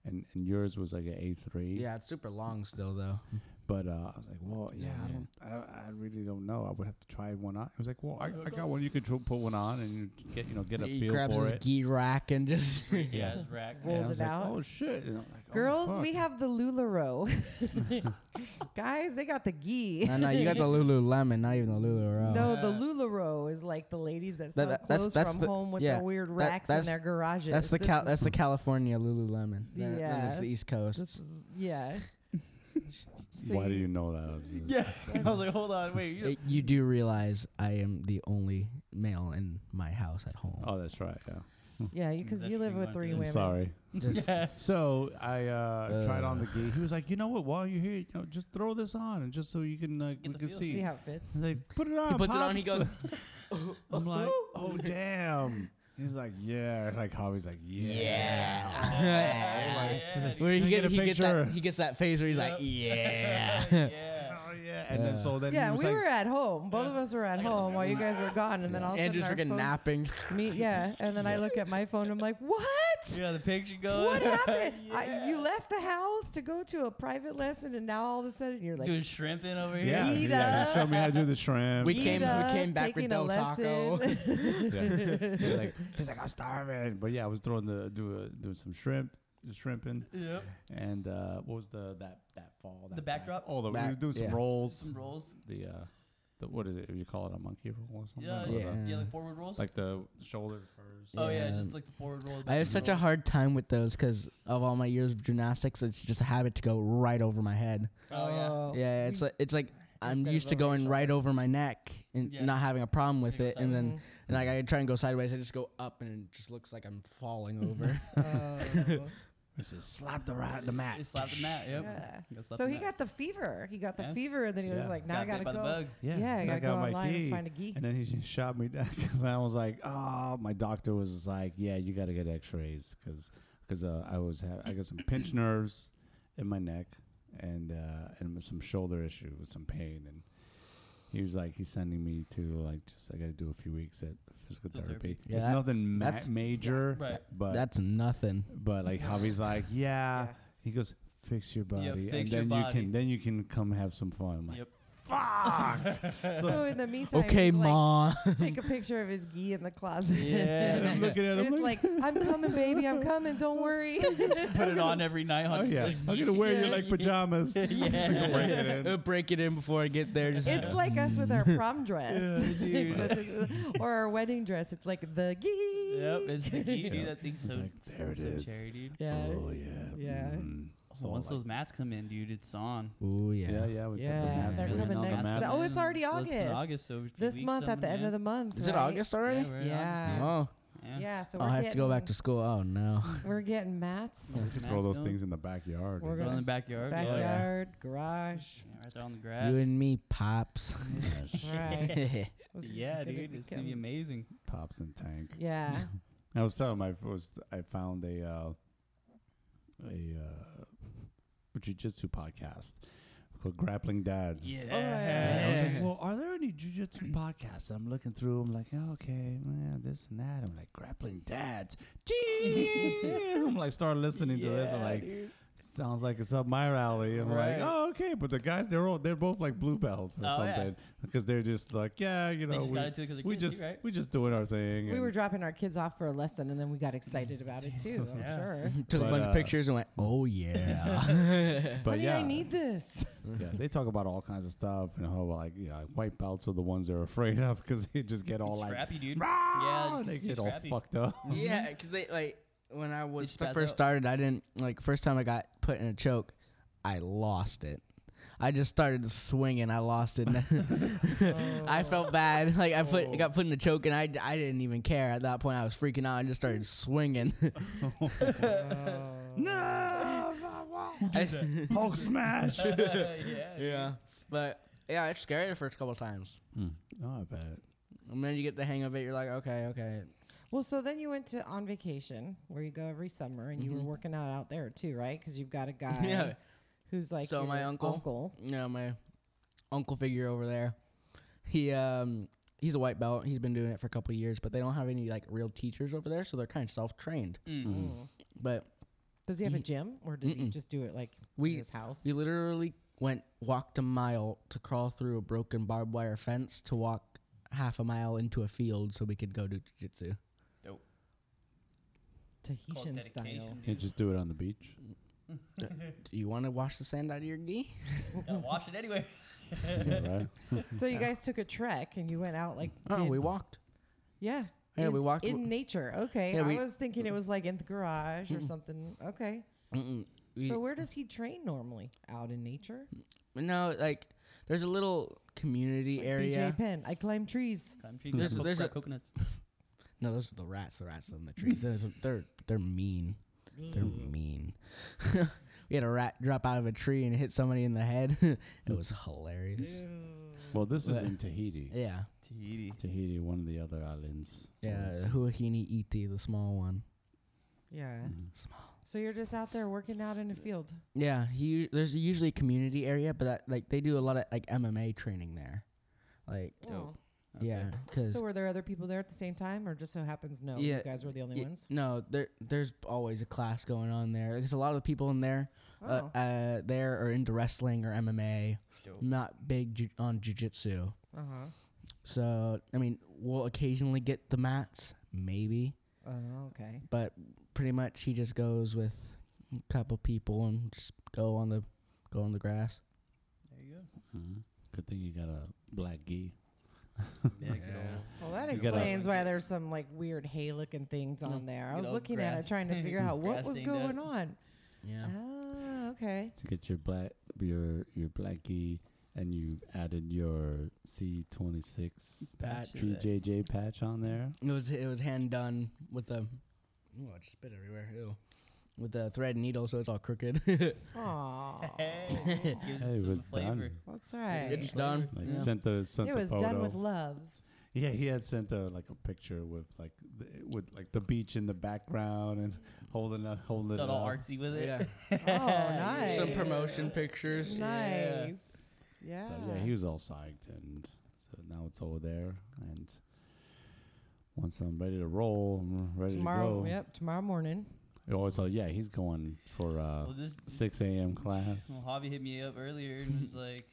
S1: and and yours was like an A three.
S3: Yeah, it's super long still though.
S1: But uh, I was like, well, yeah,
S3: Yeah.
S1: I don't, I, I really don't know. I would have to try one on. I was like, well, I, I got one. You can tr- put one on and you get, you know, get a
S3: he
S1: feel
S3: grabs
S1: for
S3: his
S1: it.
S3: gi rack and just
S4: Yeah, his rack.
S1: And
S2: Rolled
S1: I
S2: it
S1: was like,
S2: out.
S1: oh shit! And I'm like, oh,
S2: Girls, we
S1: fuck.
S2: have the Lularoe. Guys, they got the gi.
S3: no, no, you got the Lululemon, not even the Lululemon.
S2: No,
S4: Yeah.
S2: the Lularoe is like the ladies that sell
S3: That- that- that's-
S2: clothes
S3: that's
S2: from
S3: the-
S2: home with
S3: yeah,
S2: the weird
S3: that-
S2: racks in
S3: that's-
S2: their garages.
S3: that's the
S2: This
S3: Cal-
S2: is-
S3: that's the California Lululemon. Yeah, then,
S2: Yeah.
S3: there's the East Coast.
S2: this is- yeah. So
S1: Why do you know that?
S4: Yes. I was like, hold on, wait. You
S3: It- you do realize I am the only male in my house at home.
S1: Oh, that's right. Yeah,
S2: Yeah, because
S4: That's
S2: you live
S4: pretty
S2: with
S4: much
S2: three
S4: it.
S1: I'm
S2: women.
S1: sorry.
S3: Just-
S1: So I uh, tried on the
S3: Uh.
S1: gi. He was like, you know what? While you're here, you know, just throw this on, and just so you can uh, we
S4: the
S1: can
S4: feel.
S1: see.
S2: See how it fits.
S1: And they put it on.
S3: he puts it on. He
S1: pops.
S3: goes.
S1: I'm like, oh damn. He's like, yeah. Like Hobby's like, yeah.
S3: Where he,
S1: "Can I
S3: get,
S1: get a
S3: he gets that
S1: picture?"
S3: he gets that face where he's like, yeah.
S4: yeah.
S1: Oh yeah. And then so then he
S2: Yeah,
S1: was
S2: we
S1: like,
S2: were at home. Both of us were at home while you guys were gone, and then all of a sudden
S3: Andrew's
S2: our
S3: freaking
S2: phones-
S3: napping.
S2: Me, yeah, and then I look at my phone. I'm like, what? What?
S5: You got the picture going.
S2: What happened? I,
S5: Yeah.
S2: you left the house to go to a private lesson, and now all of a sudden you're like,
S5: Doing shrimping over here.
S1: Yeah,
S2: Eat
S1: you gotta
S2: up.
S1: show me how to do the shrimp.
S3: We came- we
S2: "Ida,
S3: came back with
S2: taking a
S3: Del Taco."
S2: lesson."
S1: yeah. He's like, he's like, I'm starving. But yeah, I was throwing the do doing some shrimp, shrimping,
S5: Yep.
S1: and uh, what was the that that fall? That
S5: The backdrop?
S1: Oh, the, we were
S3: Back-
S1: doing some
S3: yeah.
S1: rolls.
S5: Some rolls.
S1: The uh, the what is it? You call it a monkey roll or something?
S5: Yeah,
S1: Or
S5: yeah.
S1: the-
S3: Yeah.
S5: yeah, like forward rolls.
S1: Like the shoulder first.
S5: oh yeah,
S3: Yeah.
S5: just like the forward roll.
S3: I have such a hard time with those because of all my years of gymnastics. It's just a habit to go right over my head.
S5: Oh yeah.
S3: yeah, it's like it's like I'm
S5: Instead of
S3: used to
S5: over your
S3: going right over my neck and
S5: Yeah.
S3: not having a problem with
S5: You go
S3: it, and then and like I try and go sideways, I just go up and it just looks like I'm falling over.
S2: Oh.
S1: This is slap the rat the mat.
S5: You slap the mat. Yep.
S2: Yeah.
S5: You go slap
S2: So
S5: the
S2: he
S5: mat.
S2: got the fever. He got the
S5: Yeah.
S2: fever, and then he was
S1: Yeah.
S2: like, "Now I
S5: Got
S2: gotta
S5: bit by
S2: go."
S5: the bug.
S1: Yeah,
S2: Yeah, I
S1: then
S2: gotta go
S1: my
S2: online and
S1: key,
S2: find a geek.
S1: And then he just shot me down because I was like, oh, my doctor was just like, yeah, you got to get X-rays because because uh, I was ha- I got some pinched nerves in my neck and uh, and some shoulder issue with some pain and he was like he's sending me to like just I got to do a few weeks at physical
S4: Physical
S1: therapy.
S3: Yeah,
S1: it's
S3: that-
S1: nothing ma-
S3: that's-
S1: major,
S5: Right.
S1: but
S3: That's nothing.
S1: but like Javi's like yeah.
S2: Yeah.
S1: He goes fix your body
S5: Yeah,
S1: and
S5: fix your
S1: then you
S5: body.
S1: can then you can come have some fun. I'm like,
S5: Yep.
S1: Fuck.
S2: So in the meantime,
S3: Okay,
S2: he's like,
S3: mom.
S2: take a picture of his gi in the closet.
S1: And
S5: Yeah.
S1: I'm looking at
S2: And
S1: him
S2: it's like, I'm coming, baby. I'm coming. Don't worry.
S5: Put it on every night.
S1: Oh
S5: Hunter.
S1: yeah, I'm gonna wear your like pajamas. Like, break it in.
S3: break it in before I get there. Just
S2: It's like us with our prom dress
S5: Yeah, dude.
S2: or our wedding dress. It's like the gi.
S5: yep. It's the key, dude.
S1: Yeah.
S5: That thing's
S1: It's
S5: so,
S1: like, there it
S5: so
S1: is.
S5: cherry, dude.
S2: Yeah.
S1: Oh yeah.
S2: Yeah.
S1: Mm.
S4: So Oh, once
S1: like-
S4: those mats come in, dude, it's on.
S3: oh yeah.
S1: yeah, yeah, we put
S2: Yeah,
S1: the mats
S2: they're
S1: in,
S2: coming
S1: on the
S2: next-
S1: mats.
S2: No, oh, it's already
S4: Well, it's in
S2: August.
S4: August, so a few
S2: This
S4: weeks
S2: month at
S4: coming,
S2: the end
S4: yeah.
S2: of the month.
S3: Is it
S2: right?
S3: August already?
S4: Yeah, we're in August,
S2: Yeah.
S4: dude.
S3: Oh,
S4: Yeah.
S2: Yeah. So we're
S3: I'll have
S2: getting,
S3: to go back to school. Oh no.
S2: We're getting mats,
S1: We could throw
S4: Mats
S1: those
S4: going.
S1: things in the backyard.
S2: We're
S4: Throw it in
S2: gonna-
S4: the backyard.
S3: yeah.
S2: backyard, garage.
S4: Yeah, right there on the grass.
S3: You and me, pops.
S2: Right.
S3: yeah,
S2: This is
S4: yeah,
S2: gonna
S4: dude, it's gonna be
S2: become-
S4: amazing.
S1: Pops and tank.
S2: Yeah.
S1: I was telling my was I found a uh, a uh, jujitsu podcast called Grappling Dads. And I was like,
S2: Yeah.
S1: well, are there any jujitsu podcasts? I'm looking through. I'm like, oh, okay, well, this and that. I'm like, grappling dads. Gee! I'm like, start listening to this. I'm
S5: Yeah,
S1: like,
S5: dude.
S1: sounds like it's up my alley. I'm
S5: Right.
S1: like, oh, okay. But the guys, they're all they're both like blue belts or
S5: Oh, yeah.
S1: something because they're just like, yeah, you
S5: they
S1: know,
S5: just got
S1: we,
S5: into it because they're
S1: we
S5: kids, too,
S1: just
S5: right?
S1: we just doing our thing.
S2: We
S1: and-
S2: were dropping our kids off for a lesson, and then we got excited about it too. I'm
S5: Yeah.
S2: sure.
S3: took
S1: But,
S3: a bunch
S1: uh,
S3: of pictures and went, oh yeah.
S1: but
S2: Honey,
S1: yeah,
S2: I need this.
S1: yeah, they talk about all kinds of stuff and how like you know, white belts are the ones they're afraid of because they just get all like,
S5: Scrappy, dude.
S1: "Rah!"
S5: Yeah, it's
S1: they
S5: just
S1: get all
S5: scrappy.
S1: fucked up.
S3: Yeah, because they like Mm-hmm. when I was
S5: spaz
S3: first
S5: out.
S3: started, I didn't like first time I got put in a choke, I lost it. I just started swinging. I lost it. I felt bad. Like I put got put in a choke, and I, I didn't even care at that point. I was freaking out. I just started swinging.
S1: No, Hulk smash.
S5: yeah.
S3: yeah, but yeah, it's scary the first couple times.
S1: Oh, I bet.
S3: And then you get the hang of it. You're like, okay, okay.
S2: Well, so then you went to on vacation where you go every summer, and you were working out out there too, right? Because you've got a guy
S3: Mm-hmm. Yeah.
S2: who's like
S3: So
S2: your
S3: my uncle-
S2: uncle.
S3: you know, my uncle figure over there. He um he's a white belt. He's been doing it for a couple of years, but they don't have any like real teachers over there, so they're kind of self-trained.
S2: Mm.
S3: But
S2: Does he have a
S3: He-
S2: gym, or does he
S3: Mm-hmm. Mm-mm.
S2: just do it like in
S3: we
S2: his house?
S3: we literally went walked a mile to crawl through a broken barbed wire fence to walk half a mile into a field so we could go do jiu-jitsu.
S5: Called
S2: Tahitian style.
S5: dedication,
S1: You
S5: dude.
S1: just do it on the beach.
S3: Do you want to wash the sand out of your gi?
S5: Gotta wash it anyway.
S1: Yeah, right?
S2: So you guys took a trek, and you went out like
S3: Oh,
S2: did-
S3: we walked.
S2: yeah
S3: Yeah,
S2: in,
S3: we walked-
S2: in nature. Okay,
S3: Yeah,
S2: I
S3: we-
S2: was thinking it was like in the garage or something. Okay,
S3: Mm-mm. We,
S2: so where does he train normally? Out in nature.
S3: no, like there's a little community area.
S2: BJ Penn. I climb trees.
S5: Time trees.
S3: There's-
S5: Coco-
S3: there's
S5: crab
S3: a-
S5: coconuts.
S3: No, those are the rats. The rats live in the trees. Those are- they're they're mean. They're mean. we had a rat drop out of a tree and hit somebody in the head. it was hilarious.
S1: Well, this is
S3: Right.
S1: in Tahiti.
S3: Yeah,
S5: Tahiti.
S1: Tahiti, one of the other islands.
S3: yeah. Huahini Iti, the small one.
S2: Yeah.
S1: Mm-hmm.
S2: So you're just out there working out in a field.
S3: Yeah, he there's usually a community area, but that, like they do a lot of like MMA training there. Like
S2: Well,
S6: Okay.
S3: Yeah, because
S2: Oh. So were there other people there at the same time, or just so happens no?
S3: Yeah,
S2: you guys were the only
S3: Y-
S2: ones.
S3: No, there there's always a class going on there. Because a lot of the people in there, uh,
S2: Oh,
S3: uh, there are into wrestling or MMA.
S4: Dope.
S3: Not big ju- on jujitsu.
S2: uh huh.
S3: So I mean, we'll occasionally get the mats, maybe,
S2: Oh, okay.
S3: but pretty much he just goes with a couple people and just go on the go on the grass.
S4: There you go.
S1: Mhm. Good thing you got a black gi.
S4: Yeah, good
S3: Yeah.
S4: old-
S2: Well, that
S1: You gotta-
S2: explains why there's some like weird hay looking things on there. I
S4: good
S2: was
S4: old
S2: looking at
S4: grass.
S2: it, trying to figure out what
S4: Grass
S2: was
S4: stained up.
S2: going on.
S3: Yeah.
S2: Ah, okay.
S1: To get your black your your black gi and you added your C twenty six
S3: Patch.
S1: GJJ patch on there.
S3: It was it was hand done with a oh I just spit everywhere. Ew. With a thread and needle, so it's all crooked.
S2: Aw,
S4: Hey, gives
S1: Hey,
S4: it
S1: it
S4: some
S1: was
S4: flavor.
S1: done.
S2: that's right.
S3: it's done.
S1: Like
S3: Yeah.
S1: sent the sent
S2: It
S1: the
S2: was
S1: photo.
S2: done with love.
S1: Yeah, he had sent a like a picture with like the, with like the beach in the background and holding a holding it
S4: Got all
S1: up.
S4: artsy with it.
S3: Yeah.
S2: Oh, nice.
S3: Some promotion pictures.
S4: Yeah.
S2: Nice. Yeah.
S1: So yeah, he was all psyched, and so now it's all there. And once I'm ready to roll, I'm ready to
S2: tomorrow.
S1: go.
S2: Yep. Tomorrow morning.
S1: Oh, so yeah, he's going for uh,
S4: Well, this
S1: 6 a.m. class.
S4: well, Javi hit me up earlier and was like,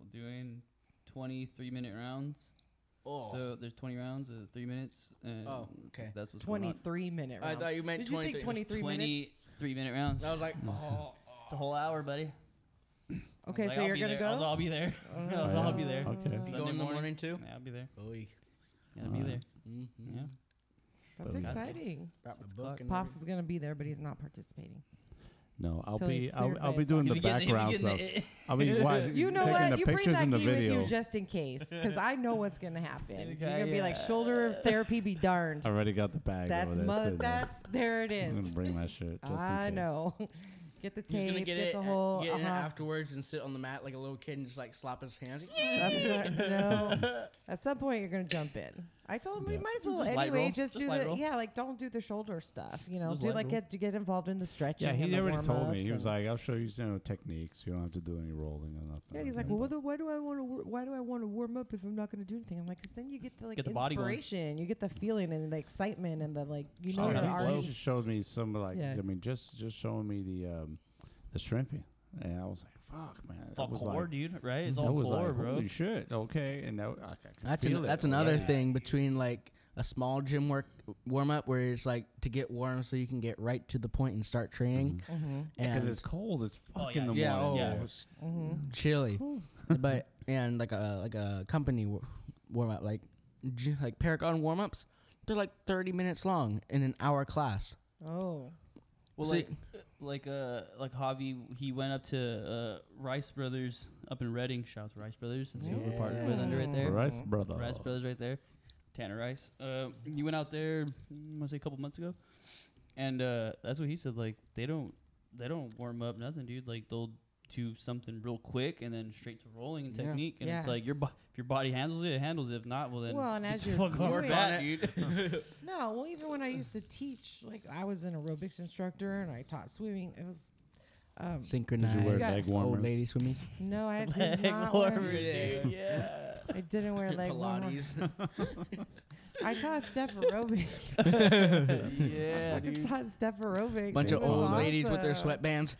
S4: "We're doing 23 minute rounds.
S3: Oh.
S4: So there's 20 rounds with three minutes. And
S3: Oh, okay.
S4: That's what's going on.
S2: 23 minute
S3: I
S2: round.
S3: thought you meant
S2: Did you think
S3: 23.
S2: 23 minutes?
S4: 23 minute rounds.
S3: I was like, oh,
S4: It's a whole hour, buddy. I was
S2: Okay,
S4: like,
S2: so
S4: I'll
S2: you're
S4: be
S2: gonna
S4: there. I was,
S2: go? Uh-huh.
S4: I'll be there. I was,
S1: Oh,
S4: I'll
S1: yeah.
S4: be there.
S1: Okay.
S4: Sunday
S3: you go in the morning too?
S4: Yeah, I'll be there.
S3: Oy.
S4: Yeah, I'll be there.
S1: Alright.
S3: Mm-hmm.
S4: Yeah.
S2: That's
S1: Boom.
S2: exciting.
S3: Got my
S4: o'clock.
S3: book and
S2: Pops is gonna be there, but he's not participating.
S1: No, I'll
S2: Till he's
S1: be I'll,
S2: cleared by
S1: I'll be
S2: his
S1: doing
S4: He'll
S1: the
S4: be getting- he'll be
S1: background
S4: getting
S1: stuff.
S4: the-
S1: I'll be watch-
S2: You know
S1: taking
S2: what?
S1: the
S2: you bring
S1: pictures
S2: that
S1: and the
S2: key with
S1: video.
S2: you just in case, because I know what's gonna happen. You're gonna be like
S4: Yeah.
S2: shoulder therapy, be darned.
S1: I already got the bag.
S2: That's
S1: over there,
S2: mother.
S1: so
S2: That's there. It
S1: I'm gonna
S2: is.
S1: bring my shirt. Just
S2: I
S1: in case.
S2: know. Get the
S3: He's
S2: tape.
S3: gonna
S2: Get,
S3: get, it,
S2: the
S3: uh,
S2: whole.
S3: get in it
S2: uh-huh.
S3: afterwards and sit on the mat like a little kid and just like slap his hands.
S2: That's not, no. At some point, you're gonna jump in. I told him we
S1: Yeah.
S2: might as well
S4: Just light
S2: anyway.
S4: roll.
S2: Just,
S4: Just
S2: do
S4: light
S2: the
S4: roll.
S2: yeah, like don't do the shoulder stuff. You know,
S4: Just
S2: do
S4: light
S2: like
S4: roll.
S2: get to get involved in the stretching.
S1: Yeah,
S2: and
S1: he
S2: the
S1: already told me.
S2: warm-ups
S1: He was
S2: and-
S1: like, "I'll show you some techniques. You don't have to do any rolling or nothing."
S2: Yeah, he's like, well, what the, why do I want to? Why do I want to warm up if I'm not going to do anything? I'm like, because then you get the like
S4: Get the body going.
S2: inspiration, you get the feeling and the excitement and the like. You know,
S1: Oh,
S2: oh,
S1: yeah,
S2: there
S1: he-
S2: are
S1: he just showed me some like
S2: Yeah.
S1: I mean just just showing me the um the shrimping. And I was like, fuck man.
S4: It's all
S1: I was
S4: core,
S1: like,
S4: dude, right? It's
S1: I
S4: all
S1: was
S4: core,
S1: like,
S4: bro.
S1: holy shit, okay. And that, I, I could
S3: That's
S1: feel
S3: an,
S1: it
S3: that's another
S1: already.
S3: thing between like a small gym work warm up where it's like to get warm so you can get right to the point and start training. And
S1: Because it's cold as fuck
S4: Oh,
S1: in the
S3: yeah, oh,
S1: morning.
S4: yeah.
S3: it's Mm-hmm. chilly, but and like a like a company w- warm up like gy- like Paragon warm ups. They're like 30 minutes long in an hour class.
S2: Oh,
S4: Well,
S3: See-
S4: like, like, uh, like Javi, he went up to uh, Rice Brothers up in Reading. Shout out to Rice Brothers. That's who we're partnered with under right there.
S1: Rice brother.
S4: Rice Brothers right there. Tanner Rice. Uh, you went out there, mm, I want to say a couple months ago, and uh, that's what he said. Like they don't, they don't warm up nothing, dude. Like they'll do something real quick and then straight to rolling and
S3: Yeah.
S4: technique, and it's
S2: Yeah.
S4: like your bo- if your body handles it, it handles it. If not, well then
S2: Well, and
S4: get
S2: as
S4: the
S2: you're
S4: fuck off
S2: doing
S4: that,
S3: it-
S4: dude.
S2: no. Well, even when I used to teach, like I was an aerobics instructor and I taught swimming. It was um,
S3: Synchronized.
S1: wear
S2: leg
S1: warmers?
S3: Old lady swimmies.
S2: no, I
S4: Leg
S2: did not wear.
S4: warmers, dude. Yeah.
S2: I didn't wear leg warmer.
S3: Pilates.
S2: I taught step aerobics.
S4: yeah,
S2: I
S4: dude.
S2: taught step aerobics.
S3: Bunch
S2: It
S3: of
S2: was
S3: old ladies with their
S2: awesome.
S3: sweatbands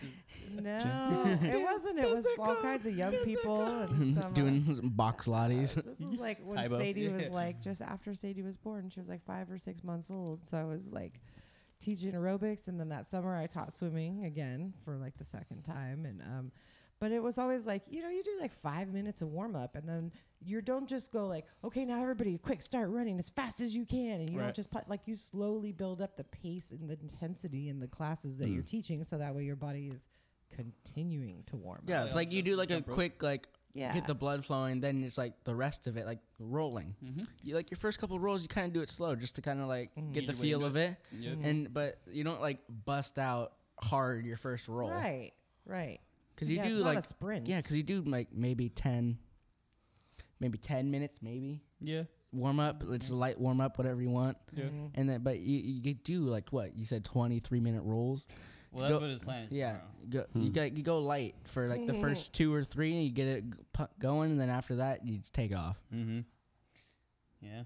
S2: No, it wasn't. It was all kinds of young people and some, uh,
S3: doing some box lotties.
S2: This was like when
S4: Tybo.
S2: Sadie was
S3: Yeah.
S2: like just after Sadie was born. She was like five or six months old. So I was like teaching aerobics, and then that summer I taught swimming again for like the second time. And um, but it was always like you know you do like five minutes of warm up, and then you don't just go like okay now everybody quick start running as fast as you can, and you
S4: Right.
S2: don't just put, like you slowly build up the pace and the intensity in the classes that
S3: Mm.
S2: you're teaching, so that way your body is continuing to warm up.
S3: Yeah, it's
S4: Yeah,
S3: like you
S4: jump-
S3: do like a
S4: jump rope.
S3: quick like
S2: Yeah.
S3: get the blood flowing, then it's like the rest of it like rolling.
S4: Mm-hmm.
S3: You like your first couple of rolls, you kind of do it slow just to kind of like
S2: Mm-hmm.
S3: get
S4: Ease
S3: the
S4: your way
S3: feel
S4: into
S3: of it, and but you don't like bust out hard your first roll,
S2: Right. Right.
S3: Because you
S2: Yeah,
S3: do
S2: it's not a
S3: like
S2: sprint.
S3: yeah, because you do like maybe ten, maybe ten minutes, maybe
S4: Yeah.
S3: warm up.
S2: Mm-hmm.
S3: It's a light warm up, whatever you want,
S4: Yeah.
S3: and then but you you do like what you said twenty three minute rolls.
S4: Well, that's
S3: Go-
S4: what his plan is.
S3: Yeah,
S4: tomorrow.
S3: go, you
S1: Hmm.
S3: got you go light for like
S4: Mm-hmm.
S3: the first two or three, and you get it g- pu- going, and then after that you just take off.
S4: Yeah.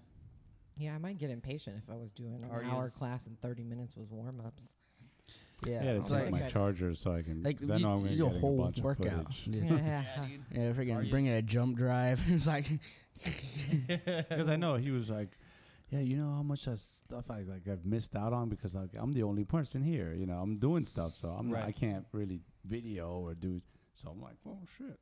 S2: Yeah, I might get impatient if I was doing an
S4: Cardio
S2: hour
S4: is-
S2: class and 30 minutes was warm ups.
S3: Yeah,
S1: I had to
S3: it's
S1: take
S3: like
S2: something
S1: my
S2: like-
S1: charger so I can.
S3: like
S1: 'cause I know I'm
S3: you,
S1: gonna
S3: you do a
S1: get a
S3: whole
S1: bunch of
S3: workout.
S1: footage.
S3: Yeah,
S2: Yeah.
S4: dude.
S3: yeah, freaking
S4: Cardio
S3: bring in a
S4: is-
S3: jump drive. it's like
S1: Because I know he was like, "Yeah, you know how much of stuff I like I've missed out on because like I'm the only person here. You know, I'm doing stuff, so I'm not, I
S4: Right.
S1: can't really video or do. So I'm like, oh shit."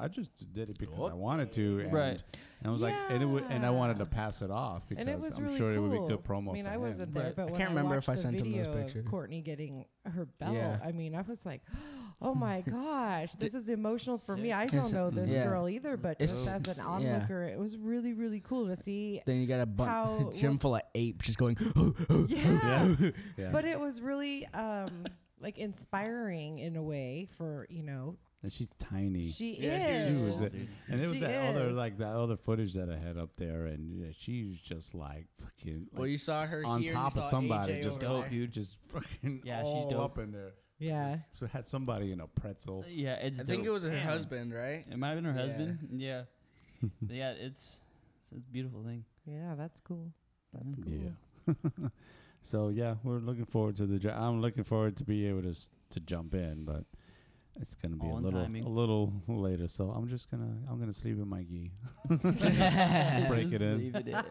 S1: I just did it because I
S3: Okay.
S1: wanted to, and,
S4: Right.
S1: and I was like, and it w- and I wanted to
S2: Yeah.
S1: pass it off because
S2: And it was
S1: I'm
S2: really
S1: sure
S2: cool.
S1: it would be good promo.
S2: I mean,
S1: for
S2: I
S1: him.
S2: wasn't there,
S4: Right.
S2: but
S3: I
S2: when
S3: can't remember
S2: watched
S3: if I
S2: the
S3: sent him
S2: video
S3: those
S2: of
S3: pictures.
S2: Courtney getting her belt.
S3: Yeah.
S2: I mean, I was like, oh my gosh, this is emotional for me. I don't
S3: It's-
S2: know this
S3: yeah.
S2: girl either, but
S3: It's-
S2: just as an onlooker, it was really, really cool to see.
S3: then you got a
S2: How-
S3: bun- gym
S2: what-
S3: full of apes just going.
S2: Yeah.
S1: Yeah.
S2: But it was really um, like inspiring in a way for, you know,
S1: and she's tiny.
S2: she
S4: Yeah,
S1: she was
S2: is.
S1: a- and it was
S2: She
S1: that other
S2: is.
S1: like that other footage that I had up there, and yeah, she was just like fucking like,
S3: saw her
S1: on top of somebody, just
S4: over
S1: dope,
S4: there.
S1: dude, just fucking
S4: Yeah, she's
S1: all
S4: dope.
S1: up in there.
S2: yeah.
S1: So had somebody in a pretzel.
S4: Yeah, it's.
S3: I think it
S4: dope.
S3: was her
S4: Damn.
S3: husband, right?
S4: It might have been her
S3: Yeah.
S4: husband. Yeah. yeah, it's it's a beautiful thing.
S2: Yeah, that's cool. That's
S1: Mm-hmm.
S2: cool.
S1: Yeah. so yeah, we're looking forward to the. dra- I'm looking forward to be able to s- to jump in, but it's gonna be
S4: All
S1: a
S4: on
S1: little
S4: timing.
S1: a little later. So I'm just gonna I'm gonna sleep in my gi. Break it in.
S4: Leave it in.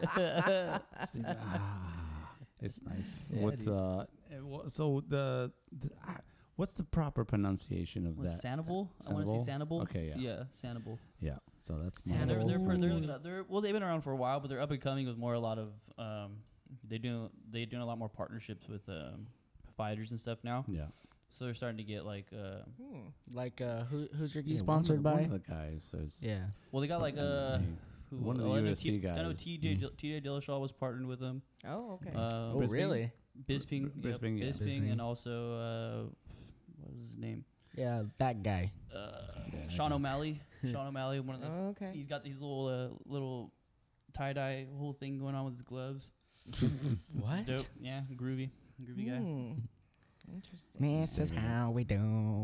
S1: Sleep- ah, it's nice.
S4: Yeah,
S1: what's
S4: dude.
S1: uh? eh, wha- So the, the ah, what's the proper pronunciation of
S4: What,
S1: that?
S4: Sanibel? I want to say Sanibel.
S1: Okay, yeah.
S4: Yeah, Sanibel.
S1: Yeah. So that's
S4: Yeah, they're, they're,
S1: that's
S4: per-
S1: my
S4: they're,
S1: name.
S4: looking up- they're- well, they've been around for a while, but they're up and coming with more a lot of um, they do they doing a lot more partnerships with um, fighters and stuff now.
S1: Yeah.
S4: So they're starting to get like uh,
S2: Hmm.
S3: Like, uh, who, who's your
S1: Yeah,
S3: key
S1: one of
S3: sponsored
S1: the,
S3: by?
S1: One of the guys. is-
S3: yeah,
S4: well, they got like uh, who,
S1: One of
S4: oh,
S1: the
S4: I know
S1: UFC
S4: T- I know
S1: guys.
S4: TJ Dill- TJ Dillashaw was partnered with them.
S2: Oh, okay.
S4: Uh,
S3: Oh,
S1: Brisbane?
S3: really?
S4: Bisping,
S1: Br-
S4: yep,
S1: Bisping, yeah.
S4: Bisping,
S3: Bisping.
S4: and also uh, what was his name?
S3: Yeah, that guy.
S4: Uh,
S1: Yeah,
S4: Sean O'Malley. Sean O'Malley, one of the.
S2: oh, okay.
S4: He's got these little uh, little tie dye whole thing going on with his gloves. It's
S3: What?
S4: dope. Yeah, groovy, groovy guy.
S2: Hmm. Interesting.
S3: This is how we do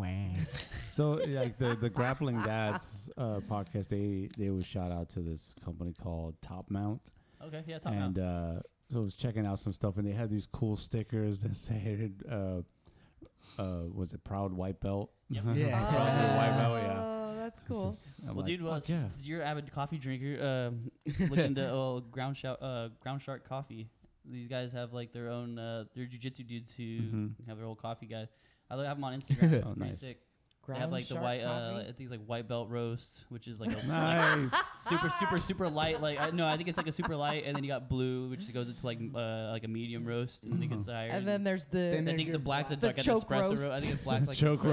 S3: it.
S1: So like the the grappling dads uh, podcast, they they was shout out to this company called Top Mount,
S4: Okay, yeah, top
S1: and
S4: out.
S1: uh, so I was checking out some stuff, and they had these cool stickers that said, uh, uh, "Was it Proud White Belt?"
S4: Yep.
S1: Proud
S3: Yeah.
S1: White Belt, yeah.
S2: Oh, that's
S1: This
S2: cool.
S1: is- I'm
S4: Well,
S1: uh, like,
S4: dude, well,
S1: "Fuck yeah.
S4: since you're an avid coffee drinker, um, look into oh, ground shout, uh, ground shark coffee. These guys have like their own, uh, their jujitsu dudes who
S1: Mhm.
S4: have their whole coffee guy. I lo- have them on Instagram.
S1: Oh,
S4: Pretty
S1: nice.
S4: sick. They
S2: Ground
S4: have like the
S2: shark
S4: white, uh,
S2: coffee?
S4: I think it's like white belt roast, which is like a like,
S1: nice.
S4: super, super, super light. Like I, no, I think it's like a super light, and then you got blue, which goes into like m- uh, like a medium roast, and then it gets
S3: Uh-huh.
S4: higher.
S2: and then there's the
S3: Then
S4: I think the black's a,
S2: The
S4: like an
S2: choke
S4: espresso
S2: roast.
S4: roast. I think it's black's like
S1: Choke
S4: espresso.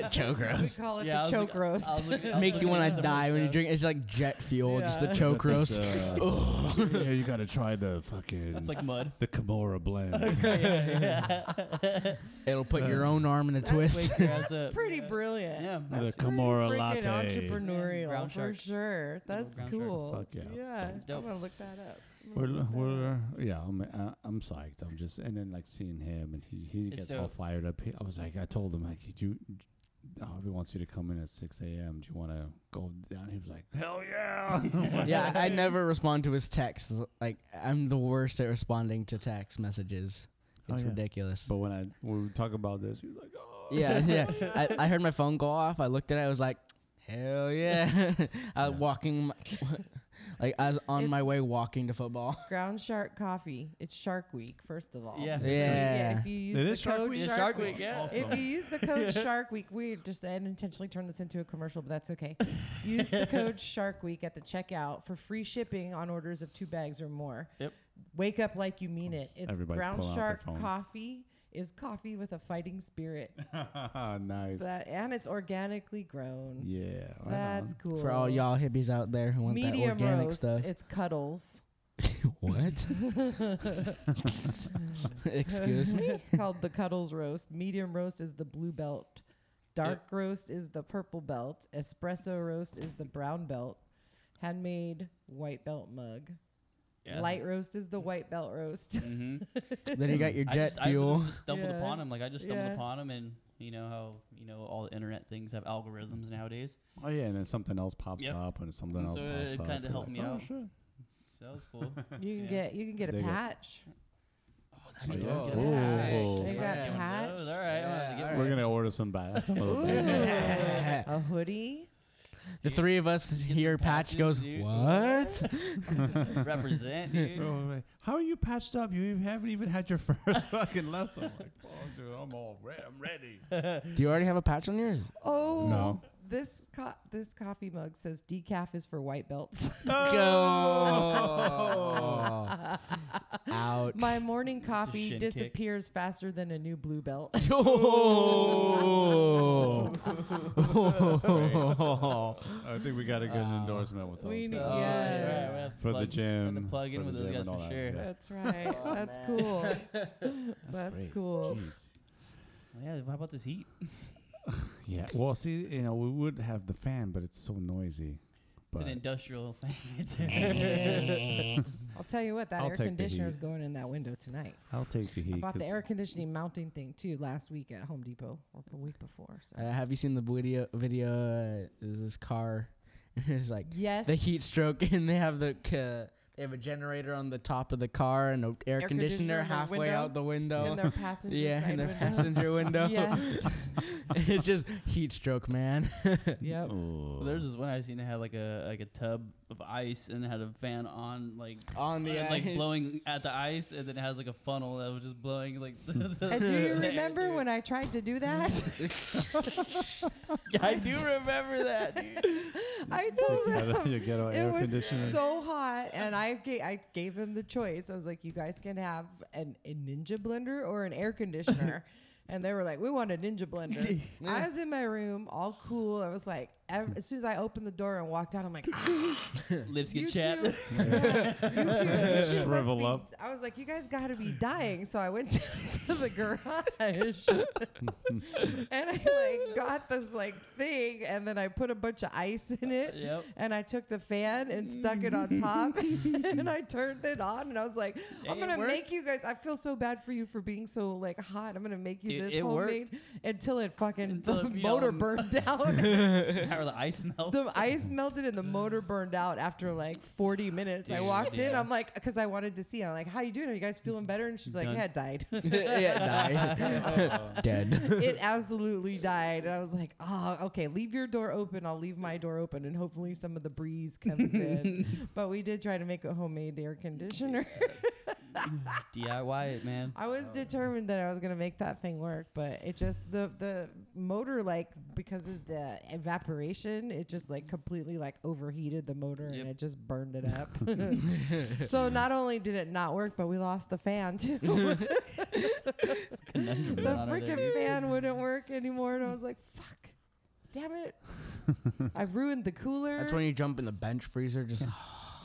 S1: roast.
S3: Choke
S2: we
S3: roast.
S2: call it
S4: Yeah, I
S2: the
S4: was
S2: choke
S4: like-
S2: roast.
S4: I was looking- I was
S3: Makes you
S4: looking at uh,
S3: want to
S4: some
S3: die when you
S4: stuff.
S3: drink. It's like jet fuel, just the
S2: Yeah.
S3: choke roast.
S1: This, uh, yeah, you gotta try the fucking
S4: That's like mud.
S1: the Kimura blend.
S3: It'll put your own arm in a twist.
S4: Wake your ass up.
S2: Pretty
S4: Yeah.
S2: brilliant.
S4: Yeah.
S1: the
S4: that's-
S1: Kimura
S2: Freaking
S1: latte.
S2: entrepreneurial
S4: Ground
S2: for
S4: shark.
S2: sure. That's
S4: ground shark.
S2: cool.
S1: Fuck yeah.
S2: Yeah,
S1: So-
S4: Sounds dope.
S2: I'm gonna look that up. I'm
S1: We're,
S2: gonna look that up.
S1: we're yeah, I'm uh, I'm psyched. I'm just and then like seeing him and he he
S4: It's
S1: gets all
S4: dope.
S1: fired up. He, I was like, I told him like, do you, oh, he wants you to come in at six a.m. Do you want to go down? He was like, hell yeah.
S3: yeah, I, I never respond to his texts. Like I'm the worst at responding to text messages.
S1: Oh,
S3: It's
S1: yeah.
S3: ridiculous.
S1: but when I when we talk about this, he was like, oh
S3: yeah, yeah. I, I heard my phone go off. I looked at it. I was like, hell yeah. I was
S1: Yeah.
S3: walking, my, like I was on my
S2: It's-
S3: way walking to football.
S2: Ground Shark Coffee. It's Shark Week, first of all.
S4: Yeah.
S2: So,
S3: Yeah.
S2: If you use
S1: It
S2: the
S1: is Shark
S2: code
S1: Week.
S4: Yeah,
S2: Shark,
S4: Shark
S2: Week.
S4: Week, yeah.
S2: If you use the code Shark Week, we just unintentionally turned this into a commercial, but that's okay. Use the code Shark Week at the checkout for free shipping on orders of two bags or more.
S4: Yep.
S2: Wake up like you mean it.
S1: Oops,
S2: It's
S1: everybody's
S2: Ground
S1: pulling out their
S2: Shark
S1: phone.
S2: Coffee is coffee with a fighting spirit,
S1: nice.
S2: that, and it's organically grown.
S1: yeah, right
S2: That's
S1: on.
S2: cool.
S3: For all y'all hippies out there who want that
S2: Medium
S3: organic
S2: roast.
S3: stuff.
S2: It's cuddles.
S3: what? Excuse me.
S2: it's called the Cuddles roast. Medium roast is the blue belt. Dark roast is the purple belt. Espresso roast is the brown belt. Handmade white belt mug.
S4: Yeah.
S2: Light roast is the white belt roast.
S4: Mm-hmm.
S3: Then you got your
S4: I
S3: jet
S4: just, I
S3: fuel.
S4: literally just stumbled
S2: Yeah.
S4: upon him. Like I just stumbled
S2: Yeah.
S4: upon him, and you know how you know all the internet things have algorithms nowadays.
S1: Oh yeah, and then something else pops
S4: Yep.
S1: up and something
S4: And
S1: else
S4: so
S1: pops
S4: it
S1: up.
S4: kinda
S1: You're
S4: helped
S1: like,
S4: me
S1: oh,
S4: out.
S1: Sure.
S4: So
S5: That was cool.
S2: You can
S5: Yeah.
S2: get you can get a
S1: Dig it.
S2: patch.
S1: Oh,
S3: Dude,
S1: yeah.
S3: get
S1: Ooh.
S3: that.
S1: Ooh.
S2: They got
S3: Yeah.
S2: hatch.
S5: Those, all right, I'm gonna have to
S3: Yeah,
S5: get
S3: all
S5: one.
S1: We're gonna order some ba- some of those.
S2: Ooh,
S1: things.
S2: a hoodie.
S3: The three of us hear Patch
S5: patches,
S3: goes,
S5: dude.
S3: What?
S5: Represent, dude.
S1: Oh, wait. How are you patched up? You even- haven't even had your first fucking lesson. I'm like, oh, dude, I'm all ready. I'm ready.
S3: Do you already have a patch on yours?
S2: Oh,
S1: No.
S2: this co- this coffee mug says decaf is for white belts.
S3: Go. Ouch.
S2: My morning coffee
S5: shin kick.
S2: disappears faster than a new blue belt.
S3: Oh.
S1: I think we got to get an endorsement with those.
S2: We need-
S1: guys.
S5: Oh,
S2: Yes.
S5: yeah, right, we have to
S1: For the
S5: plug-
S1: gym.
S5: we have to plug in
S1: for
S5: with
S1: the
S5: those
S1: gym
S5: guys
S1: and all
S5: for
S1: that,
S5: sure.
S1: yeah.
S2: That's right. That's cool. That's,
S1: great.
S2: cool.
S1: Jeez.
S5: Yeah, how about this heat?
S1: Yeah. Well, see, you know, we would have the fan, but it's so noisy.
S5: It's
S1: But
S5: an industrial
S2: I'll tell you what, that
S1: I'll
S2: air
S1: take the
S2: conditioner is
S1: heat.
S2: going in that window tonight.
S1: I'll take the heat.
S2: I bought the
S1: 'cause-
S2: air conditioning mounting thing too last week at Home Depot or the week before. So.
S3: Uh, have you seen the video? Video uh, is this car? it's like
S2: yes.
S3: the heat stroke, and they have the ca- they have a generator on the top of the car and an air,
S2: Air conditioner
S3: conditioner
S2: in the
S3: halfway
S2: window,
S3: out the window.
S2: in their passenger
S3: yeah,
S2: side
S3: in the
S2: window.
S3: passenger window.
S2: Yes.
S3: it's just heat stroke, man.
S2: yep.
S1: Ooh.
S5: Well, there's this one I seen that had like a like a tub of ice and it had a fan on like
S3: on the
S5: and, like
S3: ice.
S5: blowing at the ice and then it has like a funnel that was just blowing like. The, the
S2: And Uh, do
S5: the
S2: you
S5: air
S2: remember
S5: through.
S2: when I tried to do that?
S5: Yeah, I do remember that, dude.
S2: I told
S1: You
S2: them
S1: gotta- you gotta
S2: it
S1: air
S2: was
S1: conditioner.
S2: so hot, and I gave, I gave them the choice. I was like, "You guys can have an, a ninja blender or an air conditioner," and they were like, "We want a ninja blender." I was in my room, all cool. I was like, ev- as soon as I opened the door and walked out, I'm like, ah,
S5: Lips
S2: "You
S5: get
S2: two,
S5: chapped.
S2: yeah, you two- you two must
S1: Shrivel
S2: be-"
S1: up.
S2: I was like, "You guys got to be dying," so I went to, to the garage. and I like got this like thing, and then I put a bunch of ice in it,
S5: Yep.
S2: and I took the fan and stuck it on top, and I turned it on, and I was like, I'm
S5: It
S2: gonna
S5: worked.
S2: make you guys. I feel so bad for you for being so like hot. I'm gonna make you
S5: Dude,
S2: this
S5: it worked.
S2: homemade until it fucking
S5: Until
S2: the
S5: it, you know,
S2: motor burned down.
S5: How the ice melts.
S2: the ice melted and the motor burned out after like 40 minutes. I
S5: Dude,
S2: walked in.
S5: yeah.
S2: I'm like, because I wanted to see. I'm like, how you doing? Are you guys feeling better? And she's like,
S5: Done.
S2: yeah, it died.
S3: yeah, die. Dead.
S2: it absolutely died. And I was like, oh, okay, leave your door open. I'll leave my door open, and hopefully some of the breeze comes in. But we did try to make a homemade air conditioner.
S5: DIY it, man.
S2: I was determined that I was gonna make that thing work, but it just the the motor like because of the evaporation, it just like completely like overheated the motor
S5: Yep.
S2: and it just burned it up. so not only did it not work, but we lost the fan too. the
S5: Conundrum out of there,
S2: freaking
S5: dude.
S2: fan wouldn't work anymore, and I was like, "Fuck, damn it! I've ruined the cooler."
S3: That's when you jump in the bench freezer. Just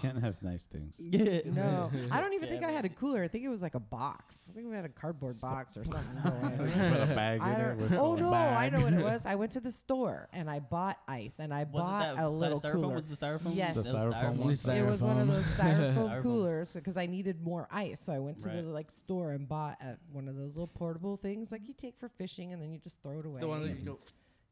S1: Can't have nice things.
S5: Yeah.
S2: no, I don't even think I
S5: Damn
S2: had a cooler. I think it was like a box. I think we had a cardboard box or something. going.
S1: Put a bag
S2: I
S1: in it.
S2: don't-
S1: With
S2: oh
S1: a
S2: no, I
S1: bag.
S2: know what it was. I went to the store and I bought ice and I bought
S5: Wasn't that
S2: a
S5: si-
S2: little
S5: styrofoam?
S2: cooler.
S5: Was the styrofoam?
S2: Yes. The
S5: That was
S1: styrofoam one?
S3: Only
S2: It was one of
S3: styrofoam?
S2: those styrofoam
S5: Styrofoam.
S2: coolers because I needed more ice, so I went to
S5: Right.
S2: the like store and bought uh one of those little portable things like you take for fishing and then you just throw it away.
S3: the one that you go.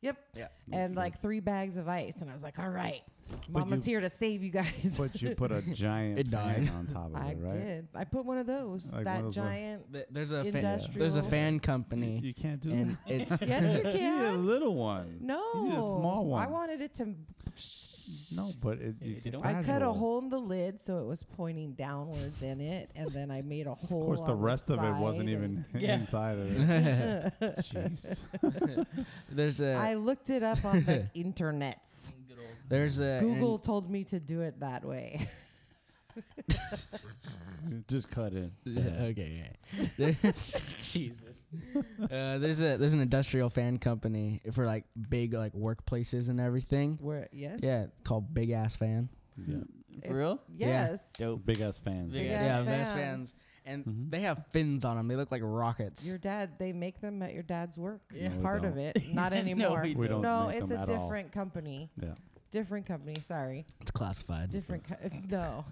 S2: yep.
S3: Yeah.
S2: And like three bags of ice, and I was like, "All right,
S1: But
S2: Mama's
S1: you-
S2: here to save you guys."
S1: But you put a giant
S3: It
S1: fan
S3: died.
S1: on top of
S2: I
S1: it, right?
S2: did. I put one of those.
S1: Like one
S2: that
S1: of those uh, little-
S2: giant.
S3: Th- There's a fan, there's a
S2: Industrial.
S3: fan company,
S1: You can't do
S3: and it's
S1: that.
S2: Yes, you
S1: You need a
S2: can.
S1: little one.
S2: No,
S1: You need a small one.
S2: I wanted it to
S1: No, but it,
S5: Yeah,
S1: you
S5: you
S1: can
S5: don't-
S2: I cut a
S1: gradual.
S2: hole in the lid so it was pointing downwards in it, and then I made a hole.
S1: Of course, the rest of it wasn't even
S5: Yeah.
S1: inside of it. Jeez.
S3: there's a
S2: I looked it up on the internet.
S5: Good old
S3: there's a
S2: Google told me to do it that way.
S1: Just cut it.
S3: Yeah, okay. yeah. There's- Jesus. Uh, there's a there's an industrial fan company for like big like workplaces and everything.
S2: Where yes,
S3: Yeah, called Big Ass Fan.
S1: Yeah.
S2: It's-
S5: For real?
S3: Yeah.
S2: yes.
S1: Big ass fans.
S5: Big
S2: Big-ass
S3: Yeah, best fans. And
S5: Mm-hmm.
S3: they have fins on them. They look like rockets.
S2: Your dad, they make them at your dad's work.
S1: Yeah. No, we
S2: part of
S1: don't.
S2: it, not anymore.
S5: we
S1: We don't
S2: no,
S1: make
S2: it's
S1: them
S2: a
S1: at all.
S2: different company.
S1: Yeah.
S2: Different company. Sorry.
S3: it's classified.
S2: different co- no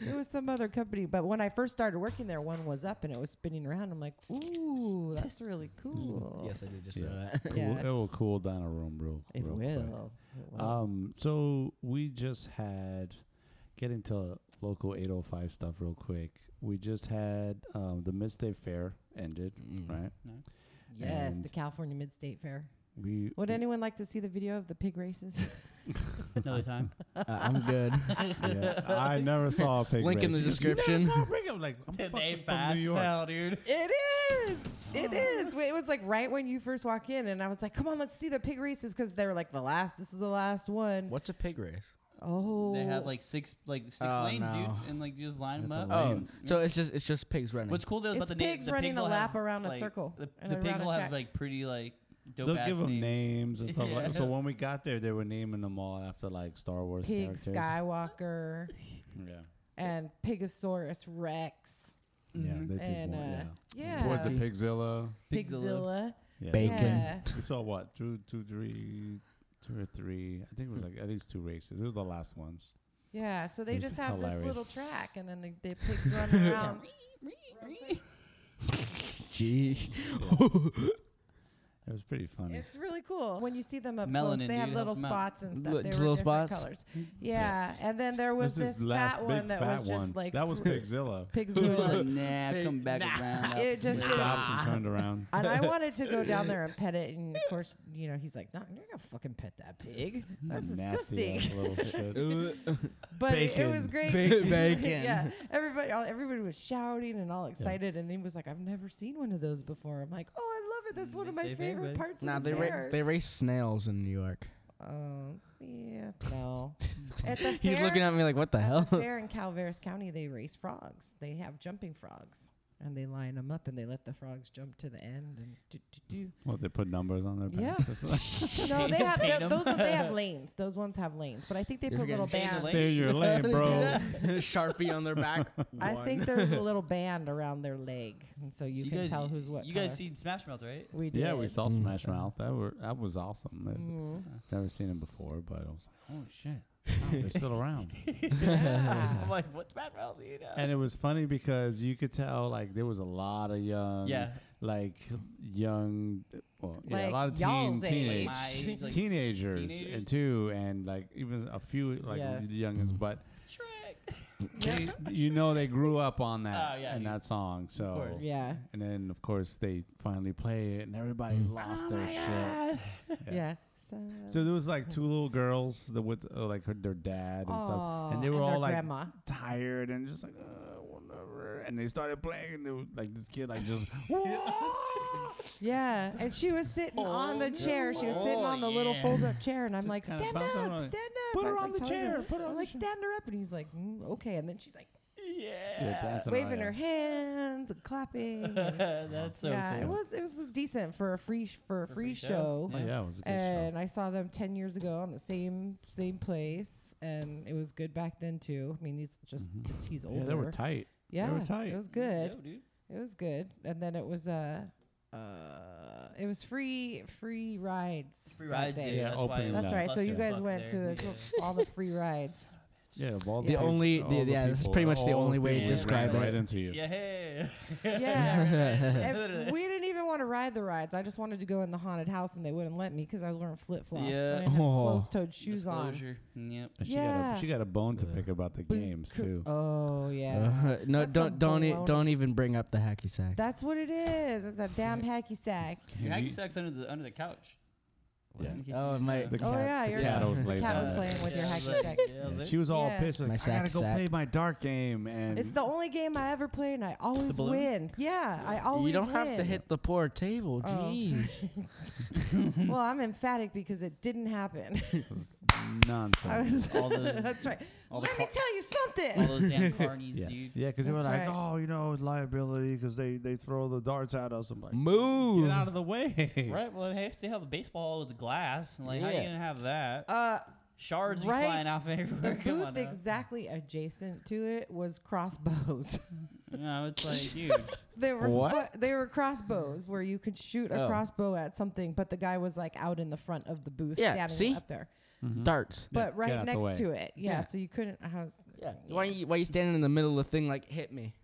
S2: it was some other company but when i first started working there one was up and it was spinning around i'm like ooh that's really cool
S3: Yes, I did just
S1: Yeah.
S3: say that.
S1: Cool.
S2: Yeah.
S1: It will cool down a room real, Um,
S2: it
S1: real
S2: will,
S1: quick.
S2: It will.
S1: Um, so we just had get into local 805 stuff real quick. We just had um, the Midstate Fair ended,
S3: Mm.
S1: right?
S2: Yes,
S1: And-
S2: the California Mid State Fair.
S1: We
S2: Would anyone like to see the video of the pig races?
S5: Another time.
S3: Uh, I'm good.
S1: yeah, I never saw a pig
S3: Link in
S1: race.
S3: the
S1: You just- you never
S3: description.
S1: saw a pig? I'm like, I'm fucking from New York.
S5: dude.
S2: It is. It is. Wait, It was like right when you first walk in, and I was like, "Come on, let's see the pig races," because they were like the last. This is the last one.
S3: What's a pig race?
S2: Oh,
S5: They had like six, like six
S3: Oh,
S5: lanes,
S3: no.
S5: dude, and like you just line them
S1: That's
S5: up.
S1: a
S3: Oh,
S1: lane.
S5: and-
S3: so it's just it's just pigs running.
S5: What's cool though about
S2: It's
S5: the name,
S2: pigs
S5: the
S2: running
S5: pigs
S2: a
S5: will
S2: lap
S5: have,
S2: around a
S5: like,
S2: circle
S5: The,
S2: and
S5: the
S2: around
S5: pigs
S2: a
S5: will
S2: track.
S5: have like pretty like dope
S1: They'll
S5: ass
S1: give them
S5: names.
S1: names and stuff. like
S5: Yeah.
S1: So when we got there, they were naming them all after like Star Wars
S2: Pig
S1: characters.
S2: Skywalker
S1: Yeah,
S2: and Pigasaurus Rex.
S1: yeah, they did
S2: And,
S1: one.
S2: uh,
S1: yeah. Was
S2: Yeah,
S1: it Pigzilla?
S2: Pigzilla.
S1: Yeah.
S3: Bacon.
S2: Yeah.
S1: We saw what two, two, three, two or three. I think it was like at least two races. It was the last ones.
S2: Yeah, so they
S1: It's
S2: just have this little
S1: hilarious.
S2: track, and then the, the pigs run around.
S3: Jeez.
S1: It was pretty funny.
S2: It's really cool when you see them up close.
S5: melanin,
S2: They have
S5: dude.
S2: little
S5: Helps 'em out.
S2: spots and stuff.
S3: Li-
S2: they
S3: just
S2: were
S3: little
S2: different
S3: spots?
S2: colors. Yeah, and then there was
S1: There's
S2: this fat one
S1: big
S2: that
S1: fat
S2: was just like
S1: that was
S2: sl-
S1: Pigzilla.
S2: Pigzilla.
S5: nah, come back around.
S2: it just
S1: It stopped and turned around.
S2: And I wanted to go down there and pet it, and of course, you know, he's like, "No, you're gonna fucking pet that pig. That's
S1: Nasty
S2: disgusting."
S1: ass little shit.
S2: But it- it was
S1: Bacon.
S2: great.
S3: Big bacon.
S2: yeah, everybody, all, everybody was shouting and all excited, and he was like, "I've never seen one of those before." I'm like, "Oh, I love it. That's one of my
S5: Safe
S2: favorite
S5: everybody.
S2: parts."
S3: Nah,
S2: of the
S3: they ra-
S2: fair."
S3: they race snails in New York.
S2: Um, yeah, no. at the
S3: He's
S2: fair-
S3: looking at me like, what the
S2: at
S3: hell?
S2: the fair in Calaveras County, they race frogs. They have jumping frogs, and they line them up, and they let the frogs jump to the end. And do, do, do.
S1: What they put numbers on their
S2: Yeah.
S1: backs. That's
S2: no, they have
S5: Paint
S2: th-
S5: 'em.
S2: those. They have lanes. Those ones have lanes, but I think they
S3: You're
S2: put little
S3: getting
S2: bands.
S1: like, Stay in your lane, bro.
S3: Sharpie on their back.
S2: I
S3: One.
S2: think there's a little band around their leg, and so you,
S5: You
S2: can
S5: guys-
S2: tell who's what.
S5: You guys
S2: color.
S5: seen Smash Mouth, right?
S2: We did.
S1: yeah, we saw
S3: Mm.
S1: Smash Mouth. That were that was awesome. I've
S2: Mm.
S1: Never seen him before, but I was like, oh shit, wow, they're still around.
S5: I'm like, what's Smash Mouth? You know?
S1: And it was funny because you could tell like there was a lot of young,
S5: yeah,
S1: like young, well, yeah,
S2: Ah, Like
S1: a lot of teen,
S2: y'all's
S1: teenage,
S2: age.
S5: My, like,
S1: teenagers,
S5: teenagers?
S1: and too, and like even a few like
S2: Yes.
S1: the youngest, but
S5: Shrek.
S1: they, you know they grew up on that
S5: Oh, yeah,
S1: and
S5: you-
S1: that song. So
S5: course.
S2: Yeah.
S1: and then of course they finally play it, and everybody
S5: Mm.
S1: lost
S2: Oh,
S1: their shit.
S2: Yeah.
S1: Yeah.
S2: So,
S1: So there was like two little girls that with uh, like her, their dad and
S2: Aw,
S1: stuff, and they were all
S2: their
S1: like
S2: grandma.
S1: tired and just like uh, whatever. And they started playing, and they were, like this kid like just oh, "Whoa."
S2: Yeah, and she was sitting on the chair. She was sitting
S5: Oh,
S2: on the little
S5: yeah.
S2: fold-up chair, and I'm
S1: Just
S2: like,
S1: kinda
S2: "Stand up,
S1: bounce around.
S2: stand up!"
S1: Put
S2: I
S1: her
S2: was,
S1: on
S2: like,
S1: the
S2: telling
S1: chair,
S2: him,
S1: put her
S2: I'm
S1: on the
S2: like,
S1: chair.
S2: "Stand her up," and he's like, mm, "Okay," and then she's like
S1: Yeah,
S5: Yeah.
S1: dancing
S2: waving
S1: around,
S2: her
S1: yeah.
S2: hands and clapping. and-
S5: That's so
S2: yeah, it
S5: cool.
S2: was it was decent for a free sh- for a free,
S5: free
S2: show.
S5: show.
S1: Oh yeah, it was a good
S2: And I saw them ten years ago on the same same place, and it was good back then too. I mean, he's just it's, he's
S1: show.
S2: older.
S1: Yeah, they were tight.
S2: Yeah,
S1: were tight.
S2: it was good.
S5: Yo, dude.
S2: It was good, and then it was uh, uh, it was free free rides.
S5: Free
S2: that
S5: rides.
S2: day.
S5: Yeah,
S1: Yeah,
S5: that's
S1: opening
S5: why
S1: night.
S2: That's
S1: Yeah.
S2: right. So you
S5: Fuck
S2: guys
S5: there.
S2: went to
S5: Yeah.
S2: the, all the free rides.
S1: Yeah, of all
S2: The
S1: the peop-
S3: only-
S1: all
S3: the- yeah, this is
S1: people-
S3: pretty much the
S1: all those
S3: only way to
S1: people ran
S3: describe
S1: right
S3: it.
S1: into you.
S5: Yeah, hey.
S2: Yeah. And
S5: Literally.
S2: we didn't even want to ride the rides. I just wanted to go in the haunted house, and they wouldn't let me because I was wearing flip flops.
S5: Yeah.
S2: I didn't have
S3: Oh.
S2: closed-toed shoes on.
S5: Disclosure. Yep.
S1: And she got
S2: Yeah.
S1: a, she got a bone to pick about the
S2: Boot
S1: games
S2: cr-
S1: too.
S2: Oh yeah.
S3: Uh, no,
S2: That's
S3: don't
S2: some
S3: don't e-
S2: baloney.
S3: don't even bring up the hacky sack.
S2: That's what it is. It's a damn hacky sack.
S1: You-
S5: Your hacky sack's under the under the couch.
S1: Yeah.
S5: In case
S3: Oh,
S5: you
S3: my-
S5: didn't know.
S1: The
S2: oh
S1: cat-
S2: yeah,
S1: the
S2: your
S1: cat
S2: cat,
S1: always
S2: the
S1: lays
S2: cat
S1: on
S2: was
S1: it.
S2: playing with your
S5: Yeah, I was
S2: hacky
S5: like-
S2: sack.
S5: yeah, I was
S1: Yeah,
S5: like,
S1: she was all
S2: Yeah.
S1: pissed. Like,
S3: My
S1: I
S3: sack
S1: gotta go
S3: sack.
S1: play my dark game, and
S2: It's the only game I ever play, and I always
S5: balloon?
S2: win. Yeah, I always.
S3: You don't have to
S2: win.
S3: hit the poor table.
S2: Oh.
S3: Jeez.
S2: Well, I'm emphatic because it didn't happen.
S1: It was
S2: I
S1: nonsense.
S2: was,
S5: all those-
S2: that's right.
S5: all the
S2: Let me
S5: car-
S2: tell you something.
S5: all those damn carnies,
S1: Yeah,
S5: dude.
S1: yeah, because they were
S2: That's
S1: like,
S2: right.
S1: "Oh, you know, liability because they they throw the darts at us." I'm like,
S3: Move.
S1: "Get out of the way!"
S5: Right. Well, hey, they have a baseball with glass. and, Like, how
S3: Yeah.
S5: you gonna have that?
S2: Uh,
S5: Shards
S2: right.
S5: are flying off everywhere.
S2: the
S5: Come on
S2: booth
S5: now.
S2: exactly adjacent to it was crossbows.
S5: No, it's like, dude.
S2: they were
S1: What?
S2: fu- they were crossbows where you could shoot a
S3: Oh.
S2: crossbow at something, but the guy was like out in the front of the booth,
S3: Yeah,
S2: standing
S3: see?
S2: up there,
S3: Darts.
S1: Yeah,
S2: but
S1: get out
S2: right
S1: the way.
S2: next to it. Yeah,
S3: Yeah.
S2: so you couldn't. I was,
S3: Yeah. Why you why you standing in the middle of the thing like hit me?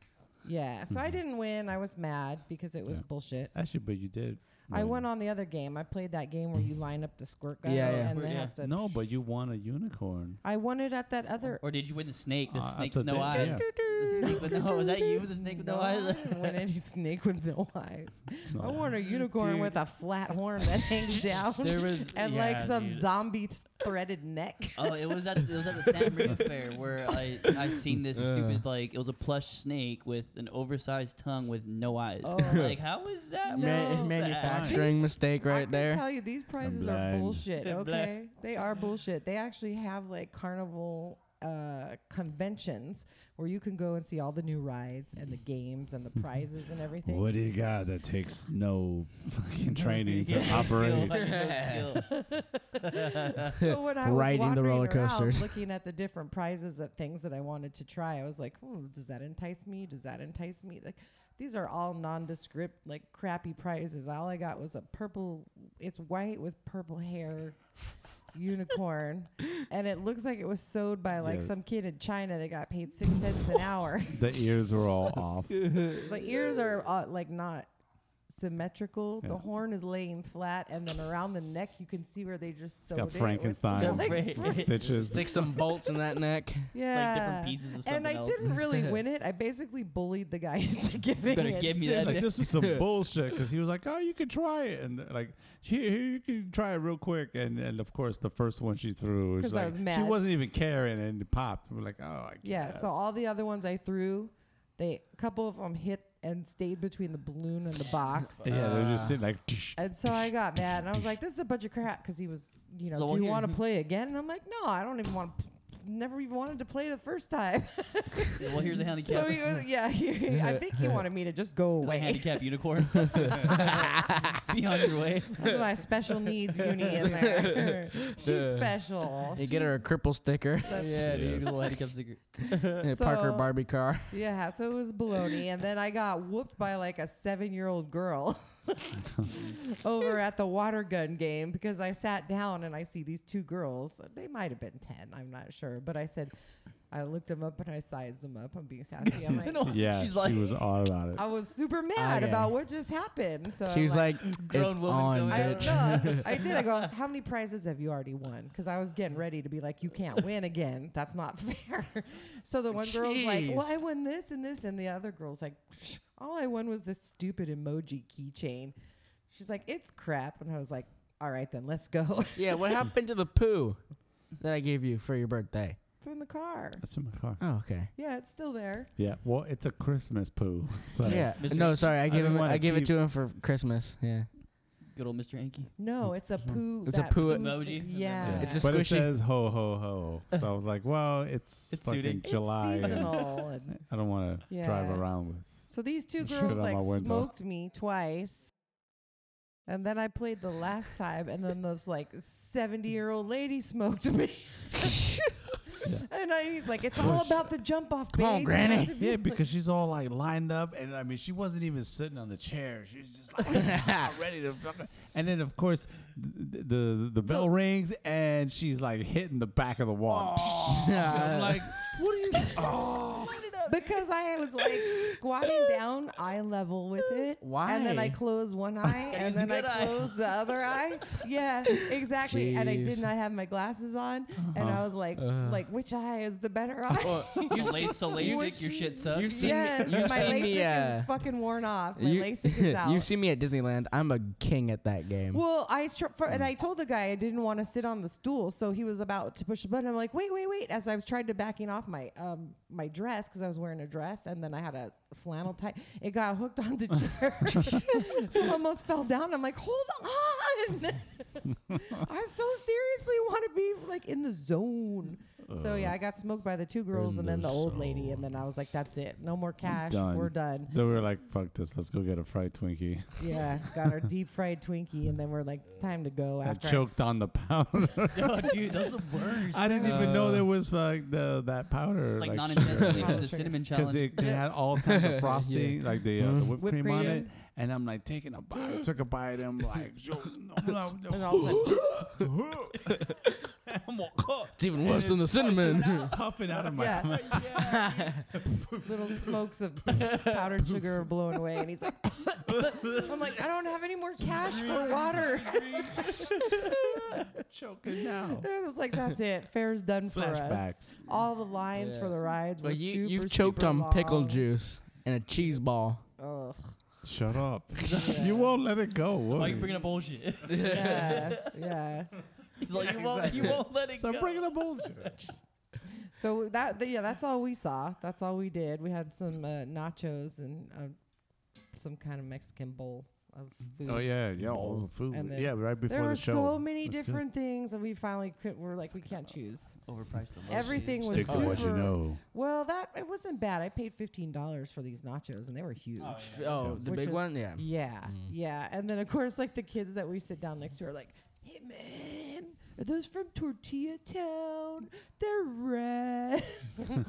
S2: yeah, so I didn't win. I was mad because it was
S1: Yeah. Mm-hmm.
S2: bullshit.
S1: Actually, but you did.
S2: I went on the other game. I played that game where you line up the squirt gun
S3: Yeah, yeah.
S2: and then
S4: Yeah.
S2: has to.
S1: No, but you want a unicorn.
S2: I won it at that other.
S5: Or did you win the snake? The
S1: Uh,
S5: snake
S1: the
S5: with no
S1: thing-
S5: eyes.
S1: yeah.
S5: The snake with no. Was that you with the snake with no,
S2: No, I
S5: eyes?
S2: didn't win any snake with no eyes.
S1: No.
S2: I want a unicorn with a flat horn that hangs down
S5: There was-
S2: and like
S5: yeah,
S2: some
S5: dude.
S2: zombie s- threaded neck.
S5: Oh, it was at it was at the San Marino Fair where I I seen this stupid like it was a plush snake with an oversized tongue with no eyes.
S2: Oh.
S5: like how is that
S2: No,
S3: Ma-
S5: possible?
S3: manufacturing mistake
S2: I
S3: right
S2: can
S3: there.
S2: tell you these prizes are
S1: blind.
S2: bullshit.
S5: I'm blind.
S2: Okay, they are bullshit. They actually have like carnival uh, conventions where you can go and see all the new rides and the games and the prizes and everything.
S1: What do you got that takes no fucking training to
S5: Yeah, no skill,
S1: operate?
S5: like, no skill.
S2: so when I was
S3: Riding the
S2: wandering
S3: roller
S2: around
S3: coasters.
S2: looking at the different prizes at things that I wanted to try, I was like, "Oh, does that entice me? Does that entice me?" Like, these are all nondescript, like crappy prizes. All I got was a purple. It's white with purple hair, unicorn, and it looks like it was sewed by like
S1: Yeah.
S2: some kid in China that got paid six cents an hour.
S1: The ears are all off.
S2: The ears are uh, like not symmetrical. The
S1: Yeah.
S2: horn is laying flat, and then around the neck you can see where they just
S1: It's
S2: sewed
S1: got
S2: it with
S1: Frankenstein
S2: like-
S1: stitches.
S3: Stick some bolts in that neck.
S2: yeah.
S5: pieces of
S2: And
S5: something
S2: I
S5: else.
S2: didn't really win it. I basically bullied the guy into giving
S5: better
S2: it.
S5: give me
S2: to
S5: that
S1: like this is some bullshit because he was like, "Oh, you could try it," and like, "Here, here, you can try it real quick." And and of course, the first one she threw, was
S2: 'Cause I
S1: like,
S2: was
S1: she
S2: mad.
S1: wasn't even caring, and it popped. We're like, "Oh, I
S2: Yeah.
S1: guess.
S2: So all the other ones I threw, they a couple of them hit and stayed between the balloon and the box.
S1: yeah, they're
S5: Uh,
S1: just sitting like, "Tsh."
S2: And so I got mad and I was like, "This is a bunch of crap." Because he was, you know,
S5: So
S2: do
S5: one
S2: you
S5: here-
S2: want to play again? And I'm like, "No, I don't even want to." Never even wanted to play the first time.
S5: Well, here's a handicap.
S2: so he was, yeah, he, I think he wanted me to just go
S5: Here's a
S2: away.
S5: handicap unicorn. Be on your way.
S2: That's my special needs uni in there. She's special.
S3: You get her a
S2: She's-
S3: cripple sticker,
S5: Yeah, dude,
S1: Yes.
S5: here's a little handicap sticker.
S3: a Parker
S2: So-
S3: Barbie car.
S2: Yeah, so it was baloney, and then I got whooped by like a seven-year-old girl over at the water gun game because I sat down and I see these two girls. They might have been ten, I'm not sure, but I said, I looked them up and I sized them up. I'm being sassy. I'm like,
S1: yeah,
S5: She's like,
S1: she was all about it.
S2: I was super mad
S3: Okay.
S2: about what just happened. So
S3: She was
S2: I'm
S3: like, it's
S5: woman
S3: on,
S5: going
S2: I
S3: bitch.
S2: don't know. I did. I go, how many prizes have you already won? Because I was getting ready to be like, you can't win again. That's not fair. So the one girl's like, well,
S3: Jeez.
S2: I won this and this. And the other girl's like, "Psh, all I won was this stupid emoji keychain. She's like, it's crap. And I was like, all right, then let's go.
S3: Yeah, what happened to the poo that I gave you for your birthday?
S2: it's in the car.
S1: That's in my car.
S3: Oh, okay.
S2: Yeah, it's still there.
S1: Yeah, well, it's a Christmas poo. So
S3: yeah.
S5: Mr.
S3: No, sorry. I gave
S1: didn't
S3: him.
S1: wanna
S3: I gave it
S1: keep-
S3: to him for Christmas. Yeah.
S5: Good old Mr. Anky.
S2: No, it's, a poo.
S3: It's a
S2: that
S3: poo
S2: thing.
S5: emoji?
S2: Yeah.
S1: Yeah.
S3: It's a
S1: but it
S3: squishy-
S1: says ho ho ho. So I was like, well, it's,
S5: It's
S1: fucking
S5: suited.
S2: It's
S1: July. and
S2: seasonal. and-
S1: I don't want to drive
S2: Yeah.
S1: around with.
S2: So these two
S1: Shit on
S2: girls like
S1: my window.
S2: smoked me twice. And then I played the last time, and then this like seventy year old lady smoked me. And I, he's like, "It's all about the jump off,
S3: Come on,
S2: babe. You have
S3: Granny."
S2: to be
S1: Yeah,
S2: like-"
S1: because she's all like lined up, and I mean, she wasn't even sitting on the chair. She's just like ready to. Fucking. And then, of course, the, the the bell rings, and she's like hitting the back of the wall. I'm like, what are you? Oh,
S2: because I was like squatting down, eye level with it. And then I
S3: Why?
S2: close one eye, and
S5: Use
S2: then I
S5: good eye.
S2: close the other eye. Yeah, exactly. And I did
S3: Jeez.
S2: not have my glasses on, and I was like, like which eye is the better eye?
S5: You lace, so
S3: you've
S5: LASIK, your
S3: seen-
S5: shit sucks.
S3: you've seen-
S2: yes,
S3: you've
S2: my
S3: seen
S2: LASIK
S3: me, uh,
S2: is fucking worn off. My LASIK is out.
S3: You've seen me at Disneyland. I'm a king at that game.
S2: well, I str- for, and I told the guy I didn't want to sit on the stool, so he was about to push the button. I'm like, wait, wait, wait! As I was trying to backing off my um my dress because I was wearing a dress, and then I had a flannel tie. It got hooked on the chair, so I almost fell down. I'm like, hold on! I so seriously want to be like in the zone.
S3: Uh,
S2: So yeah, I got smoked by the two girls
S1: in
S2: and then
S1: the
S2: the old lady, and then I was like, "That's it, no more cash,
S1: done.
S2: we're done."
S1: So we were like, fuck this. Let's go get a fried Twinkie.
S2: Yeah, got our deep fried Twinkie, and then we're like, it's time to go.
S1: I
S2: After I
S1: choked
S2: s-
S1: on the powder. Uh,
S5: oh, dude, those are worse.
S1: I didn't even know there was like the that powder.
S5: It's like,
S1: like,
S5: non-intentionally
S2: sugar.
S5: did the cinnamon
S1: because
S5: challenge.
S1: they, they had all kinds of frosting, like the, uh, the whipped,
S2: Whipped
S1: cream, on
S2: cream.
S1: it. And I'm like taking a bite, took a bite, and I'm like, "Yo, no, no, no."
S2: And all of a sudden,
S1: I'm
S7: more cut.
S3: It's even worse than the cinnamon.
S1: Puffing out of my
S2: Yeah.
S1: mouth.
S2: little smokes of powdered sugar are blowing away, and he's like, "I'm like, I don't have any more cash for water."
S1: choking now.
S2: I was like, "That's it. Fair's done for us.
S1: Flashbacks.
S2: All the lines for the rides were
S3: But you
S2: super,
S3: you've choked
S2: super
S3: on pickle
S2: long.
S3: juice and a cheese ball.
S2: Ugh.
S1: Shut up. You won't let it go. will
S5: Why
S1: you?
S5: you bringing up bullshit?
S2: Yeah, yeah.
S5: He's like,
S1: Yeah,
S5: you won't,
S1: exactly.
S5: you won't let it
S1: Stop
S5: go.
S1: bringing up bullshit.
S2: So that th- yeah, that's all we saw. That's all we did. We had some uh, nachos and uh, some kind of Mexican bowl of food.
S1: oh yeah, yeah, all the food.
S2: And then
S1: yeah, right before
S2: There were
S1: the show.
S2: so many
S1: It was good.
S2: different things, and we finally could, were like, we can't choose.
S5: Overpriced. the most.
S2: Everything was
S1: Stick to what you
S2: super-
S1: know.
S2: Well, that it wasn't bad. I paid fifteen dollars for these nachos, and they were huge.
S3: Oh, the
S2: Which
S3: big
S2: is-
S3: one, yeah.
S2: Yeah,
S1: Mm.
S2: yeah. And then of course, like the kids that we sit down next to are like, "Hey man, are those from Tortilla Town? They're red."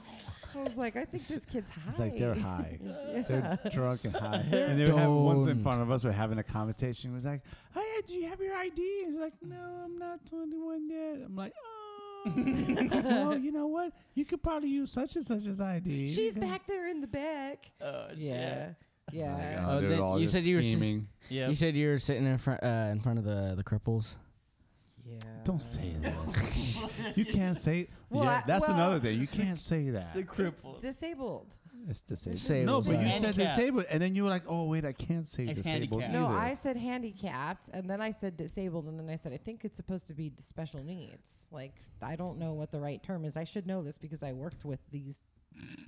S2: I was like, I think this kid's high.
S1: It's like they're high.
S2: Yeah.
S1: They're drunk and high. and they were having ones in
S3: Don't.
S1: front of us were having a conversation. It was like, Hey, do you have your ID? And he's like, No, I'm not twenty one yet. I'm like, Oh well, you know what? You could probably use such and such as ID.
S2: She's back there in the back.
S5: Oh, shit.
S2: Yeah, yeah.
S3: Oh, then you said you were s-
S5: Yeah.
S3: You said you were sitting in front uh, in front of the the cripples.
S2: Yeah.
S1: Don't say that. you can't say.
S2: Well,
S1: yeah,
S2: I-
S1: that's
S2: well-
S1: another thing. You can't say that.
S5: the cripple.
S2: Disabled.
S1: It's disabled.
S3: Disabled.
S1: No, but you
S5: Sorry.
S1: said
S5: Handicap.
S1: disabled, and then you were like, "Oh wait, I can't say
S5: It's
S1: disabled."
S5: handicap.
S2: No,
S1: either.
S2: I said handicapped, and then I said disabled, and then I said I think it's supposed to be d- special needs. Like I don't know what the right term is. I should know this because I worked with these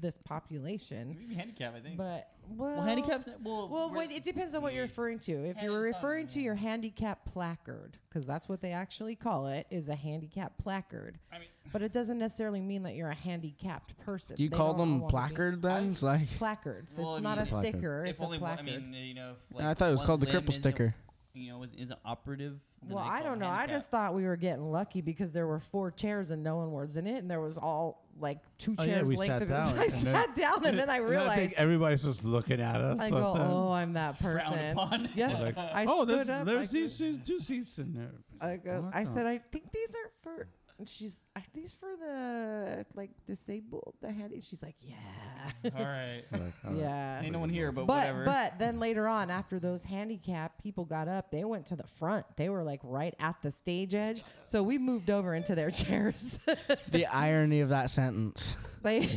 S2: this population.
S5: Handicap, I think.
S2: But well,
S5: well, handicap. Well,
S2: Well,
S5: we're-
S2: wait, it depends on what you're referring to. If you're referring to your handicap placard, because that's what they actually call it, is a handicap placard.
S5: I mean-
S2: but it doesn't necessarily mean that you're a handicapped person.
S3: Do you
S2: They
S3: call
S2: don't
S3: them
S2: all wanna be-
S3: placard then? It's like
S2: placards.
S5: Well,
S2: it's
S5: I
S2: not
S5: mean-
S2: a
S1: Placard.
S2: sticker.
S5: if
S2: it's
S5: only
S2: a
S5: one-
S2: placard.
S5: I mean, you know, if, like
S3: I thought it was
S5: one
S3: called the
S5: limb
S3: cripple
S5: isn't-
S3: sticker.
S5: You know, is, isn't operative. then
S2: well,
S5: they
S2: I
S5: call it
S2: don't know. I
S5: handicap.
S2: just thought we were getting lucky because there were four chairs and no one was in it, and there was all like two
S1: Oh, yeah,
S2: chairs
S1: we
S2: length
S1: sat
S2: of
S1: down,
S2: it. So I
S1: and then-
S2: sat down, and then I
S1: And I think
S2: realized.
S1: everybody's just looking at us.
S2: I go,
S1: sometimes.
S2: oh, I'm that person.
S5: upon.
S2: Yeah,
S1: Like,
S2: I
S1: oh,
S2: stood
S1: there's,
S2: up. I
S1: there's
S2: go-
S1: these, there's two seats in there.
S2: I, go,
S1: What
S2: I
S1: the-
S2: said, I think these are for. and She's are these for the like disabled the handy? She's like, yeah,
S5: All right.
S1: Like, all right.
S2: yeah.
S5: Ain't no one here, but,
S2: But
S5: whatever.
S2: but then later on, after those handicapped people got up, they went to the front. They were like right at the stage edge. So we moved over into their chairs.
S3: the irony of that sentence.
S2: they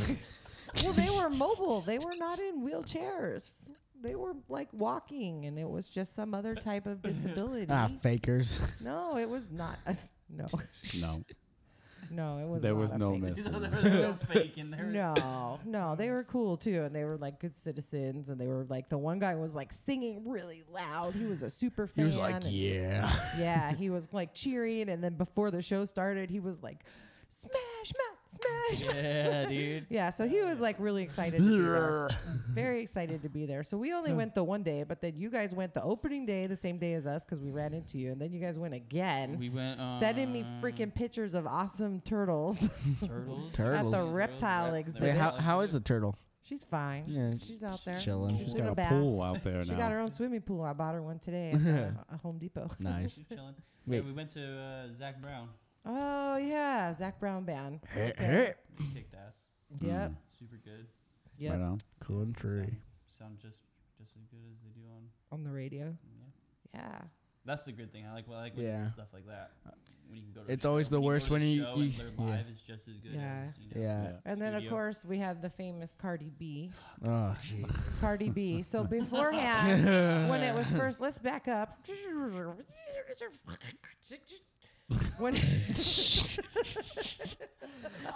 S2: well, they were mobile. They were not in wheelchairs. They were like walking, and it was just some other type of disability.
S3: Ah, fakers.
S2: no, it was not. A, no,
S1: No,
S2: no, it was.
S1: there
S2: not
S1: was
S2: a
S1: no
S2: fake-
S1: mess.
S5: no fake in there.
S2: No, no, they were cool too, and they were like good citizens, and they were like the one guy was like singing really loud. He was a super fan.
S3: He was like,
S2: and-
S3: yeah.
S2: yeah, he was like cheering, and then before the show started, he was like, "Smash Mouth, Smash Mouth."
S5: Yeah, dude.
S2: Yeah, so he was like really excited. To be there. Very excited to be there. So we only went the one day, but then you guys went the opening day, the same day as us, because we ran into you, and then you guys went again.
S5: We went. Um,
S2: Sending me freaking pictures of awesome turtles.
S5: turtles.
S3: Turtles.
S2: At the reptile
S5: Rep-
S2: exhibit.
S3: Wait, how,
S5: reptile
S3: how is
S5: exhibit.
S3: the turtle?
S2: She's fine.
S3: Yeah,
S2: She's out there.
S3: chilling.
S2: She's
S1: She's
S2: in
S1: got a
S2: bath.
S1: pool out there
S2: She
S1: now.
S2: got her own swimming pool. I bought her one today at uh, a Home Depot.
S3: Nice.
S5: She's chilling.
S3: Wait.
S5: Yeah, we went to uh, Zach Brown.
S2: Oh yeah, Zach Brown band.
S5: He kicked ass.
S2: Yep.
S5: Super good.
S2: Yep.
S1: Mm. Right on.
S3: Country.
S5: Sound, sound just just as good as they do on.
S2: On the radio.
S5: Yeah.
S2: Yeah.
S5: That's the good thing. I like. Well, I like when
S3: Yeah.
S5: stuff like that. When you can go to a
S3: It's
S5: show-
S3: always the
S5: you go
S3: worst
S5: to a
S3: when you-
S5: show
S3: you-
S5: and their
S3: yeah.
S5: live is just as good.
S2: Yeah.
S5: As, you know,
S3: Yeah.
S2: And then of
S5: Studio.
S2: course we have the famous Cardi B.
S3: Oh, jeez.
S2: Cardi B. So beforehand, when it was first, let's back up. When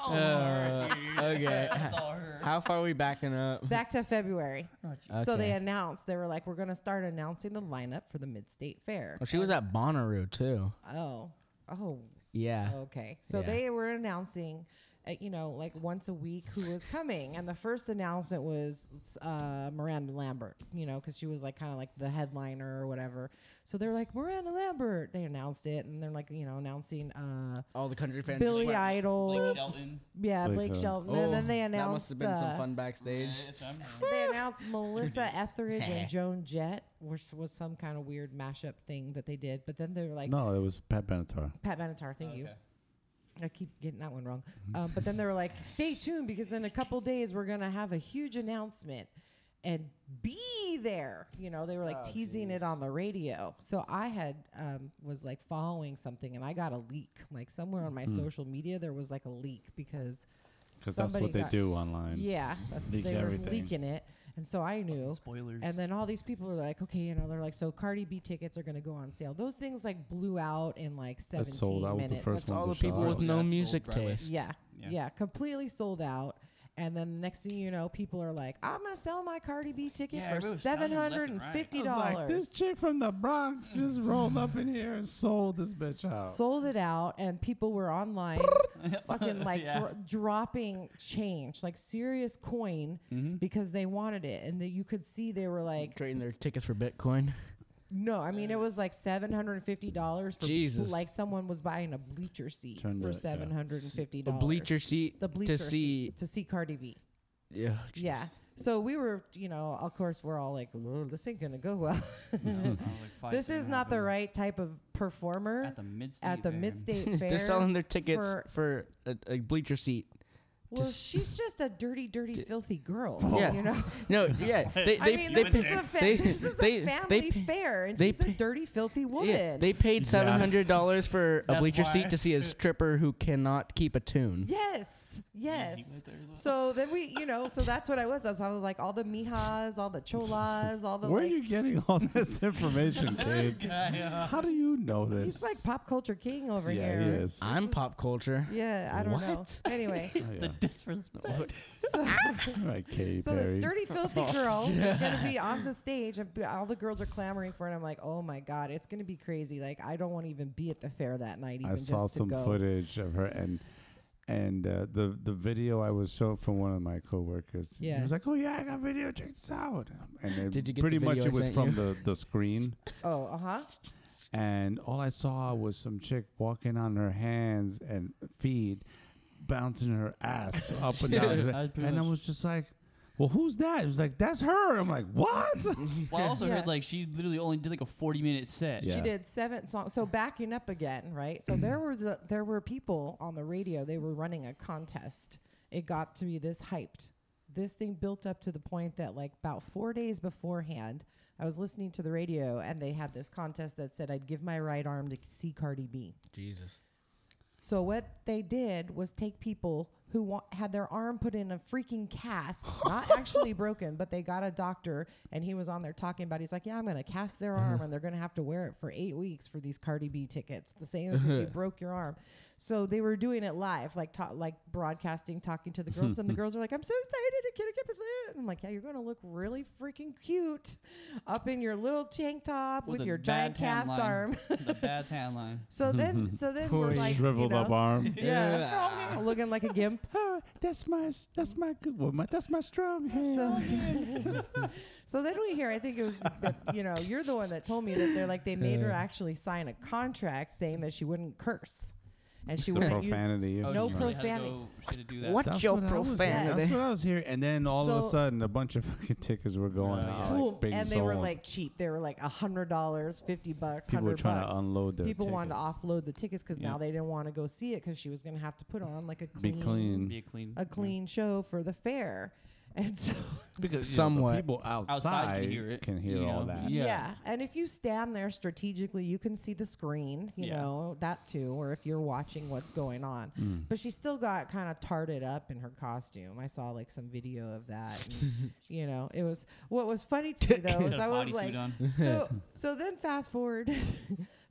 S3: Uh, okay.
S5: That's all her.
S3: How far are we backing up?
S2: back to February.
S3: Okay.
S2: So they announced they were like, we're gonna start announcing the lineup for the mid state fair.
S3: Well, Oh, she was at Bonnaroo too.
S2: Oh, oh,
S3: Yeah.
S2: okay. So
S3: Yeah.
S2: they were announcing, uh, you know, like once a week who was coming, and the first announcement was uh, Miranda Lambert, you know, because she was like kind of like the headliner or whatever. So they're like Miranda Lambert. They announced it, and they're like, you know, announcing uh,
S3: All the country fans. just
S2: Billy
S3: went, "Oh,
S2: Idol,
S5: Blake Shelton. uh,
S2: yeah,
S1: Blake
S2: Blake
S1: Shelton.
S2: Shelton, and then they
S3: That
S2: announced
S3: must have been
S2: uh,
S3: some fun backstage.
S5: Yeah, it's- I'm-
S2: they announced Melissa Etheridge and Joan Jett, which was some kind of weird mashup thing that they did. But then they were like,
S1: No, it was Pat Benatar.
S2: Pat Benatar, thank you. I keep getting that one wrong.
S1: Mm-hmm.
S2: Um, but then they were like, stay tuned because in a couple days we're going to have a huge announcement and be there. You know, they were like teasing it on the radio. So I had, um, was like following something and I got a leak. Like somewhere on my social media, there was like a leak because.
S1: Hmm. because that's what
S2: somebody
S1: they
S2: got-
S1: do online.
S2: Yeah, that's
S1: Leak
S2: they were
S1: everything.
S2: leaking it, and so I knew.
S5: Spoilers.
S2: And then all these people are like, okay, you know, they're like, so Cardi B tickets are gonna go on sale. Those things like blew out in like
S1: That
S2: seventeen
S1: sold. That was
S2: minutes.
S1: the first
S3: That's
S1: one.
S3: all
S1: to
S3: the people
S1: sell.
S3: with no
S5: Yeah, sold
S3: music
S5: right away.
S3: taste.
S2: Yeah, yeah,
S5: Yeah.
S2: completely sold out. And then the next thing you know, people are like, I'm gonna sell my Cardi B ticket
S5: Yeah,
S2: for
S5: everybody was selling
S2: seven
S5: left
S2: hundred
S5: and
S2: and
S5: right.
S2: fifty
S1: I was like, this
S2: dollars.
S1: chick from the Bronx just rolled up in here and sold this bitch out.
S2: Sold it out, and people were online, fucking like dro- dropping change, like serious coin,
S1: Mm-hmm.
S2: because they wanted it, and that you could see they were like,
S3: Trading their tickets for Bitcoin.
S2: No, I mean it was like seven hundred and fifty dollars for
S3: Jesus.
S2: like someone was buying a bleacher seat
S1: Turned
S2: for
S1: the- yeah.
S2: seven hundred and fifty
S3: A
S2: dollars.
S3: bleacher seat
S2: the bleacher
S3: to see.
S2: seat to see Cardi B.
S3: Yeah. jeez.
S2: Yeah. So we were, you know, of course we're all like, "Whoa, this ain't gonna go well. this is not the right type of performer
S5: At the mid state.
S2: at the mid state fair.
S3: They're selling their tickets
S2: for-
S3: for, a, a bleacher seat.
S2: well,
S3: s-
S2: she's just a dirty, dirty, filthy girl.
S3: Yeah.
S2: You know.
S3: No, yeah, they they
S2: I mean,
S3: they
S2: this,
S3: pa-
S2: is a fa-
S3: they-
S2: this is
S3: they-
S2: a
S3: they
S2: family
S3: pa-
S2: fair, and
S3: they
S2: she's a
S3: pa-
S2: dirty, filthy woman.
S3: Yeah, they paid seven hundred dollars for a
S5: That's
S3: bleacher
S5: why.
S3: seat to see a stripper who cannot keep a tune.
S2: Yes, yes.
S5: went there as well.
S2: So then we, you know, so that's what I was. I was, I was like all the mijas, all the cholas, all the.
S1: Where are
S2: like,
S1: you getting all this information, kid? How do you know this?
S2: uh, He's like pop culture king over
S1: yeah,
S2: here.
S1: he is.
S3: I'm pop culture.
S2: Yeah, I don't know.
S3: What?
S2: Anyway,
S1: Oh, yeah.
S2: so,
S1: All right, Katy
S2: so
S1: Perry.
S2: this dirty, filthy girl is gonna be on the stage, and b- all the girls are clamoring for it. I'm like, oh my god, it's gonna be crazy. Like, I don't want to even be at the fair that night. Even
S1: I saw
S2: just to
S1: some
S2: go.
S1: footage of her and and uh, the the video I was showing from one of my coworkers.
S2: Yeah.
S1: he was like, "Oh yeah, I got video. Check this out." And then
S3: Did you get the
S1: pretty much
S3: video
S1: it
S3: I
S1: was
S3: sent
S1: from
S3: you?
S1: the the screen,
S2: Oh, uh huh.
S1: and all I saw was some chick walking on her hands and feet, bouncing her ass up and down,
S5: Dude, I pretty
S1: and I
S5: much-
S1: was just like. Well, who's that? It was like, that's her. I'm like, what?
S5: Well, I also
S2: Yeah.
S5: heard like she literally only did like a 40 minute set.
S1: Yeah.
S2: She did seven songs. So backing up again, right? So there was a, there were people on the radio. They were running a contest. It got to be this hyped. This thing built up to the point that like about four days beforehand, I was listening to the radio and they had this contest that said I'd give my right arm to see Cardi B.
S3: Jesus.
S2: So what they did was take people who wa- had their arm put in a freaking cast, not actually broken, but they got a doctor and he was on there talking about. He's like, "Yeah, I'm going to cast
S5: Uh-huh.
S2: their arm and they're going to have to wear it for 8 weeks for these Cardi B tickets, the same as
S5: Uh-huh.
S2: if you broke your arm." So they were doing it live, like ta- like broadcasting, talking to the girls, and the girls are like, "I'm so excited, I can't get it." I'm like, "Yeah, you're going to look really freaking cute up in your little tank top with,
S5: a
S2: your
S5: bad
S2: giant
S5: tan
S2: cast
S5: line.
S2: arm."
S5: the bad tan line.
S2: So then, so then we're like, you
S1: Shriveled
S2: know,
S1: up arm.
S2: yeah. Looking like a gimp.
S1: Oh, that's my, that's my good woman. That's my strong hand.
S2: So, so then we hear, I think it was, you know, you're the one that told me that they're like, they made her actually sign a contract saying that she wouldn't curse and she
S1: the
S2: wouldn't use.
S1: profanity.
S5: Oh,
S1: of
S5: she
S2: No
S1: it.
S5: really had to
S2: profanity.
S5: go- she had to do that.
S3: What
S1: That's
S3: your
S1: what I was hearing. That's
S3: profanity?
S1: what I was hearing. And then all of a
S2: So-
S1: sudden, a bunch of fucking tickets were going
S5: Yeah.
S1: out.
S2: Boom.
S1: Like, being
S2: and they were
S1: sold.
S2: like cheap. They were like a hundred dollars, fifty bucks,
S1: people were
S2: hundred
S1: trying
S2: bucks.
S1: to unload their
S2: People
S1: tickets.
S2: wanted to offload the tickets because
S5: Yeah.
S2: now they didn't want to go see it because she was going to have to put on like a
S1: Be
S2: clean,
S1: clean.
S5: Be a clean.
S2: a clean show for the fair, and so
S1: Because
S3: you know, the Somewhat.
S1: people outside, can hear,
S5: it, you
S1: all
S5: know.
S1: that.
S5: Yeah.
S2: Yeah. And if you stand there strategically, you can see the screen, you
S5: Yeah.
S2: know, that too, or if you're watching what's going on. But she still got kind of tarted up in her costume. I saw like some video of that. and, you know, it was what was funny to me though
S5: Got
S2: is
S5: a
S2: I was
S5: bodysuit
S2: like,
S5: on.
S2: so so then fast forward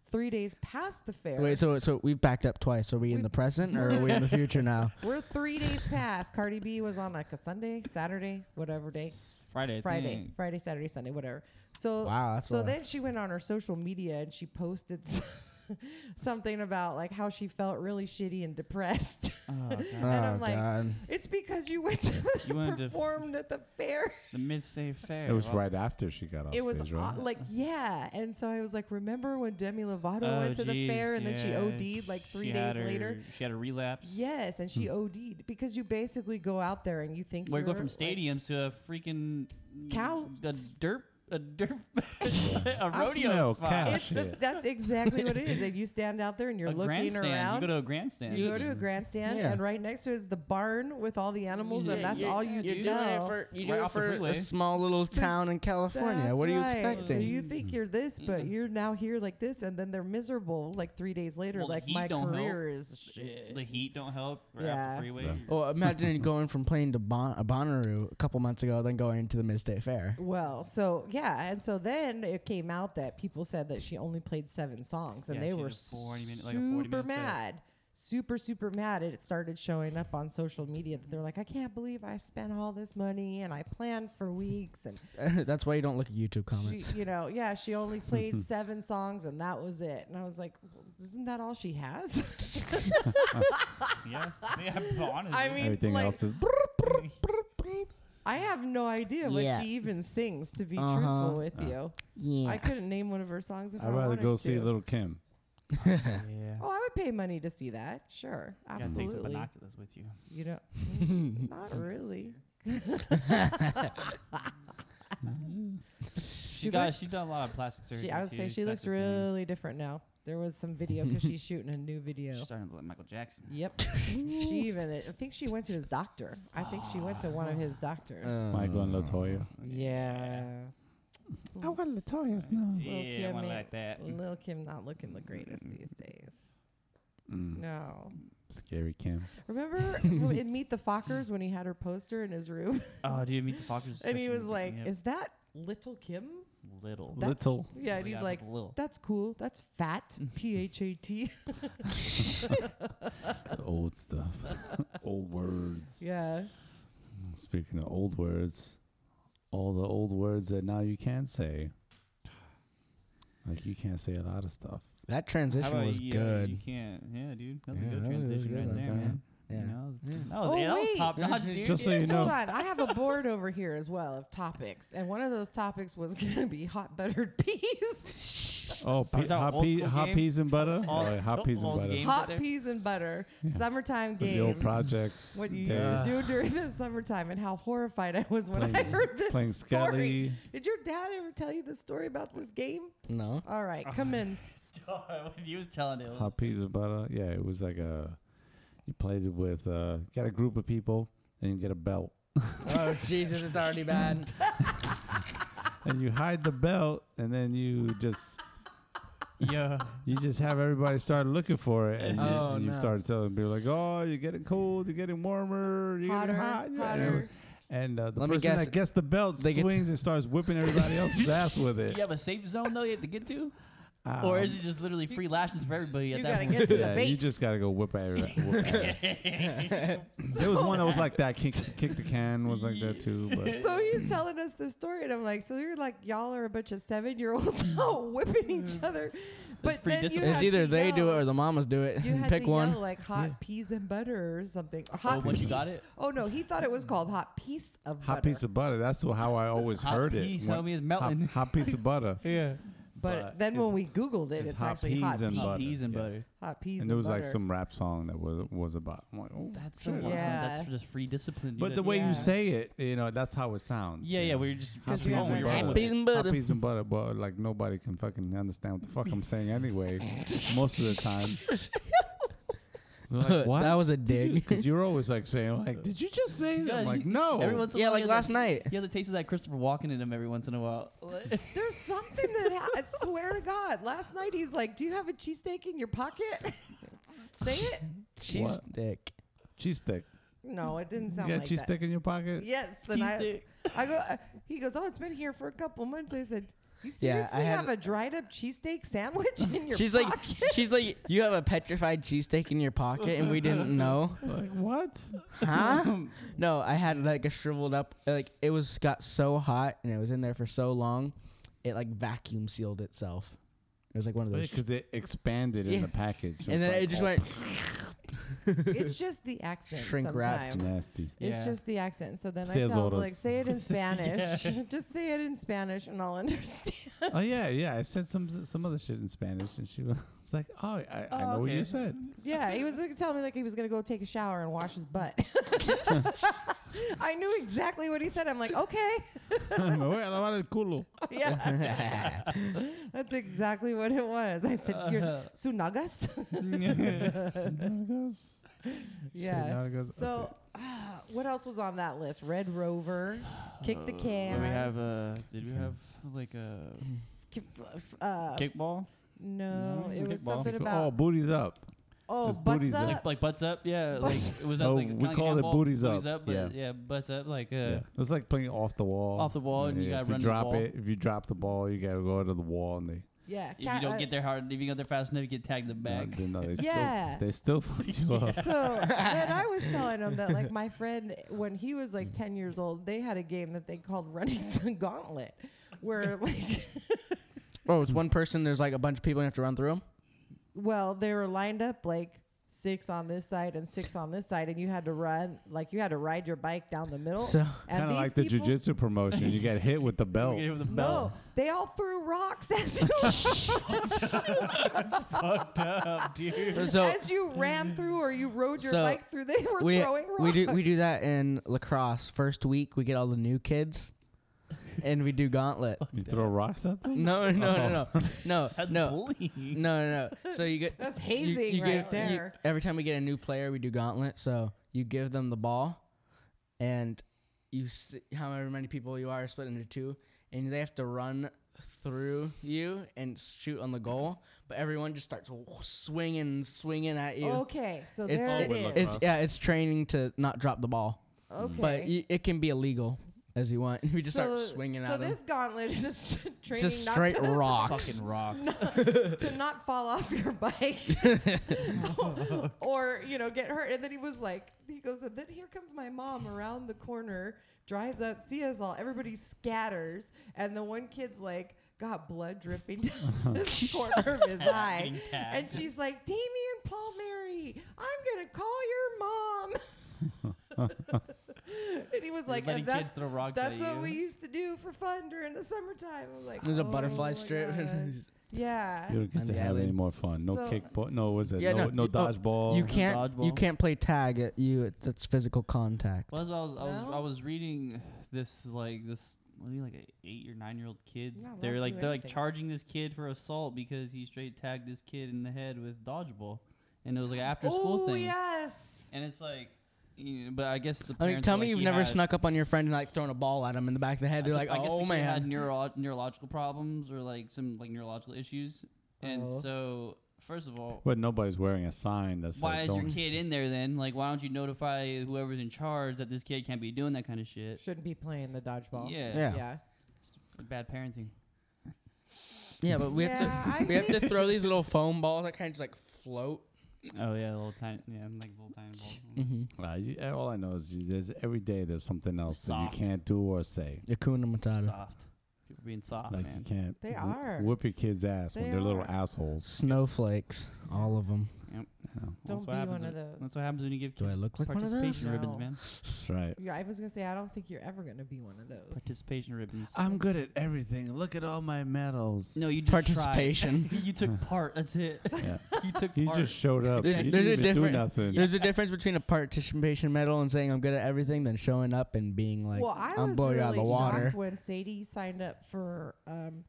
S2: three days past the fair.
S3: Wait, so so we've backed up twice. Are we in the present or are we in the future now?
S2: we're three days past. Cardi B was on like a Sunday, Saturday, whatever day.
S5: It's Friday. I
S2: Friday,
S5: think.
S2: Friday, Saturday, Sunday, whatever. So
S3: Wow, that's a
S2: so
S3: lot.
S2: then she went on her social media and she posted s- something about like how she felt really shitty and depressed.
S3: Oh
S2: and I'm like,
S3: God.
S2: it's because you went to
S5: You wanted to-
S2: performed at the fair.
S5: The mid state fair.
S1: It was
S5: well,
S1: right after she
S5: Oh,
S1: got off
S2: It was
S1: stage,
S2: aw-
S1: right?
S2: like yeah, and so I was like, remember when Demi Lovato
S5: Oh,
S2: went to the
S5: geez,
S2: fair and
S5: yeah.
S2: then she OD'd like three
S5: She
S2: days
S5: had her-
S2: later.
S5: She had a relapse.
S2: Yes, and
S5: Hmm.
S2: she OD'd because you basically go out there and you think
S5: We
S2: you're
S5: go from
S2: like-
S5: stadiums to a freaking
S2: Cow-
S5: the dirt a dirt a
S1: I
S5: rodeo
S1: smell
S5: spot.
S1: cow
S2: It's a,
S1: shit.
S2: that's exactly what it is. If you stand out there and you're
S5: a
S2: looking
S5: grandstand.
S2: around,
S5: You go to a grandstand.
S2: You go to a grandstand,
S3: Yeah.
S2: and right next to it is the barn with all the animals, and that's all you
S3: You're
S2: see.
S3: doing it for, you do
S5: Right
S3: it
S5: off the
S3: for
S5: freeway.
S3: a small little town in California. what are you expecting?
S2: So you think you're this, but
S5: Mm-hmm.
S2: you're now here like this, and then they're miserable like three days later.
S5: Well, the
S2: like
S5: heat
S2: my
S5: don't
S2: career
S5: help.
S2: is shit.
S5: The heat don't help. Right off
S2: Yeah.
S5: the freeway.
S1: Yeah.
S3: well, imagine going from playing to bon- uh, Bonnaroo a couple months ago, then going to the Midstate Fair.
S2: Well, so yeah, and so then it came out that people said that she only played seven songs, and
S5: Yeah,
S2: they
S5: she
S2: were
S5: did 40 minute- like a 40
S2: super
S5: minute set.
S2: mad, super super mad. It started showing up on social media that they're like, I can't believe I spent all this money and I planned for weeks, and
S3: That's why you don't look at YouTube comments.
S2: she, you know, yeah, she only played seven songs and that was it. And I was like, well, isn't that all she has?
S5: yes. Yeah, but honestly.
S2: I mean,
S1: Everything
S2: like,
S1: else is.
S2: I have no idea what
S3: Yeah.
S2: she even sings. To be
S3: Uh-huh.
S2: truthful with you,
S3: yeah.
S2: I couldn't name one of her songs if i
S1: I'd rather
S2: wanted
S1: go
S2: to.
S1: see Little Kim.
S5: yeah.
S2: Oh, I would pay money to see that. Sure,
S5: Gotta take some
S2: absolutely.
S5: binoculars with you.
S2: you know, mm, not really.
S5: She got. She's done a lot of plastic surgery.
S2: She, I would
S5: too,
S2: say
S5: so
S2: she
S5: that's
S2: looks
S5: the thing.
S2: really different now. There was some video because she's shooting a new video.
S5: She's starting to look like Michael Jackson.
S2: Yep. she even, I think she went to his doctor. I think she went to one of his doctors.
S3: Oh.
S1: Michael and Latoya.
S2: Mm. yeah.
S1: I want Latoya's no.
S2: Little
S5: Yeah, one
S2: Kim
S5: like that.
S2: Lil Kim not looking the greatest these days.
S1: Mm,
S2: No.
S1: Scary Kim.
S2: Remember in Meet the Fockers when he had her poster in his room
S5: Oh, dude, meet the Fockers.
S2: and he was like, Is that Little Kim?
S5: little.
S2: That's-
S1: Little.
S2: Yeah, and
S5: Yeah,
S2: he's
S5: with
S2: like,
S5: the little.
S2: That's cool. That's fat. P H A T.
S1: Old stuff. old words.
S2: Yeah.
S1: Speaking of old words, all the old words that now you can say. Like you can't say a lot of stuff.
S3: that transition was
S5: you,
S3: good.
S5: You can't. Yeah, dude. That was
S3: Yeah,
S5: a good
S3: that was- it was
S5: transition
S3: good
S5: right
S3: right
S5: there,
S1: there.
S5: man.
S3: Yeah.
S5: You know, that was- that was,
S2: Oh,
S5: yeah, that was
S2: wait.
S5: top notch, dude.
S1: Just so you
S2: Hold
S1: know,
S2: on. I have a board over here as well of topics. And one of those topics was going to be hot buttered peas.
S1: oh, pe-
S5: Is that
S1: hot,
S5: old
S1: pe-
S5: school
S1: hot
S5: game?
S1: peas and butter.
S5: Old
S1: Oh, yeah, hot
S5: school-
S1: peas and
S5: old
S1: butter.
S5: game.
S2: hot
S5: there?
S2: peas and butter. Summertime
S1: The old
S2: games.
S1: projects.
S2: What you used
S1: days.
S2: to do during the summertime and how horrified I was when I
S1: Playing-
S2: heard this
S1: playing
S2: story.
S1: Scally.
S2: Did your dad ever tell you the story about this game?
S3: No.
S2: All right,
S1: Ah.
S2: commence.
S5: when he was telling it, it was
S1: hot peas and butter. Yeah, it was like a. You played it with uh, got a group of people, and you get a belt,
S3: oh Jesus, it's already bad.
S1: and you hide the belt, and then you just
S5: yeah.
S1: you just have everybody start looking for it, and you,
S3: Oh,
S1: and you
S3: no.
S1: start telling people like, "Oh, you're getting cold, you're getting warmer, you're
S2: Hotter,
S1: getting hot." you're-" and-
S2: hotter.
S1: And uh, the
S3: Let me
S1: person
S3: guess.
S1: that gets the belt
S3: They get-
S1: swings and starts whipping everybody else's ass with
S5: Do
S1: it.
S5: you have a safe zone though you have to get to,
S1: Um,
S5: or is it just literally free lashes for everybody at
S2: You
S5: that
S2: gotta
S5: point?
S2: get to the
S1: yeah,
S2: base.
S1: you just gotta go whip everybody. Whip ass. there was one that was like that. Kick, kick the can was like that too. But
S2: so he's telling us this story, and I'm like, so you're like y'all are a bunch of seven year olds out whipping each other, but
S5: free
S2: then you
S5: discipline.
S3: It's
S2: had
S3: either
S2: to
S3: they do it
S2: yell-
S3: or the mamas do it.
S2: You had
S3: Pick
S2: to
S3: one.
S2: yell like hot peas and butter or something. Or hot
S5: Oh, once you
S2: peas.
S5: got it?
S2: Oh no, he thought it was called hot piece of
S1: hot
S2: butter.
S1: piece of butter. That's wh- how I always
S5: Hot
S1: heard
S5: piece,
S1: it. When-
S5: homie, is
S1: hot-
S5: melting.
S1: Hot, piece of butter.
S5: yeah,
S2: but,
S1: but
S2: then when
S1: it's-
S2: we Googled it,
S1: it's
S2: it's,
S1: hot
S2: actually
S1: peas
S2: hot
S1: and
S2: peas.
S1: butter.
S5: peas and
S1: Yeah.
S5: butter.
S2: Hot peas
S1: And there was
S2: butter.
S1: like some rap song that was was about. I'm like, oh.
S5: That's so
S1: Sure.
S5: wild.
S2: Yeah.
S5: That's just free discipline. dude.
S1: But the
S5: That-
S1: way
S2: Yeah.
S1: you say it, you know, that's how it sounds.
S5: yeah,
S1: you
S5: yeah,
S1: know.
S5: where you're just
S2: 'Cause
S5: you're
S2: you're
S5: on
S2: on
S5: your own
S1: butter.
S5: with
S3: Peas
S5: it.
S3: and
S1: Hot
S3: butter.
S1: peas and butter, but like nobody can fucking understand what the fuck I'm saying anyway. most of the time. They're like, what?
S3: that was a dig.
S1: because you, are always like saying like, did you just say that?
S5: Yeah,
S1: I'm like,
S5: you-
S1: no.
S5: Every once in a
S3: yeah,
S5: while
S3: like
S5: he has
S3: last
S5: that-
S3: night.
S5: He has a taste of that Christopher Walken in him every once in a while.
S2: There's something that ha- I swear to God. Last night he's like, "Do you have a cheesesteak in your pocket?" Say it.
S3: Cheese stick.
S1: cheese stick.
S2: No, it didn't
S1: You
S2: sound
S1: got
S2: like
S1: cheese
S2: that.
S1: stick in your pocket?
S2: Yes, and I,
S5: Cheesesteak.
S2: I go. Uh, he goes, "Oh, it's been here for a couple months." I said, "You
S3: Yeah, I
S2: seriously
S3: had-
S2: have a dried up cheesesteak sandwich in your
S3: She's like,
S2: pocket?"
S3: she's like, you have a petrified cheesesteak in your pocket, and we didn't know,
S1: Like what?
S3: huh? No, I had like a shriveled up, like it was got so hot, and it was in there for so long, it like vacuum sealed itself. It was like one of those,
S1: Because it expanded in
S3: Yeah.
S1: the package.
S3: and then
S1: like,
S3: it just
S1: oh,
S3: went,
S2: it's just the accent.
S3: Shrink wrapped.
S2: sometimes.
S1: Nasty.
S2: It's
S4: Yeah.
S2: just the accent. So then I
S1: Says
S2: tell him
S1: others.
S2: like, say it in Spanish. just say it in Spanish, and I'll understand.
S1: oh yeah, yeah. I said some some other shit in Spanish, and she was like, "Oh, I, I know what
S4: okay.
S1: you said."
S2: yeah, he was like, telling me like he was gonna go take a shower and wash his butt. I knew exactly what he said. I'm like, okay,
S1: Me voy a lavar el culo.
S2: yeah, that's exactly what it was. I said, you're
S4: Uh-huh.
S2: sunagas.
S1: Narcos.
S2: Yeah.
S1: Narcos.
S2: So, uh, what else was on that list? Red Rover, Kick the Can.
S4: Did we have uh, did we have like a
S2: K- f- f- uh,
S4: kickball?
S2: No,
S4: No,
S2: uh, it was
S4: kickball.
S2: something
S1: oh,
S2: about
S1: booties up.
S2: oh,
S1: it's
S2: butts
S1: booties
S2: up.
S1: up.
S4: Like like butts up? Yeah, like
S2: Butts-
S4: it was that
S1: No,
S4: like
S1: Oh, we
S4: kinda like a
S1: call it
S4: handball,
S1: booties up,
S4: but
S1: yeah.
S4: yeah. butts up like uh,
S1: yeah, it's like playing off the wall.
S4: off the wall and you
S1: Yeah,
S4: gotta
S1: if
S4: run
S1: you
S4: to
S1: drop
S4: the ball.
S1: it, if you drop the ball, you gotta go to the wall, and they uh,
S2: yeah, uh,
S4: If you don't get there hard, if you go there fast enough, you get tagged in the back.
S1: No, no, they
S2: Yeah.
S1: still they still fucked you up.
S2: So and I was telling him that like my friend when he was like ten years old, they had a game that they called running the gauntlet, where like
S3: Oh, it's one person. There's like a bunch of people. and You have to run through them.
S2: well they were lined up like six on this side and six on this side, and you had to run like you had to ride your bike down the middle.
S3: So
S2: And
S1: Kind of
S2: these
S1: like the
S2: people-
S1: jujitsu promotion. You get hit with the
S4: You
S1: belt.
S4: get hit with a
S2: No,
S4: belt.
S2: they all threw rocks as you,
S4: Fucked up, dude.
S3: so
S2: as you ran through or you rode your
S3: So,
S2: bike through. They were
S3: we
S2: throwing rocks.
S3: we do we do that in lacrosse. First week we get all the new kids, and we do gauntlet.
S1: You throw rocks at them.
S3: No, no, no, no, no,
S4: That's
S3: no,
S4: bullying.
S3: no, no, no. So you get
S2: That's
S3: you-
S2: hazing
S3: you
S2: right
S3: give- you-
S2: there.
S3: every time we get a new player, we do gauntlet. So you give them the ball, and you s- however many people you are split into two, and they have to run through you and shoot on the goal. But everyone just starts swinging, swinging at you.
S2: Okay, so
S3: It's,
S2: there it
S3: it-
S1: Always
S2: is.
S1: like
S3: it's yeah, it's training to not drop the ball,
S2: okay.
S3: but y- it can be illegal as you want. We just
S2: So-
S3: start swinging
S2: so
S3: at them.
S2: this gauntlet is just training
S3: Just
S2: not
S3: straight
S2: to,
S3: rocks.
S4: Fucking rocks.
S2: to not fall off your bike or you know get hurt and then he was like he goes and then here comes my mom around the corner drives up see us all everybody scatters and the one kid's like got blood dripping down the corner of his eye
S4: Getting tagged.
S2: and she's like damien paul mary i'm gonna call your mom and he was like
S4: letting
S2: and that's
S4: kids throw rocks
S2: that's
S4: at
S2: what
S4: you.
S2: we used to do for fun during the summertime. I'm like,
S3: There's a
S2: "Oh
S3: butterfly
S2: my
S3: strip.
S2: gosh." yeah.
S1: You don't get
S3: On
S1: to
S3: the
S1: have any
S3: alley.
S1: more fun. No
S2: So-
S1: kickball. No, was it?
S3: Yeah,
S1: no,
S3: no,
S1: no
S3: you- oh,
S1: dodgeball.
S3: you can't you
S4: dodgeball.
S3: can't play tag at you. It's, it's physical contact.
S4: Well, that's what I was, I was,
S2: No?
S4: I was reading this like this what are you like an eight or nine year old kids.
S2: You're not allowed
S4: they're
S2: to
S4: like
S2: do
S4: they're like
S2: anything.
S4: charging this kid for assault because he straight tagged this kid in the head with dodgeball, and it was like an after school
S2: Oh
S4: thing.
S2: yes.
S4: And it's like, you know, but I guess the
S3: I mean,
S4: parents
S3: tell
S4: were
S3: me
S4: like,
S3: you've
S4: he
S3: never
S4: had-
S3: snuck up on your friend and like thrown a ball at him in the back of the head. They're
S4: I
S3: like,
S4: sup- I guess
S3: oh
S4: the kid had
S3: man.
S4: neuro- neurological problems or like some like neurological issues, and
S3: Uh-huh.
S2: Oh.
S4: so first of all,
S1: But nobody's wearing a sign that's
S4: why
S1: like,
S4: is your
S1: don't-
S4: kid in there then? Like, why don't you notify whoever's in charge that this kid can't be doing that kind of shit?
S2: Shouldn't be playing the dodgeball.
S4: Yeah,
S3: Yeah.
S4: bad parenting.
S3: Yeah, but we
S2: Yeah,
S3: have
S2: I
S3: to we have to throw these little foam balls that kind of just like float.
S4: Oh yeah, little tiny, yeah, like little tiny ball.
S3: Mm-hmm.
S1: Uh, you- all I know is you, there's every day there's something else
S4: Soft.
S1: that you can't do or say.
S3: Akuna Matata.
S4: Soft. People being soft,
S1: like you
S4: man.
S1: can't.
S2: They
S1: wh-
S2: are.
S1: whoop your kid's ass
S2: They
S1: when they're little
S2: are.
S1: assholes.
S3: Snowflakes, all of them.
S1: You know,
S2: Don't
S4: That's
S2: be
S4: what happens
S2: one of
S4: when-
S2: those.
S4: That's what happens when you give
S3: Do I
S4: kids
S3: look like one of those?
S4: participation ribbons,
S2: No.
S4: man.
S1: that's right.
S2: Yeah, I was gonna say I don't think you're ever gonna be one of those.
S4: Participation ribbons.
S2: Ah,
S1: I'm good at everything. Look at all my medals.
S4: no, you just
S3: Participation.
S4: Tried. you took part. That's it.
S1: Yeah.
S4: You took
S1: You
S4: part.
S1: just showed up.
S3: There's-
S1: you
S3: there's a
S1: didn't even do
S3: different-
S1: nothing.
S3: There's a difference between a participation medal and saying I'm good at everything than showing up and being like
S2: well, I
S3: I'm
S2: was
S3: blowing
S2: really
S3: you out of the water.
S2: shocked when Sadie signed up for um,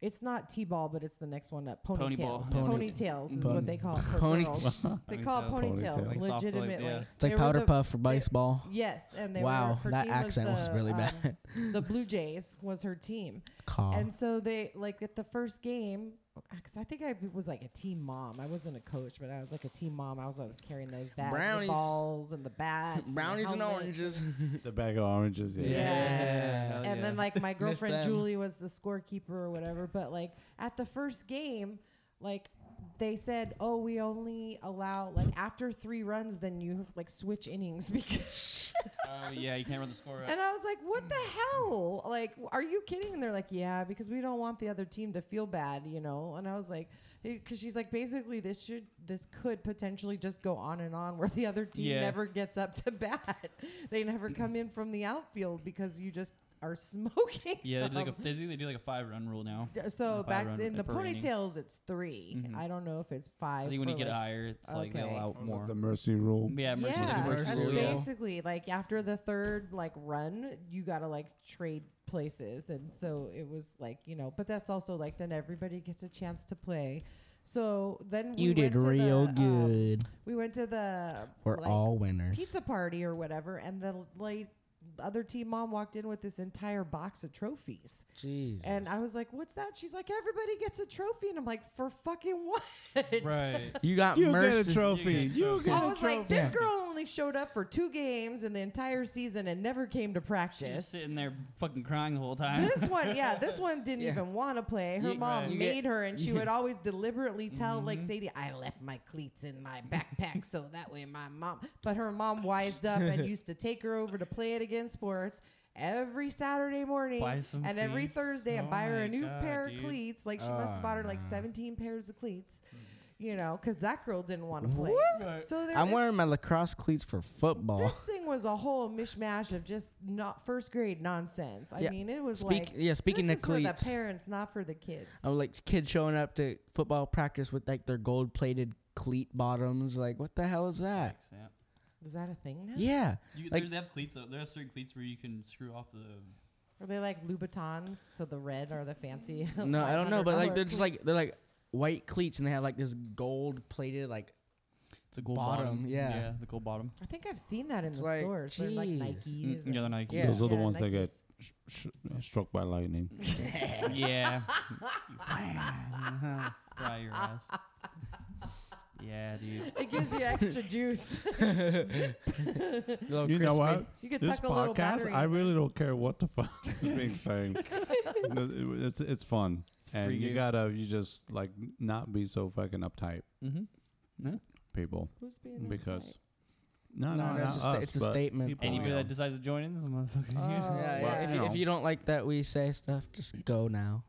S2: it's not t-ball, but it's the next one up.
S4: Pony
S2: Ponytails.
S4: ball.
S3: Pony-
S2: Ponytails is
S3: Pony-
S2: what they call it for
S3: Pony-
S2: girls. They call it
S4: Ponytail.
S2: ponytails,
S1: Ponytail. Like
S4: soft, like,
S2: legitimately.
S4: yeah.
S3: It's
S2: They
S3: like
S2: were
S3: powder
S2: the-
S3: puff for
S2: they-
S3: baseball.
S2: Yes, and they
S3: Wow,
S2: were, her
S3: that
S2: team
S3: accent
S2: was,
S3: was
S2: the,
S3: really
S2: um,
S3: bad.
S2: the Blue Jays was her team,
S3: Call.
S2: and so they like at the first game because I think I was like a team mom. I wasn't a coach, but I was like a team mom. I was always carrying those bags,
S3: Brownies.
S2: the balls, and the bats, and the
S3: Brownies and
S2: helmets.
S3: oranges.
S1: the bag of oranges. Yeah.
S2: Yeah.
S4: Hell
S2: And then
S4: yeah.
S2: like my girlfriend
S3: them.
S2: Julie was the scorekeeper or whatever. But like at the first game, like they said, oh, we only allow like after three runs, then you like switch innings because
S5: Uh,
S4: Oh yeah, you can't run the score up.
S2: And I was like, what the
S5: Mm.
S2: hell? Like, w- are you kidding? And they're like, yeah, because we don't want the other team to feel bad, you know? And I was like, because she's like basically this should this could potentially just go on and on where the other team
S5: Yeah. Mm.
S2: never gets up to bat. they never come in from the outfield because you just are smoking.
S5: Yeah, they do like
S2: them.
S5: a, they, do, they do like a five run rule now.
S2: D- so
S5: five
S2: back
S5: run
S2: in the
S5: per inning.
S2: ponytails, it's 3
S5: Mhm.
S2: I don't know if it's five.
S5: I think when
S2: for
S5: you get
S2: like-
S5: higher, it's like they
S2: Okay.
S5: allow more.
S1: The mercy rule.
S5: Yeah, mercy,
S2: yeah,
S5: mercy
S2: that's
S5: rule, yeah.
S2: basically like after the third like run, you gotta like trade places, and so it was like you know, but that's also like then everybody gets a chance to play. So then we
S3: You
S2: went
S3: did
S2: to the,
S3: real
S2: um,
S3: good.
S2: we went to the
S3: We're
S2: like,
S3: all winners.
S2: pizza party or whatever, and the like other team mom walked in with this entire box of trophies.
S3: Jesus.
S2: And I was like, "What's that?" She's like, "Everybody gets a trophy," and I'm like, "For fucking what?"
S5: Right.
S3: you got
S1: You get
S3: mercy.
S1: a trophy.
S5: You
S1: You
S5: get
S1: get
S2: I
S1: a
S2: was
S1: trophy.
S2: like, "This girl only showed up for two games in the entire season and never came to
S5: She's just
S2: practice."
S5: sitting there fucking crying the whole time.
S2: This one, yeah, this one didn't
S3: Yeah.
S2: even want to play. Her
S3: You-
S2: mom
S3: you
S2: made
S3: get-
S2: her, and she
S3: yeah.
S2: would always deliberately tell,
S5: Mm-hmm.
S2: like Sadie, "I left my cleats in my backpack, so that way my mom." But her mom wised up and used to take her over to play it again sports every Saturday morning
S5: Buy some
S2: and every
S5: cleats.
S2: Thursday, and
S5: Oh
S2: buy her a
S5: my
S2: new
S5: God,
S2: pair
S5: dude.
S2: of cleats. Like she must have
S3: Oh,
S2: bought her like
S3: no.
S2: seventeen pairs of cleats. You know, because that girl didn't want to play. So there,
S3: I'm
S2: it-
S3: wearing my lacrosse cleats for football.
S2: this thing was a whole mishmash of just not first grade nonsense. I
S3: Yeah.
S2: mean, it was
S3: Speak,
S2: like
S3: yeah, speaking
S2: this
S3: of
S2: is
S3: cleats, Oh.
S2: for the parents, not for the kids.
S3: I was like kids showing up to football practice with like their gold plated cleat bottoms. Like, what the hell is that?
S5: Yeah.
S2: Is that a thing now?
S3: Yeah.
S5: You,
S3: Like-
S5: there- they have cleats. Though. There have certain cleats where you can screw off the
S2: Are they like Louboutins? So the red are the fancy.
S3: No, I don't know, but like
S2: $100
S3: they're just like they're like white cleats and they have like this gold plated like
S5: It's a gold
S3: Bottom,
S5: bottom.
S3: yeah.
S5: the gold bottom.
S2: I think I've seen that in
S3: It's
S2: the
S3: like,
S2: stores. They're like
S3: geez.
S2: Nikes. and-
S5: the Nike.
S3: Yeah.
S1: Mm, Those are the
S2: Yeah,
S1: ones that get
S2: Nikes.
S1: sh- sh- struck by lightning.
S5: Yeah. yeah. Fry your ass. Yeah, dude.
S2: It gives you extra juice.
S3: little
S1: you know
S3: crispy.
S1: what?
S2: You could
S1: this
S2: tuck a little
S1: podcast,
S2: battery.
S1: I
S2: in.
S1: really don't care what the fuck is being saying. it's it's fun, and
S5: free
S1: you
S5: game.
S1: gotta you just like not be so fucking uptight,
S5: Mm-hmm.
S1: people,
S2: Who's being
S1: because no,
S3: No,
S1: no,
S3: no,
S1: not
S3: it's a sta-
S1: us,
S3: it's a
S1: but
S3: statement.
S1: people,
S5: Anybody
S1: you know.
S5: that decides to join in this motherfucker.
S2: Oh, Well,
S3: Yeah, yeah. If,
S2: you
S3: you,
S2: know.
S3: if you don't like that we say stuff, just go now.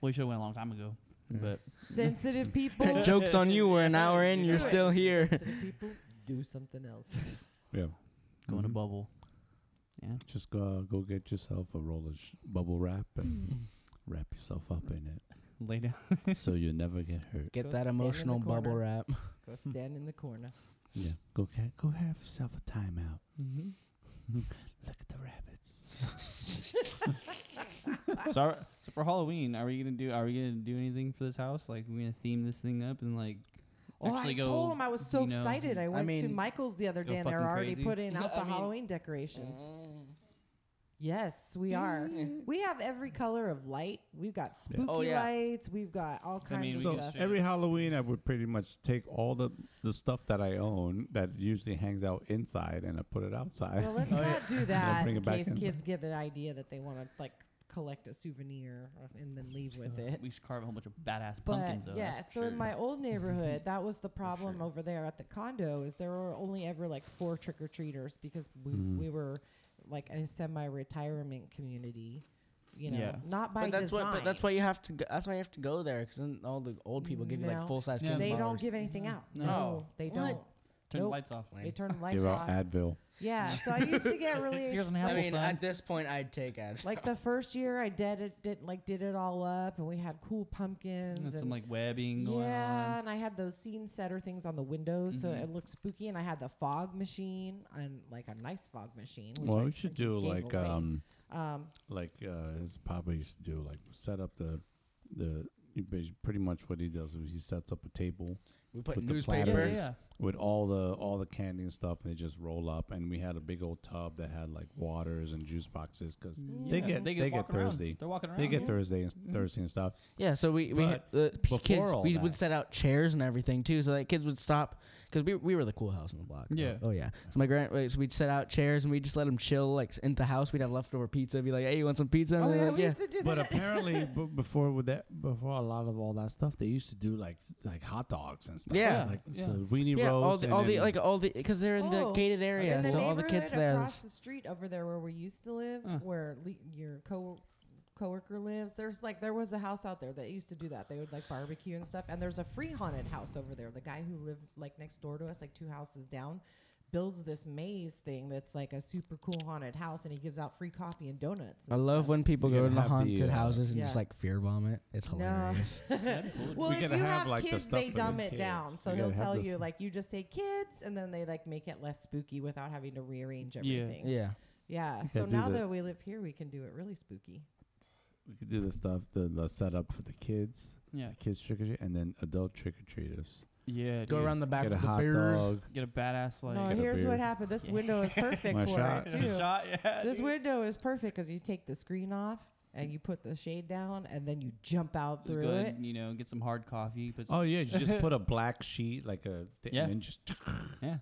S5: we should have went a long time ago. But
S2: sensitive people?
S3: That joke's on you. We're an hour in. You're
S2: Do it.
S3: still here.
S2: sensitive people do something else.
S1: yeah,
S5: go in a
S1: Mhm.
S5: bubble.
S1: Just go go get yourself a roll of sh- bubble wrap and wrap yourself up in
S5: Lay down.
S1: it, so you never get hurt.
S3: Get
S2: Go stand
S3: that
S2: in the
S3: emotional bubble
S2: corner.
S3: wrap.
S2: Go stand in the corner.
S1: Yeah, go get, go have yourself a timeout.
S5: Mm-hmm.
S1: Look at the rabbits.
S5: so, are, so for Halloween, are we gonna do? Are we gonna do anything for this house? Like, we're gonna theme this thing up and like
S2: Oh,
S5: actually
S2: I
S5: go.
S2: told him I was so
S5: you know,
S2: excited. I went to
S3: mean,
S2: Michael's the other
S5: go
S2: day, and they're
S5: fucking
S2: already
S5: crazy.
S2: putting out
S3: I
S2: the
S3: mean-
S2: Halloween decorations. Yes, we are. We have every color of light. We've got spooky
S3: Oh, yeah.
S2: lights. We've got all kinds
S5: mean,
S2: of
S5: we
S1: so
S5: just-
S2: stuff.
S1: every Halloween, I would pretty much take all the the stuff that I own that usually hangs out inside, and I put it outside.
S2: Well, let's not do that
S1: bring
S2: in
S1: it back
S2: case
S1: inside.
S2: kids get an idea that they want to like collect a souvenir and then leave with it.
S5: We should carve a whole bunch of badass
S2: But
S5: pumpkins. though,
S2: yeah,
S5: that's
S2: so
S5: for
S2: in
S5: sure.
S2: my old neighborhood, that was the problem over there at the condo is there were only ever like four trick or treaters because we,
S5: Mm-hmm.
S2: we were like a semi retirement community, you know,
S5: Yeah.
S2: not by
S3: But that's
S2: design.
S3: what. But that's why you have to. Go, that's why you have to go there, because then all the old people give you
S2: No.
S3: like full size.
S5: No.
S3: candy
S2: they don't
S3: bars.
S2: give anything out. No,
S5: No.
S2: they
S3: What?
S2: don't.
S5: turn the
S2: nope.
S5: lights off.
S2: They turn the lights
S1: Give out
S2: off.
S1: Advil.
S2: Yeah, so I used to get really
S5: Here's an apple,
S3: I mean,
S5: son.
S3: at this point, I'd take it.
S2: like the first year I did it, did like did it all up, and we had cool pumpkins
S5: And
S2: and
S5: some like webbing going
S2: yeah,
S5: on.
S2: and I had those scene setter things on the windows, so
S1: Mm-hmm.
S2: it looked spooky. And I had the fog machine and like a nice fog machine. Which
S1: Well,
S2: I
S1: we should
S2: freaking
S1: do
S2: gave
S1: like
S2: away.
S1: um
S2: um,
S1: like uh, his papa used to do, like set up the the. he bas- Pretty much what he does is he sets up a table
S3: We put
S1: With the
S3: newspaper.
S1: platters.
S5: Yeah,
S1: with all the all the candy and stuff, and they just roll up. And we had a big old tub that had like waters and juice boxes because they
S5: Yeah,
S1: get they, get
S5: walking around.
S1: Thursday,
S5: They're walking around.
S1: they get
S5: yeah.
S1: Thursday and
S3: Mm-hmm.
S1: Thursday and stuff.
S3: Yeah, so we we
S1: But
S3: the p-
S1: before
S3: kids
S1: all
S3: we
S1: that-
S3: would set out chairs and everything too, so that kids would stop because we we were the cool house on the block.
S5: Yeah.
S3: Oh, yeah. So my grand wait, so we'd set out chairs and we just let them chill like in the house. We'd have leftover pizza. Be like, hey, you want some pizza? And
S2: oh
S3: they're
S2: yeah,
S3: like,
S2: we used to do
S1: But
S2: that.
S1: apparently, b- before with that, before a lot of all that stuff, they used to do like s- like hot dogs and stuff.
S3: Yeah.
S1: like
S5: Yeah.
S1: so weenie
S3: yeah.
S1: rolls.
S3: All the
S1: and
S3: all the
S1: then-
S3: like uh all the because they're in the
S2: Oh,
S3: gated area,
S2: in the
S3: so all the kids
S2: neighborhood
S3: there.
S2: across the street over there where we used to live,
S5: Huh.
S2: where le- your co coworker lives. There's like there was a house out there that used to do that. They would like barbecue and stuff. And there's a free haunted house over there. The guy who lived like next door to us, like two houses down, builds this maze thing that's like a super cool haunted house, and he gives out free coffee and donuts.
S3: I
S2: and
S3: love
S2: stuff.
S3: when people
S1: We
S3: go
S1: gotta
S3: into
S1: have the,
S3: haunted
S1: uh,
S3: houses and
S2: Yeah.
S3: just like fear vomit. It's
S2: No.
S3: hilarious.
S2: Well,
S1: We
S2: if you
S1: gotta
S2: have,
S1: have, like, the
S2: kids,
S1: stuff
S2: they
S1: for the
S2: dumb it
S1: kids.
S2: down. So
S1: We
S2: he'll
S1: gotta have
S2: tell
S1: this-
S2: you like you just say kids, and then they like make it less spooky without having to rearrange everything.
S3: yeah.
S2: Yeah. So
S1: can't do
S2: now
S1: that.
S2: that we live here, we can do it really spooky.
S1: We could do the stuff, the, the setup for the kids,
S4: Yeah.
S1: the kids trick or treat, and then adult trick or treaters.
S4: Yeah,
S3: Go
S4: dude.
S3: around the back
S1: Get a
S3: of the
S1: hot
S3: bears.
S1: dog.
S4: Get a badass like
S2: no,
S1: Get a
S2: here's what
S1: beard.
S2: happened. This window is perfect
S1: My
S2: for
S1: shot.
S2: it too.
S4: shot. Yeah,
S2: This
S4: dude.
S2: window is perfect because you take the screen off and you put the shade down, and then you jump out
S4: Just
S2: through
S4: go
S2: it.
S4: and, you know, get some hard coffee. Put some,
S1: Oh yeah, you just put a black sheet like a thing
S4: Yeah.
S1: and just
S4: yeah.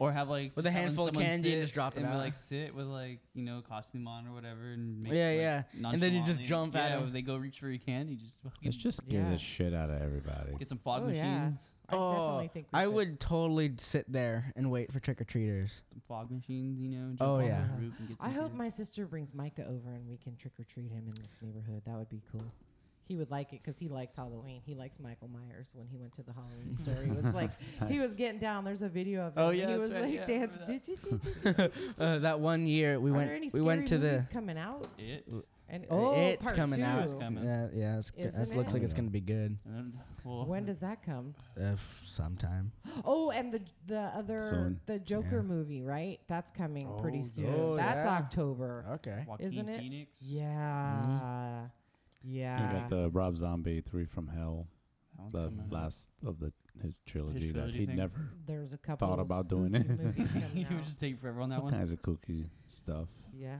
S4: Or have like
S3: With a
S4: having
S3: handful of
S4: someone
S3: candy and
S4: sit
S3: just drop it
S4: and,
S3: out.
S4: Like sit with like you know costume on or whatever and make
S3: Yeah,
S4: it, like,
S3: yeah. And then you just
S4: nonchalantly.
S3: jump
S4: yeah,
S3: at 'em.
S4: If they go reach for your candy, just fucking
S1: let's just get
S2: Yeah.
S1: the shit out of everybody.
S4: get some fog
S2: Oh,
S4: machines.
S2: yeah. I
S3: Oh,
S2: definitely think we
S3: I
S2: should.
S3: would totally sit there and wait for trick or treaters.
S4: Some fog machines, you know. jump
S3: Oh,
S4: off the
S3: yeah.
S4: roof and get
S2: I
S4: some
S2: hope
S4: food.
S2: my sister brings Micah over and we can trick or treat him in this neighborhood. That would be cool. He would like it because he likes Halloween. He likes Michael Myers. When he went to the Halloween store, he was like, he was getting down. There's a video of him.
S4: Oh,
S2: and
S4: yeah,
S2: he
S4: that's
S2: was
S4: right.
S2: like
S4: Yeah, I remember
S2: dancing.
S4: that.
S2: "Do, do, do, do, do."
S3: Uh, that one year we
S2: Are
S3: went
S2: there any
S3: we
S2: scary
S3: went to
S2: movies
S3: the
S2: coming out?
S4: it.
S2: And
S3: uh,
S2: oh,
S3: it's
S2: part
S3: coming
S2: two.
S3: out.
S4: It's coming.
S3: Yeah, yeah, it's,
S2: Isn't
S3: it looks
S2: it?
S3: like it's gonna be good
S4: And then, well,
S2: When does that come?
S3: uh, f- sometime.
S2: Oh, and the the other
S1: Soon.
S2: the Joker
S3: Yeah.
S2: movie, right? That's coming pretty
S4: Oh,
S2: soon.
S3: Oh,
S2: That's
S3: yeah.
S2: October.
S3: Okay.
S4: Joaquin
S2: isn't it?
S4: Phoenix?
S2: Yeah,
S1: We
S2: yeah.
S1: got the Rob Zombie Three from Hell,
S4: That one's
S1: the
S4: coming out.
S1: last of the his trilogy, that
S4: trilogy
S1: he
S4: thing?
S1: never
S2: There's a couple
S1: Thought
S2: of
S1: about doing
S2: spooky
S1: it.
S2: movies coming
S4: he
S2: out.
S4: would just take forever on that
S1: all
S4: one.
S1: kinds of kooky stuff.
S2: Yeah.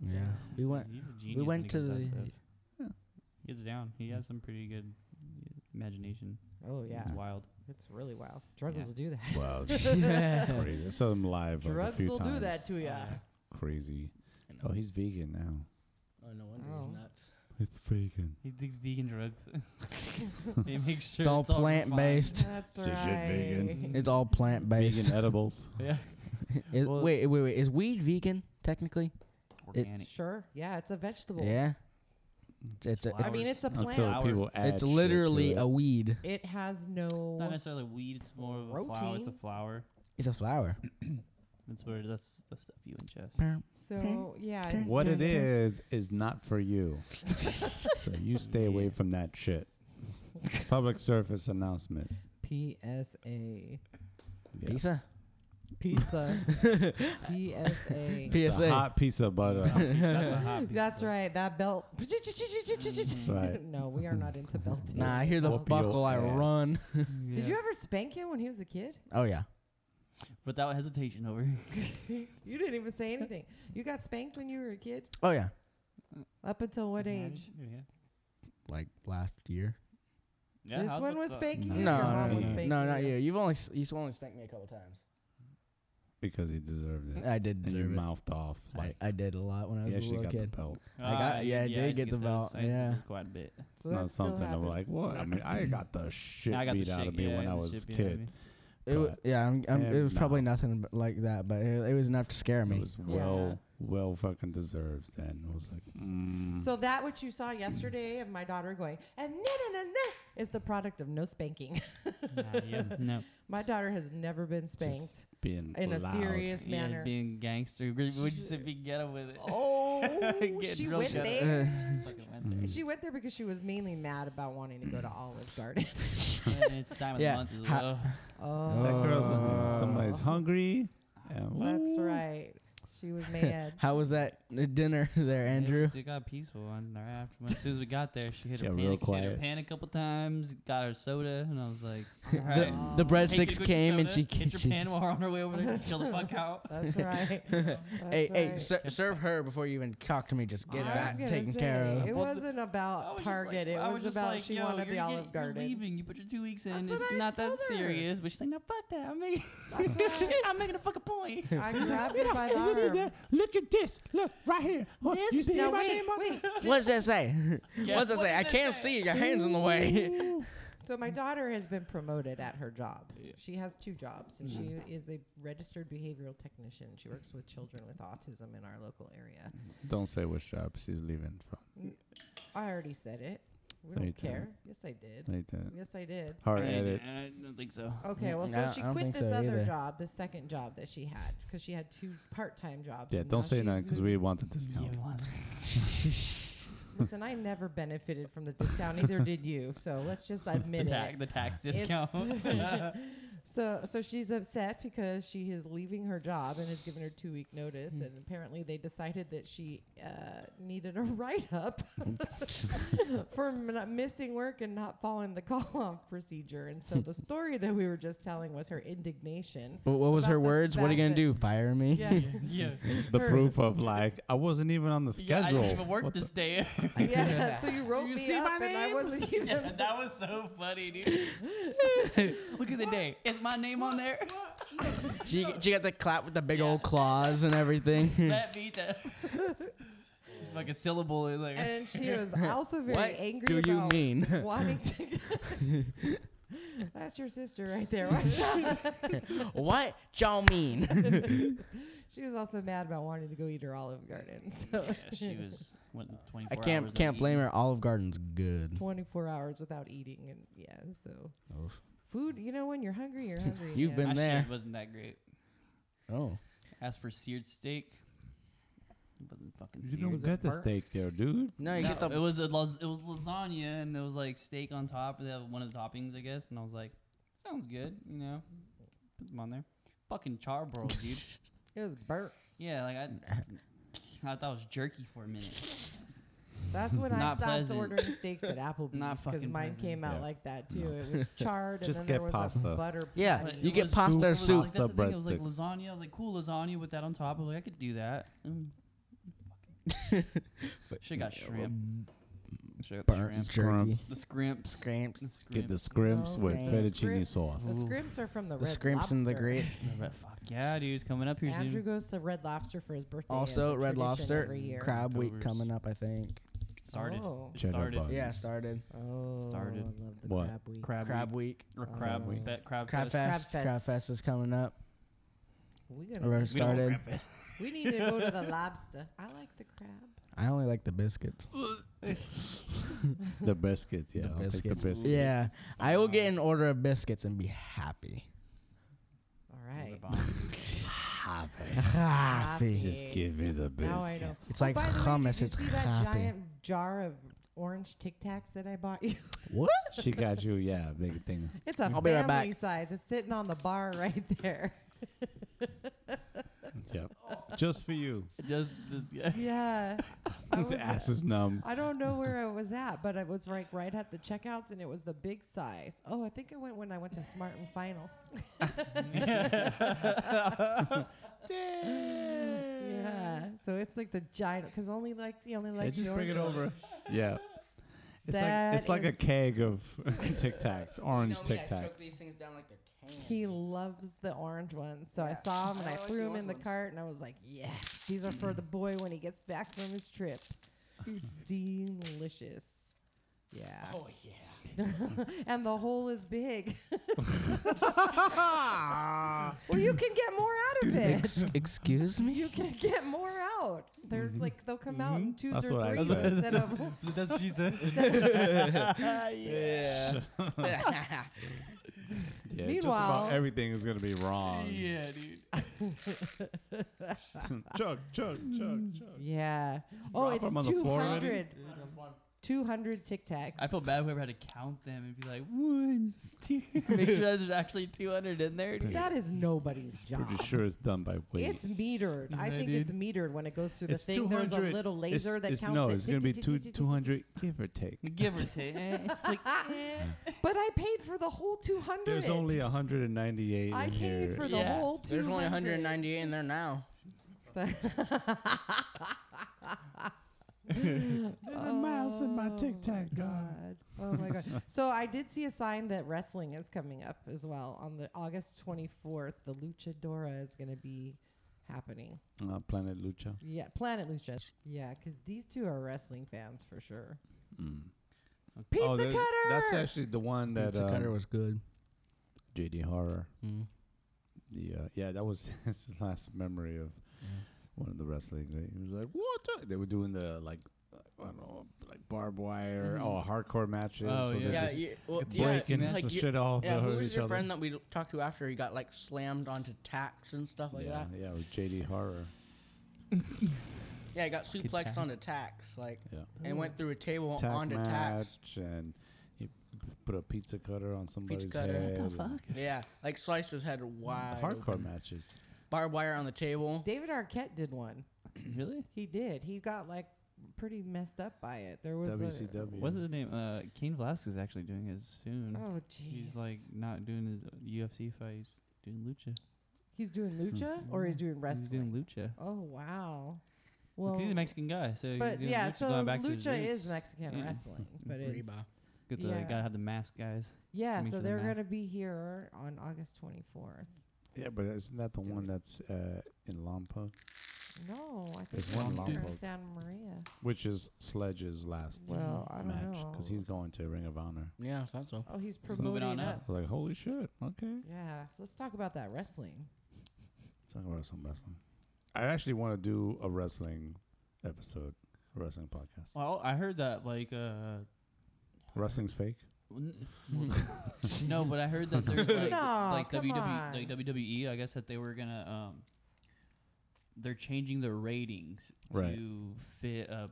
S3: Yeah, we went.
S4: He's a genius
S3: We
S4: when
S3: went
S4: it
S3: to
S4: comes
S3: the.
S4: that stuff. He Gets down. He has some pretty good imagination.
S2: Oh yeah.
S4: It's wild.
S2: It's really wild. Drugs
S4: Yeah.
S2: will do that.
S1: Wow, it's
S3: Yeah.
S1: crazy. I saw him live like, a
S2: Drugs
S1: few
S2: will
S1: times.
S2: do that to ya.
S4: yeah.
S1: Crazy. Oh, he's vegan now.
S3: Oh no wonder
S2: Oh.
S3: he's nuts.
S1: It's vegan.
S4: He takes vegan drugs. they make sure
S3: It's all plant
S4: refined.
S3: based.
S2: That's
S1: So
S2: right.
S1: shit vegan.
S3: It's all plant based.
S1: Vegan edibles.
S4: Yeah.
S3: Is,
S4: Well-
S3: wait, wait, wait. Is weed vegan technically?
S4: Organic.
S2: Sure. Yeah. It's a vegetable.
S3: Yeah. It's, it's, a,
S2: I mean,
S4: Flowers.
S2: it's a plant.
S1: Until people add
S3: it's literally
S1: shit to
S3: a
S1: it.
S3: weed.
S2: It has
S4: Not
S2: no.
S4: necessarily weed. It's more of a flower. It's a
S2: Protein.
S4: flower.
S3: It's a flower.
S4: That's where that's the stuff you ingest.
S2: So yeah. It's
S1: What it
S2: vegan.
S1: is is not for you. so you stay away from that shit. Public service announcement.
S2: PSA.
S1: Yeah.
S3: Pizza.
S2: Pizza. PSA.
S1: It's a
S3: PSA.
S1: hot piece of
S3: uh,
S1: butter.
S4: That's a hot piece.
S2: That's right. That belt.
S1: right.
S2: No, we are not into belting.
S3: Nah, I hear the
S1: Whoop your
S3: buckle. I
S1: ass.
S3: run.
S2: Did you ever spank him when he was a kid?
S3: Oh yeah.
S4: Without hesitation, over. here.
S2: You didn't even say anything. You got spanked when you were a kid?
S3: Oh yeah.
S2: Up until what
S4: Yeah,
S2: age?
S4: Yeah.
S3: Like last year.
S4: Yeah,
S2: this
S4: how's
S2: one was
S4: what's up?
S2: spanking
S1: No,
S2: you.
S3: no,
S2: Your mom
S3: no,
S2: was
S1: no.
S2: spanking
S3: no, not
S2: you.
S3: you. You've only s- you've only spanked me a couple times.
S1: because he deserved it.
S3: I did
S1: And you
S3: deserve it.
S1: mouthed off.
S3: I,
S1: Like,
S3: I did a lot when I was
S1: he
S3: a
S1: actually
S3: little
S1: got
S3: kid.
S1: the belt.
S3: I got-
S4: Ah,
S3: yeah, I did
S4: used to
S3: get the
S4: those.
S3: belt,
S4: I used to get
S3: yeah.
S4: those quite a bit.
S1: It's
S2: So
S1: not
S2: that still
S1: something I'm
S2: happens.
S1: like, what? I mean, I got the shit
S4: I got the
S1: beat out
S4: shit,
S1: of me
S4: yeah,
S1: when I
S4: the
S1: was
S4: shit
S1: a
S4: beat out of
S1: kid.
S4: me.
S3: It was,
S1: But-
S3: yeah, I'm, I'm, it
S1: And
S3: was probably
S1: no.
S3: nothing b- like that, but it, it was enough to scare me.
S1: It was well, well fucking deserved. And I was like, mm.
S2: So that what you saw yesterday of my daughter going and na na na na is the product of no spanking.
S4: Nah, yeah, no.
S2: my daughter has never been spanked
S1: just being
S2: in a
S1: loud.
S2: serious
S4: Yeah,
S2: manner.
S4: being gangster. Would you say being ghetto with it?
S2: oh,
S4: Getting
S2: she
S4: real
S2: went
S4: ghetto.
S2: there.
S4: Fucking went there.
S2: She went there because she was mainly mad about wanting to go to Olive Garden.
S4: and it's time of
S3: Yeah,
S4: the month as
S3: ha-
S4: well.
S2: oh,
S1: That girl's you know,
S3: Oh.
S1: somebody's hungry. And
S2: that's right. She was mad.
S3: How was that n- dinner there,
S4: It
S3: Andrew?
S4: was- It got peaceful on there after. As soon as we got there, she hit
S1: She
S4: her
S1: got real
S4: panic. She hit her
S1: quiet.
S4: pan a couple times. Got her soda, and I was like,
S3: The-
S4: "All right,
S3: the,
S4: take your
S3: breadsticks
S4: cookie
S3: came and she,
S4: soda, hit
S3: she
S4: your pan while we're on our way over there. Just chill the fuck out."
S2: That's right. That's
S3: hey hey
S2: right.
S3: ser- serve her before you even talk to me. Just get
S2: I was
S3: that
S2: gonna
S3: taken
S2: say,
S3: care of.
S2: It
S4: Well, the-
S2: wasn't
S4: I was
S2: about
S4: just like-
S2: Target. it
S4: I
S2: was,
S4: just
S2: about
S4: like,
S2: she
S4: "Yo,
S2: wanted
S4: you're
S2: the Olive
S4: getting-
S2: Garden.
S4: You're leaving. You put your two weeks in.
S2: That's
S4: it's
S2: what I
S4: not that
S2: told her.
S4: serious. But she's like, no, fuck that. I'm making,
S2: That's right.
S4: I'm making a fucking point.
S2: I grabbed her by the
S1: Listen
S2: arm.
S1: there. Look at this. Look right here. Oh,
S4: This
S1: you see
S2: Now
S1: my
S2: wait,
S1: name on
S2: wait.
S3: What's that say?
S4: Yeah,
S3: What's that
S4: what
S3: say? I
S4: does that
S3: can't
S4: say?
S3: see. Your hands in the way.
S2: So my daughter has been promoted at her job. She has two jobs, and
S3: Mm-hmm.
S2: she is a registered behavioral
S3: Mm-hmm.
S2: technician. She works with children with autism in our local area.
S1: Don't say which job she's leaving from.
S2: I already said it. We
S1: No, you
S2: don't
S1: didn't.
S2: care. Yes, I did.
S1: Like that.
S2: Yes, I did.
S1: Hard
S4: I,
S1: edit.
S4: I don't think so.
S2: Okay, well,
S3: Mm,
S2: so
S3: I-
S2: she
S3: I don't
S2: quit
S3: think
S2: this
S3: so
S2: other
S3: either.
S2: job, the second job that she had, because she had two part-time jobs.
S1: Yeah,
S2: and now
S1: don't say
S2: she's
S1: none because
S2: moving-
S1: we want the discount.
S2: Listen, I never benefited from the discount. Neither did you. So let's just
S4: The,
S2: admit
S4: tax,
S2: it.
S4: the tax
S2: It's-
S4: discount.
S2: so, so she's upset because she is leaving her job and has given her two week notice. And apparently, they decided that she uh, needed a write up for m- missing work and not following the call off procedure. And so, the story that we were just telling was her indignation.
S3: What, what was
S2: About
S3: her
S2: the
S3: words? What are you
S2: fact
S3: gonna
S2: that-
S3: do? Fire me?
S2: Yeah.
S4: yeah.
S1: The
S2: Her-
S1: proof of like I wasn't even on the
S4: yeah. I
S1: schedule.
S4: didn't even work
S1: What the-
S4: this day.
S2: yeah. So you wrote
S1: you
S2: me
S1: see
S2: up,
S1: my
S2: and I
S1: name?
S2: wasn't even.
S4: yeah, that was so funny, dude. Look at the day. Is my name on there?
S3: She, she got the clap with the big old claws and everything.
S4: that beat that. like a syllable in there.
S2: And she was also very
S3: What
S2: angry
S3: do you
S2: about
S3: mean?
S2: wanting to. That's your sister right there. Watch out.
S3: what y'all mean?
S2: She was also mad about wanting to go eat her Olive Garden. So
S4: yeah, she was went 24
S3: I
S4: hours
S3: can't can't blame her. Olive Garden's good.
S2: 24 hours without eating, and yeah, so
S3: Oof.
S2: food. You know, when you're hungry, you're hungry.
S3: You've
S2: yeah.
S3: been-
S4: Actually,
S3: there.
S4: it wasn't that great.
S3: Oh,
S4: Asked for seared steak. It wasn't fucking
S1: You
S4: seared.
S1: don't get the steak there, dude.
S3: no, you
S4: No,
S3: get the
S4: it was a las- it was lasagna and it was like steak on top. They have one of the toppings, I guess. And I was like, sounds good, you know. Put them on there. Fucking charbroiled, dude.
S2: It was burnt.
S4: Yeah, like I, I thought it was jerky for a minute.
S2: That's when I
S4: Not
S2: stopped
S4: pleasant.
S2: ordering steaks at Applebee's because
S4: fucking
S2: mine
S4: pleasant.
S2: came out
S1: Yeah.
S2: like that too. It was charred,
S1: Just
S2: and
S1: get
S2: then there was
S1: pasta.
S2: a butter.
S3: Yeah,
S2: patty.
S3: you
S4: It
S3: get
S4: was
S3: pasta
S4: soup.
S3: or
S4: It was all-
S1: soup.
S4: That's the thing. It was
S1: Stuffed
S4: like
S1: breadsticks.
S4: lasagna. I was like, cool lasagna with that on top. I was like, I could do that. Mm. Should have got shrimp. Should have got
S3: burnt
S4: shrimp.
S3: jerky.
S1: Scrumps.
S4: The scrimps.
S3: Scrimps.
S4: The scrimps.
S1: Get the scrimps
S2: No,
S1: with
S2: thanks.
S1: fettuccine
S2: Scrimp- The
S1: sauce.
S2: scrimps are from the,
S3: The
S2: Red
S3: scrimps and the
S2: Lobster.
S3: great.
S4: Right, Fuck yeah, dude. He's coming up here
S2: Andrew
S4: soon.
S2: goes to Red Lobster for his birthday. as
S3: Also,
S2: a
S3: Red
S2: tradition
S3: Lobster
S2: every year.
S3: Crab Week
S4: Leftovers.
S3: coming up, I think.
S4: Started.
S2: Oh.
S4: It
S1: Cheddar
S4: started.
S1: bun.
S3: Yeah,
S1: Yes.
S3: started
S2: Oh, I
S4: Started.
S2: love the
S1: What?
S2: crab week.
S4: Crab,
S3: Crab
S4: week.
S3: Week.
S4: Or crab
S2: Oh.
S4: week. That crab,
S3: Crab
S4: fest.
S3: Fest.
S2: Crab
S3: Crab
S2: Fest.
S3: Fest is coming up.
S2: We
S3: We're
S2: gonna
S3: gonna
S4: We don't want
S3: started.
S4: crab fest.
S2: We need to go to the lobster. I like the crab.
S3: I only like the biscuits.
S1: The biscuits, yeah.
S3: the
S1: I'll take the
S3: biscuits.
S1: biscuits.
S3: Yeah, I will get an order of biscuits and be happy.
S2: All
S4: Those are
S2: right.
S4: bomb.
S3: Happy.
S1: Just give me the
S2: Now I know.
S1: biscuits.
S3: It's like
S2: Oh, by the way,
S3: hummus,
S2: Did you
S3: it's
S2: see that
S3: happy.
S2: giant jar of orange Tic Tacs that I bought you?
S3: What?
S1: She got you, yeah, big thing.
S2: It's a
S3: I'll be
S2: family
S3: right back.
S2: size. It's sitting on the bar right there.
S1: Yep. Just for you.
S4: Just the, yeah.
S2: Yeah. I
S1: His
S2: was-
S1: ass is numb.
S2: I don't know where I was at, but I was like right at the checkouts, and it was the big size. Oh, I think I went when I went to Smart and Final. yeah, so it's like the giant because only like you only like
S1: Hey, just
S2: the
S1: bring it
S2: orange
S1: over.
S2: ones.
S1: Yeah. It's
S2: That
S1: like it's like a
S2: is-
S1: keg of Tic Tacs, orange Tic Tac.
S3: these things down like they're
S2: He loves the orange ones, so I
S3: Yeah.
S2: saw him and I,
S3: I like
S2: threw
S3: the
S2: him in
S3: orange
S2: the
S3: ones.
S2: cart, and I was like, "Yes, these are for the boy when he gets back from his trip." Delicious. Yeah.
S3: Oh yeah.
S2: and the hole is big. well, you can get more out of it.
S3: Ex- excuse me.
S2: you can get more out. They're like they'll come out in
S1: Mm-hmm.
S2: twos
S1: That's
S2: or
S1: what I
S2: threes
S1: said.
S2: instead of.
S4: That's what she said.
S3: Yeah.
S1: Yeah, just
S2: Meanwhile-
S1: about everything is gonna be wrong.
S4: yeah, dude.
S1: chug, chug, chug,
S2: Mm,
S1: chug.
S2: Yeah. Oh,
S1: Drop
S2: it's
S1: 'em on the
S2: two
S1: floor already?
S2: hundred. Two hundred Tic Tacs.
S4: I feel bad whoever had to count them and be like one, two. Make sure there's actually 200 in there. Dude.
S2: That is nobody's job.
S1: Pretty sure it's done by weight.
S2: It's metered. I
S4: Yeah,
S2: think
S4: dude.
S2: it's metered when it goes through the
S1: It's
S2: thing. There's a
S1: 200.
S2: little
S1: It's-
S2: laser that
S1: it's-
S2: counts.
S1: No,
S2: it.
S1: it's gonna be two two hundred give or take.
S4: Give or take. eh? It's like eh.
S2: But I paid for the whole two hundred.
S1: There's only hundred and ninety eight
S2: I
S1: in
S2: paid
S1: here.
S2: for the
S4: Yeah.
S2: whole two hundred.
S3: There's only 198 in there now.
S1: There's a mouse Oh, in
S2: Oh.
S1: my Tic Tac. God.
S2: God. Oh my god. So I did see a sign that wrestling is coming up as well on the August 24th. The Luchadora is going to be happening.
S1: Uh, Planet Lucha.
S2: Yeah, Planet Lucha. Yeah, cuz these two are wrestling fans for sure. Pizza
S1: Mm. Oh,
S2: cutter.
S1: there's- That's actually the one that
S3: Pizza Mm, cutter
S1: um,
S3: was good.
S1: JD Horror.
S3: Mm.
S1: The uh, yeah, that was his last memory of one of the wrestling. Right? He was like, "What?" the-" They were doing the like uh, I don't know, like barbed
S2: Mm-hmm.
S1: wire. Oh, hardcore matches.
S4: Oh,
S1: so
S4: yeah.
S1: they're
S3: Yeah,
S1: just
S3: you, well,
S1: it's
S3: yeah,
S1: breaking
S3: like
S1: some
S3: you-
S1: shit off
S3: Yeah,
S1: of
S3: who was
S1: each
S3: your
S1: other.
S3: friend that we talked to after he got like slammed onto tacks and stuff like
S1: yeah,
S3: that?
S1: yeah, with JD Horror.
S3: Yeah, he got suplexed onto tacks, like,
S1: Yeah.
S3: and went through a table
S1: Tack
S3: onto
S1: match
S3: tacks.
S1: and he put a pizza cutter on somebody's
S3: cutter.
S1: head.
S3: What the
S1: and
S3: Yeah, like sliced his head wide.
S1: Hardcore
S3: open.
S1: matches.
S3: Barbed wire on the table.
S2: David Arquette did one.
S4: Really?
S2: He did. He got like pretty messed up by it. There was A,
S1: WCW.
S4: What's his name? Uh, Kane Velasquez is actually doing his soon.
S2: oh jeez.
S4: He's like not doing his UFC fight. He's doing lucha.
S2: he's doing
S1: Hmm.
S2: lucha or he's doing wrestling.
S4: He's doing lucha.
S2: oh wow.
S4: Well,
S2: Well,
S4: he's a Mexican guy, so he's
S2: but
S4: doing
S2: yeah,
S4: lucha,
S2: so
S4: going back to his
S2: lucha
S4: roots.
S2: is Mexican
S4: Yeah.
S2: wrestling, but it's
S3: Reba.
S4: Got the,
S2: yeah.
S4: gotta have the mask, guys.
S2: yeah.
S4: Give me
S2: So
S4: to the
S2: they're
S4: mask.
S2: gonna be here on August 24th.
S1: Yeah, but isn't that the one that's uh, in Lampa,
S2: No, I think
S1: There's
S2: it's
S1: one
S2: here in
S1: long-
S2: Santa Maria.
S1: which is Sledge's last
S2: Well, I don't
S1: match
S2: know.
S1: he's going to Ring of Honor.
S3: Yeah, thought so.
S2: oh, he's
S4: Let's move it
S2: promoting
S4: on
S2: up.
S4: up.
S1: I was like, holy shit! Okay,
S2: Yeah. So let's talk about that wrestling.
S1: talk about some wrestling. I actually want to do a wrestling episode, a wrestling podcast.
S4: Well, I heard that like uh,
S1: Wrestling's fake.
S4: n- no, but I heard that there's like,
S2: No,
S4: like,
S2: come
S4: WWE,
S2: on.
S4: like WWE. I guess that they were gonna um, they're changing the ratings
S1: Right.
S4: to fit up.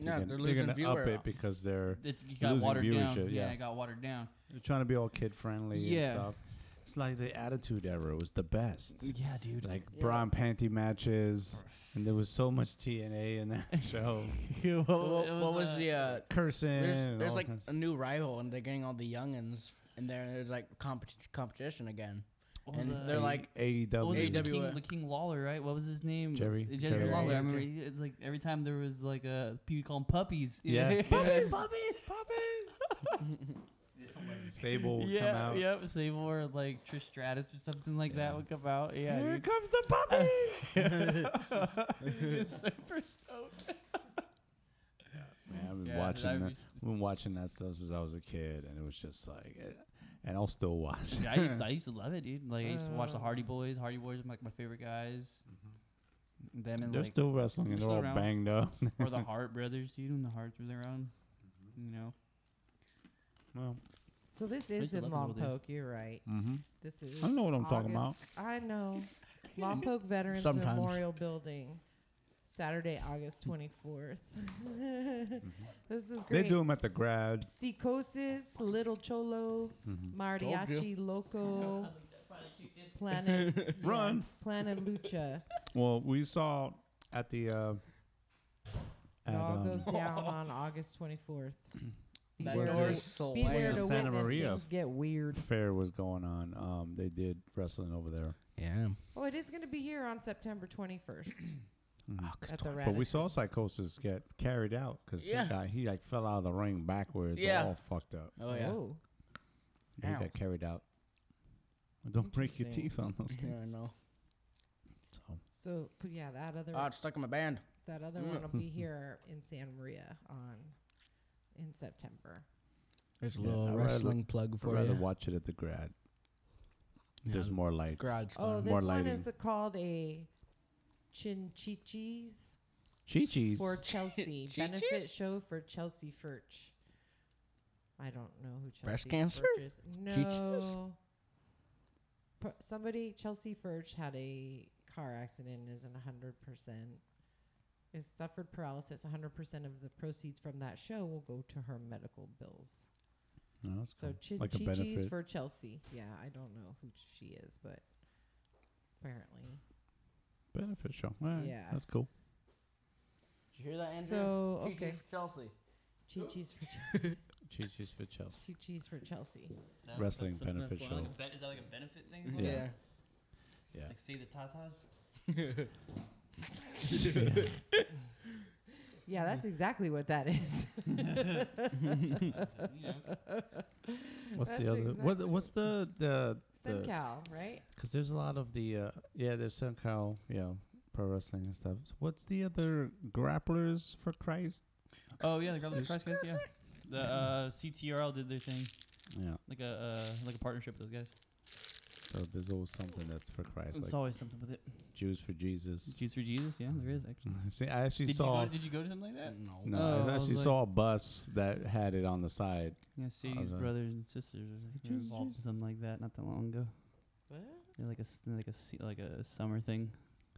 S3: No,
S1: gonna-
S3: they're losing
S1: gonna up
S3: viewer.
S1: it because they're
S4: It's it got
S1: Losing
S4: watered down.
S1: viewership, yeah.
S4: it got watered down.
S1: they're trying to be all kid friendly and
S4: Yeah.
S1: stuff. It's like the Attitude Era was the best.
S4: Yeah, dude.
S1: Like
S3: Yeah.
S1: bra and panty matches, and there was so much TNA in that show.
S4: what,
S3: What, what was the? Uh,
S1: Cursing.
S3: there's
S1: and
S3: there's
S1: all
S3: like
S1: kinds
S3: a new rival, and they're getting all the youngins in there, and there's like competi- competition again.
S4: What was
S3: and
S4: the-
S1: E
S3: they're like,
S4: What was
S1: AEW.
S4: E it, the
S3: AWA.
S4: King, the King Lawler, right? What was his name?
S1: Jerry-
S4: Jerry,
S1: Jerry.
S4: Lawler. I
S3: Yeah,
S4: remember
S3: Jerry.
S4: he- it's like every time there was like a people call them puppies.
S1: Yeah.
S4: puppies,
S3: Puppies!
S4: puppies,
S1: Sable would come
S4: yeah,
S1: out.
S4: yep. Sable or like Trish Stratus or something like that would come out. Yeah,
S1: Here
S4: dude.
S1: comes the puppies.
S4: It's super stoked.
S1: Man, I've been
S4: Yeah,
S1: watching
S4: I've
S1: that.
S4: used-
S1: I've been watching that stuff since I was a kid, and it was just like, eh, and I'll still watch.
S4: Dude, I used to, I used to love it, dude. Like I used to watch the Hardy Boys. Hardy Boys are like my favorite guys. Them and
S1: Mm-hmm. They're
S4: like
S1: still wrestling, and
S4: they're
S1: they're all
S4: still around.
S1: banged up.
S4: or the Hart brothers, dude. When the Harts were around, you know.
S1: well,
S2: So this
S4: used
S2: is
S4: to
S2: in
S4: love the old days.
S2: Lompoc. You're right.
S1: mm-hmm.
S2: This is.
S1: I know what I'm talking
S2: August- I know. Lompoc Veterans
S3: Sometimes.
S2: Memorial Building, Saturday, August 24th. This is great.
S1: Mm-hmm. They do them at the grads.
S2: Psicosis, Little Cholo,
S1: Mm-hmm.
S2: Mariachi Loco, Planet
S1: Run.
S2: Planet Lucha.
S1: Well, we saw at the. Uh,
S2: It
S1: at,
S2: all
S1: um,
S2: goes down on August 24th.
S3: that
S1: Where's
S3: door's
S1: the-
S2: Be there
S3: slammed.
S2: to
S1: Santa
S2: witness
S1: Maria.
S2: things get weird.
S1: fair was going on. Um, they did wrestling over there,
S3: Yeah.
S2: Oh, it is going to be here on September 21st
S3: Oh,
S2: at the
S1: but we
S2: Radisson.
S1: saw psychosis get carried out because
S3: Yeah.
S1: he, got- he like fell out of the ring backwards.
S3: Yeah.
S1: all fucked up.
S3: Oh yeah.
S2: Oh,
S1: He
S3: Ow.
S1: got carried out. Don't break your
S3: Interesting.
S1: teeth on those
S3: Yeah,
S1: things.
S3: I know.
S1: So,
S2: so p- yeah, that other
S3: Ah, it's stuck in my band.
S2: that other one will be here in Santa Maria on in September.
S3: There's a
S1: Yeah,
S3: little
S1: I'd rather-
S3: wrestling plug
S1: I'd
S3: for
S1: rather
S3: you.
S1: watch it at the grad.
S3: Yeah,
S1: There's more lights.
S3: garage
S2: Oh,
S3: fun.
S2: this
S1: More
S2: one
S1: lighting.
S2: is called a Chinchichis
S1: Chi-Chi's.
S2: for Chelsea
S3: Chi-Chis?
S2: benefit show for Chelsea Furch. I don't know who Chelsea
S3: Breast cancer?
S2: Furch is.
S3: Chi-Chis?
S2: No. P- somebody Chelsea Furch had a car accident and is in hundred percent. Is suffered paralysis. hundred percent of the proceeds from that show will go to her medical bills.
S1: No, Oh, that's
S2: So
S1: cool.
S2: Chi
S1: Like a
S2: Chi Chi's
S1: benefit.
S2: for Chelsea. Yeah, I don't know who she is, but apparently.
S1: benefit show. All right,
S2: Yeah.
S1: that's cool.
S3: Did you hear that, Andrew?
S2: So
S3: Chi-Chi's
S2: okay,
S3: for Chelsea.
S2: Chi Chi's for Chelsea.
S1: Chi-Chi's for Chelsea.
S2: Chi Chi's for Chelsea.
S4: That-
S1: Wrestling
S4: that's something
S1: benefit
S4: that's going on.
S1: show.
S4: Like a ben- is that like a benefit thing?
S1: Yeah.
S4: Like,
S1: Yeah. Yeah.
S4: like see the tatas.
S2: Yeah, that's exactly what that is.
S4: You know,
S1: What's
S2: That's
S1: the other?
S2: exactly
S1: What, what's the the the
S2: SunCal, right?
S1: Because there's a lot of the uh, yeah, there's some cow, you know, pro wrestling and stuff. So what's the other grapplers for Christ?
S4: Oh yeah, the Grappler's Christ guys. Yeah, the uh, CTRL did their thing,
S1: Yeah,
S4: like a uh, like a partnership with those guys.
S1: So there's always something that's for Christ,
S4: It's
S1: like
S4: always something with it.
S1: Jews for Jesus.
S4: Jews for Jesus. Yeah, there is actually.
S1: See, I actually
S4: Did you,
S1: saw.
S4: go, did you go to something like that?
S1: no,
S4: Oh,
S1: I
S4: I was
S1: actually
S4: like-
S1: saw a bus that had it on the side.
S4: Yeah, Sadie's
S1: that-
S4: brothers and sisters were
S1: Jews,
S4: involved in something like that not that long ago. Yeah, like a s- like a se- like a summer thing.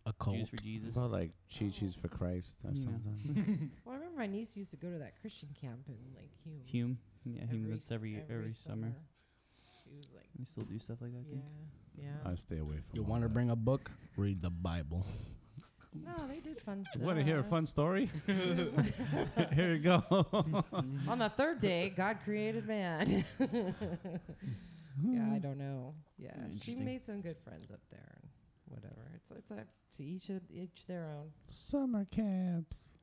S3: A cult.
S4: Jews for Jesus.
S1: About like Chi Chi's for Christ or
S4: Yeah.
S1: something.
S2: Well, I remember my niece used to go to that Christian camp in like Hume.
S4: Hume. Yeah, Hume.
S2: s-
S4: That's every every summer.
S2: She was like,
S4: They still do stuff like that. I
S2: yeah,
S4: think.
S2: yeah.
S1: I stay away from.
S3: You
S1: all
S3: want to
S1: that.
S3: bring a book? Read the Bible.
S2: No, they did fun stuff.
S1: Want to hear a fun story? Here you go.
S2: On the third day, God created man. yeah, I don't know. Yeah, she
S4: Interesting.
S2: made some good friends up there and whatever. It's it's up to each of, each their own.
S1: Summer camps.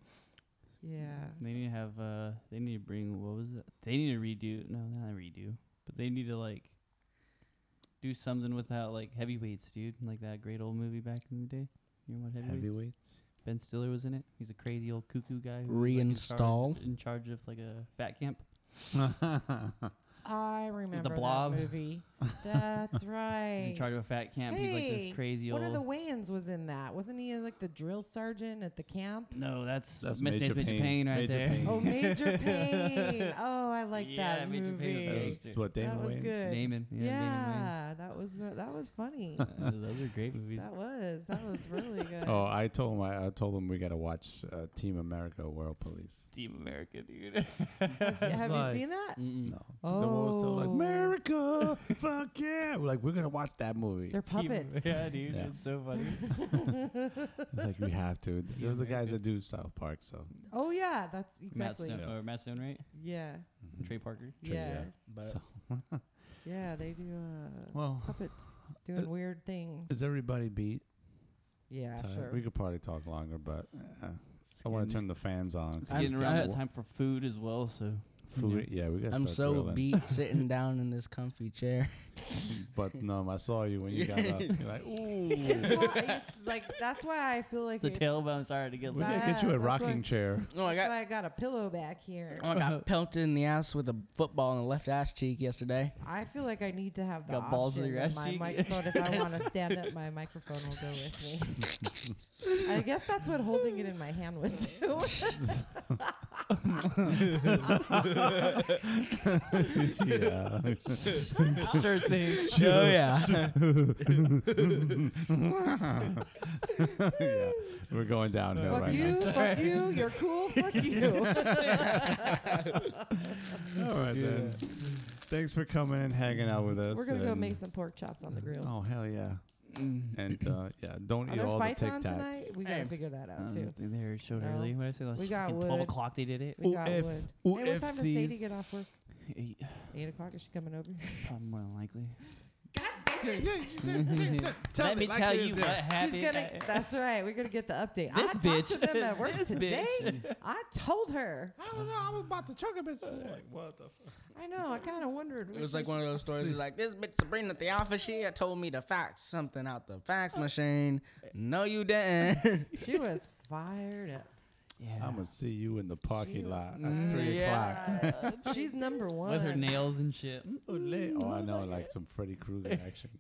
S2: Yeah.
S4: They need to have uh they need to bring what was it? They need to redo no, not redo. But they need to like do something without like heavyweights, dude. Like that great old movie back in the day. You know what heavyweights?
S1: Heavyweights.
S4: Ben Stiller was in it. He's a crazy old cuckoo guy who
S3: Reinstall.
S4: was, like, in, charge, in charge of like a fat camp.
S2: I remember
S4: Blob.
S2: that movie. That's
S4: He's
S2: right.
S4: in charge of a fat camp. He's like
S2: Hey,
S4: this crazy
S2: One of
S4: old
S2: the Wayans was in that. Wasn't he uh, like the drill sergeant at the camp?
S4: No, that's,
S1: That's
S4: that's Major,
S1: Major
S4: Major
S1: Payne.
S4: Payne, right
S1: Major
S4: there.
S1: Payne.
S2: Oh, Major Payne. Oh, I like
S4: Yeah,
S2: that
S4: Major Payne
S2: movie.
S4: was a
S1: That was
S4: Gangster.
S1: what Damon
S2: that was
S1: Wayans-
S2: good.
S4: Damon.
S2: yeah,
S4: Yeah,
S2: that was that was funny.
S4: Damon Wayans. Uh, those are great movies.
S2: that was that was really good.
S1: Oh, I told him. I, I told him we gotta watch uh, Team America: World Police.
S4: Team America, dude.
S2: Have you- Have
S1: like-
S2: you seen that?
S1: No, 'Cause I'm always told, like
S2: Oh.
S1: America, fuck yeah. We're like we're gonna watch that movie.
S2: They're
S4: Team-
S2: puppets.
S4: Yeah, dude.
S1: Yeah.
S4: It's so funny.
S1: It's like we have to. They're the guys that do South Park. So
S2: Oh yeah, that's exactly. Mm-hmm.
S4: Matt Stone,
S1: Yeah.
S4: or Matt Stone, right?
S2: Yeah,
S1: Mm-hmm.
S4: Trey Parker.
S1: True,
S2: yeah,
S1: yeah.
S3: But
S1: So-
S2: yeah. They do uh,
S1: well,
S2: puppets doing weird things.
S1: is everybody beat?
S2: Yeah,
S1: Tired?
S2: Ah, sure.
S1: We could probably talk longer, but uh, I want to turn the fans on.
S4: It's
S3: I'm-
S4: getting around
S3: I-
S4: that time for food as well, so
S1: Food, yeah, we got.
S3: I'm so beat sitting down in this comfy chair.
S1: But numb. I saw you when you got up. You're like, ooh.
S2: it's, not- it's like that's why I feel like
S4: the
S2: it-
S4: tail bounce started to get
S1: We
S4: loud.
S1: gotta get you a
S2: That's what-
S1: rocking chair.
S3: Oh, I
S2: That's
S3: got
S2: why I got a pillow back here.
S3: oh, I got pelted in the ass with a football in the left ass cheek yesterday.
S2: I feel like I need to have the
S4: Got balls in
S2: option
S4: your
S2: that
S4: ass
S2: my
S4: cheek?
S2: microphone. if I want to stand up, my microphone will go with me. I guess that's what holding it in my hand would do.
S1: yeah.
S4: sure thing. Oh yeah.
S1: yeah. We're going downhill
S2: fuck
S1: right
S2: you, fuck you, you're cool, fuck you.
S1: now. All right, then. Thanks for coming and hanging out with us.
S2: We're gonna go
S1: and-
S2: make some pork chops on the grill.
S1: Oh, hell yeah.
S4: Mm.
S1: And uh, yeah, don't
S2: Are
S1: eat
S2: there
S1: all the
S2: fights
S1: Tic
S2: on tonight?
S1: Tacs.
S2: We gotta
S3: Hey.
S2: figure that
S4: I
S2: out
S4: don't know
S2: too.
S4: if Um, they they showed
S2: No.
S4: early. What did I say last?
S2: We got
S4: fucking Twelve
S2: wood.
S4: o'clock. They did it.
S2: We got
S1: OF
S2: wood. Hey, what time does Sadie
S1: OFCs.
S2: get off work?
S4: Eight,
S2: Eight o'clock? Is she coming over?
S4: probably more than likely.
S1: Tell
S4: Let me
S1: it like
S4: tell
S1: it
S4: you
S1: is,
S4: what
S1: yeah.
S4: happened.
S2: She's gonna. That's right. We're gonna get the update. I
S4: This
S2: talked
S4: bitch.
S2: to them at work
S4: This
S2: today.
S4: bitch.
S2: I told her.
S1: I don't know. I was about to choke a bitch. Like, what the fuck?
S2: I know. I kind of wondered.
S3: It was like one of those stories where, like this bitch Sabrina at the office. She had told me to fax something out the fax machine. No, you didn't.
S2: She was fired up.
S4: yeah.
S1: I'm going to see you in the parking
S2: was
S1: lot
S2: Mm,
S1: at 3 o'clock.
S2: She's number one.
S4: With her nails and shit.
S1: Oh, I know, like some Freddy Krueger action.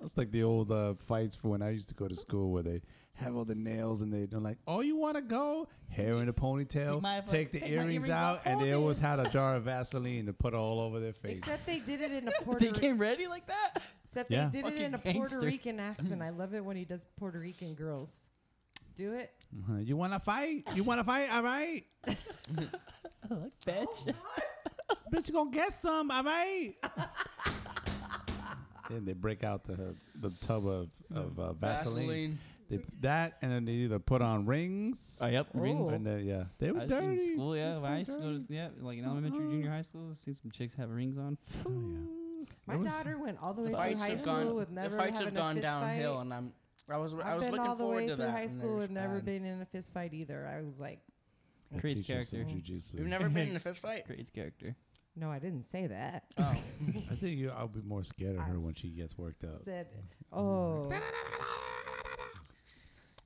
S1: That's like the old uh, fights for when I used to go to school where they have all the nails and they- they're like, oh, you want to go? Hair in a ponytail,
S4: Take my-
S1: take, the
S4: take my
S1: earrings,
S4: earrings
S1: out,
S4: off,
S1: and they
S4: hold
S1: always
S4: this.
S1: had a jar of Vaseline to put all over their face.
S2: Except they did it in a
S4: They
S2: Puerto.
S4: came ready like that.
S2: except
S1: Yeah.
S2: they did it in
S4: Fucking
S2: a Puerto
S4: gangster.
S2: Rican accent. I love it when he does Puerto Rican girls. Do it.
S1: Uh-huh. You want to fight? You want to fight? All right.
S4: Bitch.
S2: Oh,
S1: This bitch going to get some. All right. and they break out the the tub of, of uh, Vaseline. They, that, and then they either put on rings.
S4: Oh, yep.
S2: Rings.
S1: And they, yeah, they were
S4: I've
S1: dirty.
S4: seen school, yeah.
S1: They
S4: When
S1: were
S4: I used to go
S1: dirty.
S4: to, yeah, like in elementary, junior
S2: Uh-huh.
S4: high school, see some chicks have rings on.
S2: My daughter went all the way
S3: The
S2: through
S3: fights
S2: high
S3: have
S2: school
S3: gone.
S2: with never
S3: the fights
S2: having
S3: have gone
S2: a fist
S3: downhill,
S2: fight.
S3: and I'm. I was. I
S2: I've
S3: was
S2: been
S3: looking
S2: all the
S3: forward
S2: way
S3: to
S2: through
S3: that.
S2: high
S3: and
S2: school
S3: there's
S2: and never
S3: bad.
S2: been in a fist fight either. I was like,
S1: I'll
S4: Creates
S1: teach you some
S4: character.
S1: jujitsu.
S3: You've never been in a fist fight.
S4: Great character.
S2: no, I didn't say that.
S3: Oh,
S1: I think you, I'll be more scared of her when she gets worked up.
S2: said, "Oh."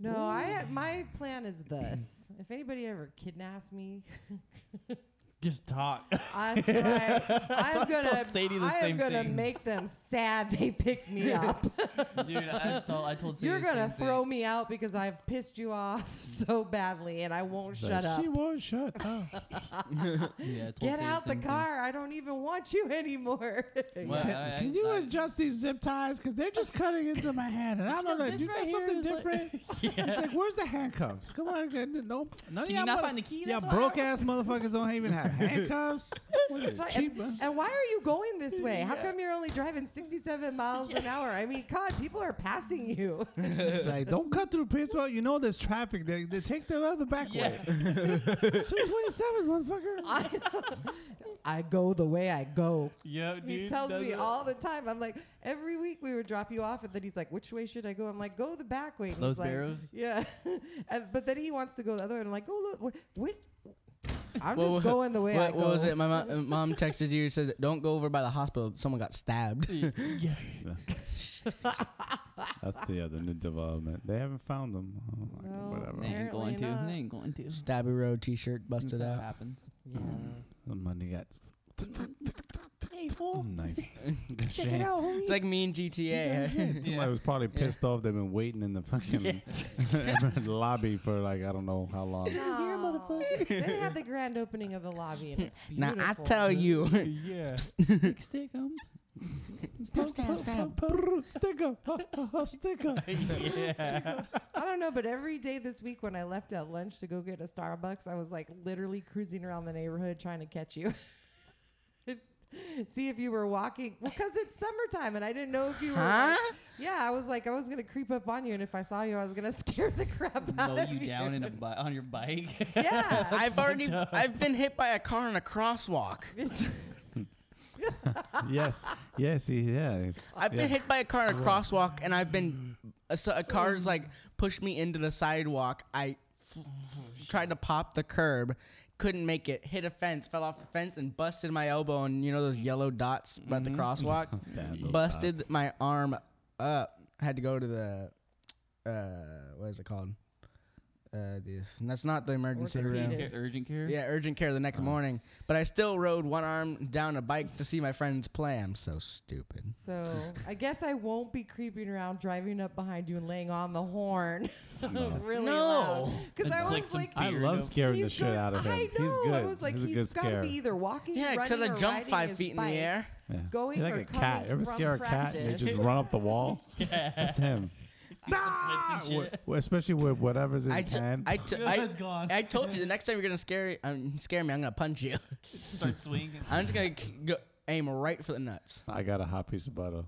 S2: No, I my plan is this: if anybody ever kidnaps me,
S4: Just talk.
S2: That's right. I'm gonna,
S4: told Sadie the
S2: I am
S4: same
S2: gonna
S4: thing.
S2: make them sad they picked me up.
S4: Dude, I told, I told
S2: You're
S4: Sadie the
S2: gonna
S4: same thing.
S2: throw me out because I've pissed you off so badly, and I won't shut up.
S1: She won't shut up.
S4: Yeah, I told
S2: Get
S4: Sadie
S2: out the
S4: same thing.
S2: car! I don't even want you anymore.
S4: Well,
S1: Can,
S4: I-
S1: can
S4: I-
S1: you
S4: I-
S1: adjust these zip ties? Because they're just cutting into my hand, and I don't know.
S4: this
S1: You got
S4: right here
S1: something
S4: is like-
S1: different? It's like, where's the handcuffs? Come on, get- no. None of
S4: you
S1: y'all
S4: not find the key?
S1: Yeah,
S4: That's why I-
S1: broke ass motherfuckers don't even have handcuffs. What is
S2: That's
S1: it,
S2: why-
S1: cheap?
S2: and, and why are you going this way? How come you're only driving 67 miles an hour? I mean, God, people are passing you.
S1: It's like, don't cut through Pittsburgh. You know there's traffic. They, they take the other back way. 227, motherfucker.
S2: I, I go the way I go.
S4: Yeah, dude.
S2: He tells
S4: that's
S2: me
S4: it.
S2: all the time. I'm like, every week we would drop you off, and then he's like, "Which way should I go?" I'm like, "Go the back way." And he's
S4: Those
S2: like,
S4: barrows?
S2: Yeah, and, but then he wants to go the other way. And I'm like, "Oh look, wh- which?" I'm
S5: What-
S2: just
S5: what-
S2: going the way
S5: what,
S2: I go.
S5: what was it? My mom, uh, mom texted you. Said, "Don't go over by the hospital. Someone got stabbed."
S1: That's the other new development. They haven't found them. Oh,
S2: No.
S1: whatever.
S4: They ain't
S2: Apparently
S4: going to.
S2: not.
S4: They ain't going to.
S5: Stabby Road T-shirt busted
S4: That's how it
S5: out.
S4: happens.
S2: Yeah.
S1: The money got
S4: Hey, fool.
S1: knife.
S4: Check it out, homie.
S5: It's like me and GTA. huh?
S1: Somebody was probably pissed off. They've been waiting in the fucking lobby for like I don't know how long.
S2: Aw. they had the grand opening of the lobby, and it's
S5: now
S2: beautiful.
S5: I tell you,
S4: yeah. stick, stick 'em.
S1: sticker, sticker.
S4: yeah.
S2: I don't know, but every day this week when I left at lunch to go get a Starbucks, I was like literally cruising around the neighborhood trying to catch you. See if you were walking. Well, because it's summertime and I didn't know if you were.
S5: huh?
S2: like- yeah, I was like, I was going to creep up on you. And if I saw you, I was going to scare the crap out
S4: Mow
S2: of
S4: you down in a bi- on your bike.
S2: Yeah.
S5: I've already I've been hit by a car in a crosswalk.
S1: Yes, yes, he- yeah. it's-
S5: I've
S1: yeah.
S5: been hit by a car in a crosswalk, and I've been a, s- a car's like pushed me into the sidewalk. I f-
S1: Oh,
S5: f- tried to pop the curb, couldn't make it. Hit a fence, fell off the fence, and busted my elbow. And you know those yellow dots at the crosswalks.
S1: Stab Mm-hmm. those
S5: busted
S1: dots.
S5: my arm up. Had to go to the uh, what is it called? Uh, this. And that's not the emergency room.
S2: Orthopedist.
S4: Urgent care.
S5: Yeah, urgent care the
S1: Oh.
S5: next morning. But I still rode one arm down a bike to see my friends play. I'm so stupid.
S2: so I guess I won't be creeping around, driving up behind you and laying on the horn. It's really
S5: No.
S2: Because I
S4: Inflict
S2: was
S4: some
S2: like,
S1: I
S4: Beard
S1: love
S4: of-
S1: scaring the
S2: He's
S1: shit
S2: good.
S1: out of him.
S2: I know.
S1: He's good.
S2: I was like,
S1: he's, a good
S2: got to
S1: scare.
S2: be either walking,
S5: Yeah,
S2: because
S5: because I jumped five feet in the air.
S1: Yeah.
S2: going
S1: You're like
S2: or
S1: a cat.
S2: coming
S1: You ever
S2: from
S1: scare a cat and
S2: practice.
S1: they just run up the wall? That's him. Ah!
S4: flips and shit.
S1: Wh- wh- especially with whatever's in
S5: I
S1: his
S5: t-
S1: hand.
S5: I t- I-
S4: It's gone.
S5: I told you the next time you're gonna scare um, scare me, I'm gonna punch you.
S4: Start swinging.
S5: I'm just gonna k- go aim right for the nuts.
S1: I got a hot piece of butter.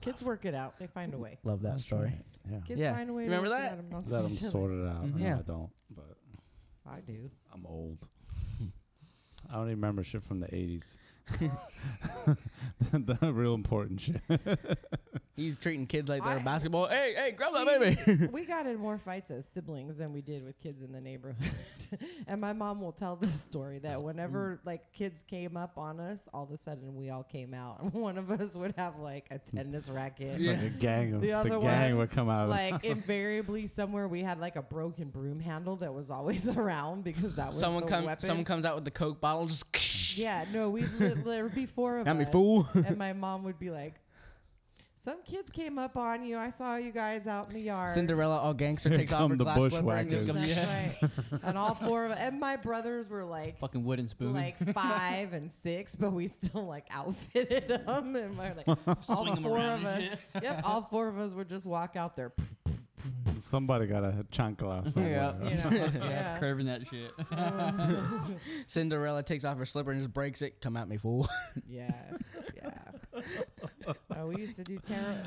S2: Kids work it out. They find a way.
S5: Love that story.
S1: Yeah.
S2: Kids
S5: Yeah.
S2: find a way.
S5: Remember
S2: to work
S5: that?
S2: It out amongst
S1: Let him
S2: each other.
S1: sort it out.
S4: Mhm.
S1: No,
S5: Yeah.
S1: I don't, but
S2: I do.
S1: I'm old. I don't even remember shit from the 80s. the, the real important shit.
S5: He's treating kids like they're
S2: I-
S5: basketball. Hey, hey, grab that baby.
S2: we got in more fights as siblings than we did with kids in the neighborhood. and my mom will tell this story that whenever like kids came up on us, all of a sudden we all came out. One of us would have like a tennis racket.
S1: Like a gang. Of,
S2: The
S1: the
S2: other
S1: gang
S2: one,
S1: would come out of the-
S2: like invariably somewhere we had like a broken broom handle that was always around because that was
S5: someone
S2: the
S5: comes
S2: weapon.
S5: someone comes out with the coke bottle. Just
S2: yeah, no, we li- there would be four of
S5: got me
S2: us,
S5: fool.
S2: and my mom would be like, "Some kids came up on you. I saw you guys out in the yard."
S5: Cinderella, all gangster
S1: Here
S5: takes off
S1: come
S5: her
S1: the
S5: glass slipper and
S1: bushwhackers.
S5: just comes.
S2: That's right. And all four of and my brothers were like
S4: Fucking wooden spoons.
S2: like five and six, but we still like outfitted them, and we're like all
S4: Swing 'em
S2: four
S4: around
S2: of us.
S4: and
S2: Yep, all four of us would just walk out there.
S1: Somebody got a chancla somewhere.
S2: You know,
S4: Yeah.
S2: yeah.
S4: Curving that shit.
S5: Cinderella takes off her slipper and just breaks it. Come at me, fool.
S2: Yeah, yeah. Oh, we used to do terrible.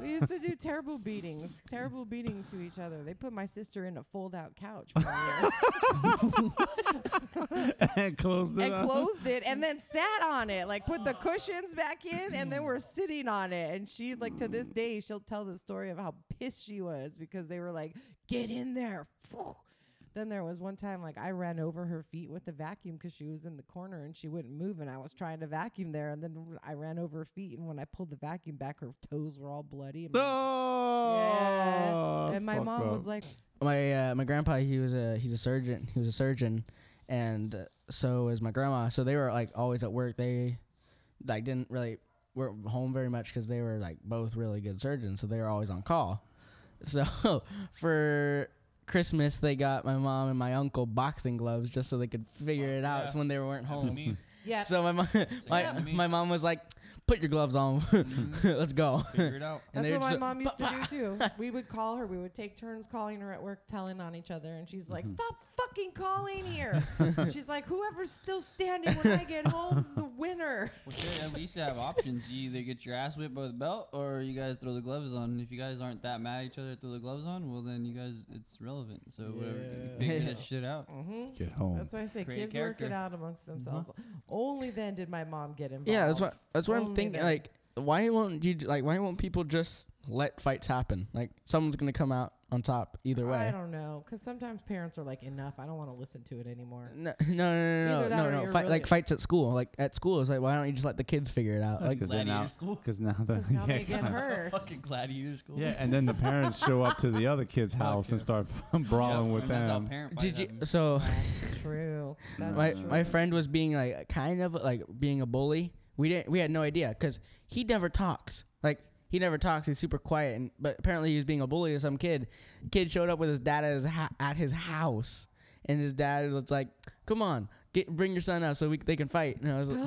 S2: We used to do terrible beatings, terrible beatings to each other. They put my sister in a fold-out couch one year
S1: and closed it
S2: and
S1: up.
S2: closed it, and then sat on it, like put the cushions back in, and then we're sitting on it. And she, like to this day, she'll tell the story of how pissed she was because they were like, "Get in there." Then there was one time like I ran over her feet with the vacuum because she was in the corner and she wouldn't move and I was trying to vacuum there and then I ran over her feet and when I pulled the vacuum back her toes were all bloody and my,
S1: Oh,
S2: Yeah.
S1: it's
S2: and my
S1: fucked
S2: mom
S1: up.
S2: was like
S5: my uh, my grandpa he was a he's a surgeon he was a surgeon and uh, so is my grandma so they were like always at work they like didn't really were home very much because they were like both really good surgeons so they were always on call so for christmas they got my mom and my uncle boxing gloves just so they could figure it out
S8: Yeah.
S5: so when they weren't
S8: That's what I
S5: home
S8: mean.
S2: Yeah.
S5: so my mom my,
S8: Yeah.
S5: my mom was like put your gloves on
S4: Mm-hmm.
S5: let's go
S8: Figure it out.
S5: And
S2: That's
S5: they're
S2: what my
S5: just- uh,
S2: mom used to do too. We would call her. We would take turns calling her at work, telling on each other, and she's
S5: Mm-hmm.
S2: like, "Stop fucking calling here." she's like, "Whoever's still standing when I get home's the winner."
S4: Well, shit, we used to have options. You either get your ass whipped by the belt, or you guys throw the gloves on. If you guys aren't that mad at each other, throw the gloves on. Well, then you guys, it's relevant. So whatever, you figure that shit out.
S2: hmm
S1: Get
S5: Oh,
S1: home.
S2: That's why I say
S4: Create
S2: kids work it
S4: character.
S2: out amongst themselves. Only then did my mom get involved.
S5: Mm-hmm. Yeah, that's what that's what I'm
S2: Only
S5: thinking.
S2: then.
S5: Like, why won't you? Like, why won't people just let fights happen? Like, someone's gonna come out on top either
S2: I
S5: way.
S2: don't know, because sometimes parents are like, "Enough! I don't want to listen to it anymore."
S5: No, no, no, no,
S2: Either that
S5: no,
S2: or
S5: no. no.
S2: you're
S5: Fight,
S2: really-
S5: Like fights at school. Like at school, it's like why don't you just let the kids figure it out? Like,
S1: Because then now,
S4: Gladiator school.
S1: because now the
S2: Because now
S1: yeah,
S2: they get
S1: kinda.
S2: hurt.
S4: Fucking gladiator school.
S1: yeah, and then the parents show up to the other kid's house and start brawling with them.
S5: did you? So
S2: That's true. That's
S5: my
S2: true.
S5: my friend was being like kind of like being a bully. We didn't. We had no idea because he never talks. Like. He never talks. He's super quiet, and but apparently he was being a bully to some kid. Kid showed up with his dad at his, ha- at his house, and his dad was like, "Come on, get bring your son out so we c- they can fight." And I was like,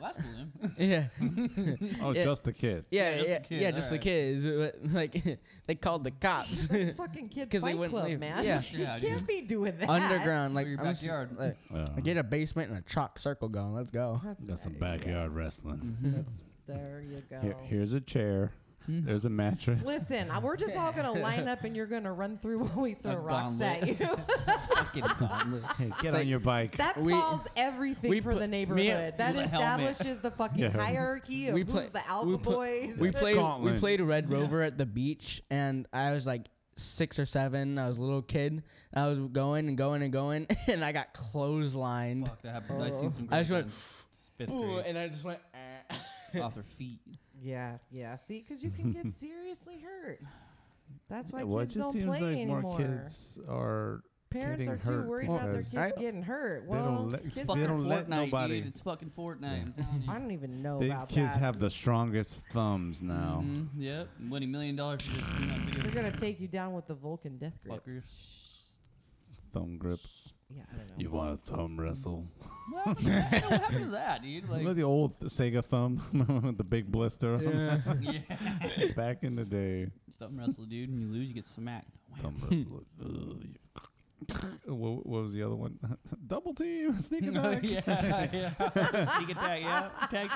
S4: That's cool. man.
S5: "Yeah,
S1: Oh,
S5: Yeah.
S1: just the kids.
S5: yeah,
S4: just the
S5: yeah,
S4: kid,
S5: yeah, just the
S4: alright.
S5: kids." But, Like they called the cops.
S2: That's fucking kid
S5: 'Cause they
S2: fight
S5: wouldn't
S2: club,
S5: leave.
S2: man.
S5: Yeah.
S2: you
S4: Yeah,
S2: can't
S4: dude.
S2: be doing that.
S5: Underground, like,
S4: Or your
S5: I'm s-
S4: backyard.
S5: like,
S1: Yeah.
S5: I get a basement and a chalk circle going. Let's go.
S2: That's
S1: Got some
S2: not even-
S1: backyard wrestling.
S2: That's, there you go.
S1: Here, here's a chair.
S2: Hmm.
S1: There's a mattress.
S2: Listen, I- we're just all gonna line up, and you're gonna run through while we throw rocks at
S4: gauntlet.
S2: you.
S4: Fucking gauntlet.
S1: Hey, get
S5: like-
S1: on your bike.
S2: That
S5: We-
S2: solves everything
S5: we
S2: for the
S5: put- me and-
S2: neighborhood. That
S4: With a helmet.
S2: establishes the fucking
S1: Yeah.
S2: hierarchy of
S5: We
S2: who's
S5: play-
S2: the alpha
S5: we pl-
S2: boys.
S5: We played
S1: Gauntlet.
S5: we played Red Rover at the beach, and I was like six or seven. I was a little kid. I was going and going and going, and I got clotheslined.
S4: Fuck, that happened. I seen some.
S5: I just
S4: great
S5: went,
S4: ones. Fifth
S5: Ooh,
S4: grade.
S5: and I just went. Eh.
S4: off their feet.
S2: yeah, yeah. See, because you can get seriously hurt. That's why
S1: Yeah, well, it
S2: kids
S1: just
S2: don't
S1: seems
S2: play
S1: like
S2: anymore.
S1: more kids are.
S2: Parents
S1: getting
S2: are too
S1: hurt
S2: worried about their
S1: because
S2: kids getting hurt.
S1: they don't
S2: Well,
S1: let-
S2: kids
S1: They
S4: Fucking
S1: don't
S4: Fortnite,
S1: let nobody-
S4: Dude. It's fucking Fortnite. I'm telling you.
S2: I don't even know
S1: The
S2: about
S1: kids
S2: that.
S1: have the strongest thumbs now.
S4: Mhm, Yep. I'm winning million dollars for just being on video.
S2: They're gonna take you down with the Vulcan death grip.
S4: Fucker.
S1: Thumb grip.
S2: Yeah, I don't know.
S1: You want a thumb wrestle?
S4: What happened to that? What happened to that, dude?
S1: Remember
S4: Like,
S1: the old Sega thumb with the big blister on it?
S4: yeah.
S1: back in the day?
S4: Thumb wrestle, dude, and you lose, you get smacked.
S1: Thumb wrestle. what, what was the other one? Double team, sneak attack. yeah.
S4: yeah, yeah. Sneak attack, yeah. Attack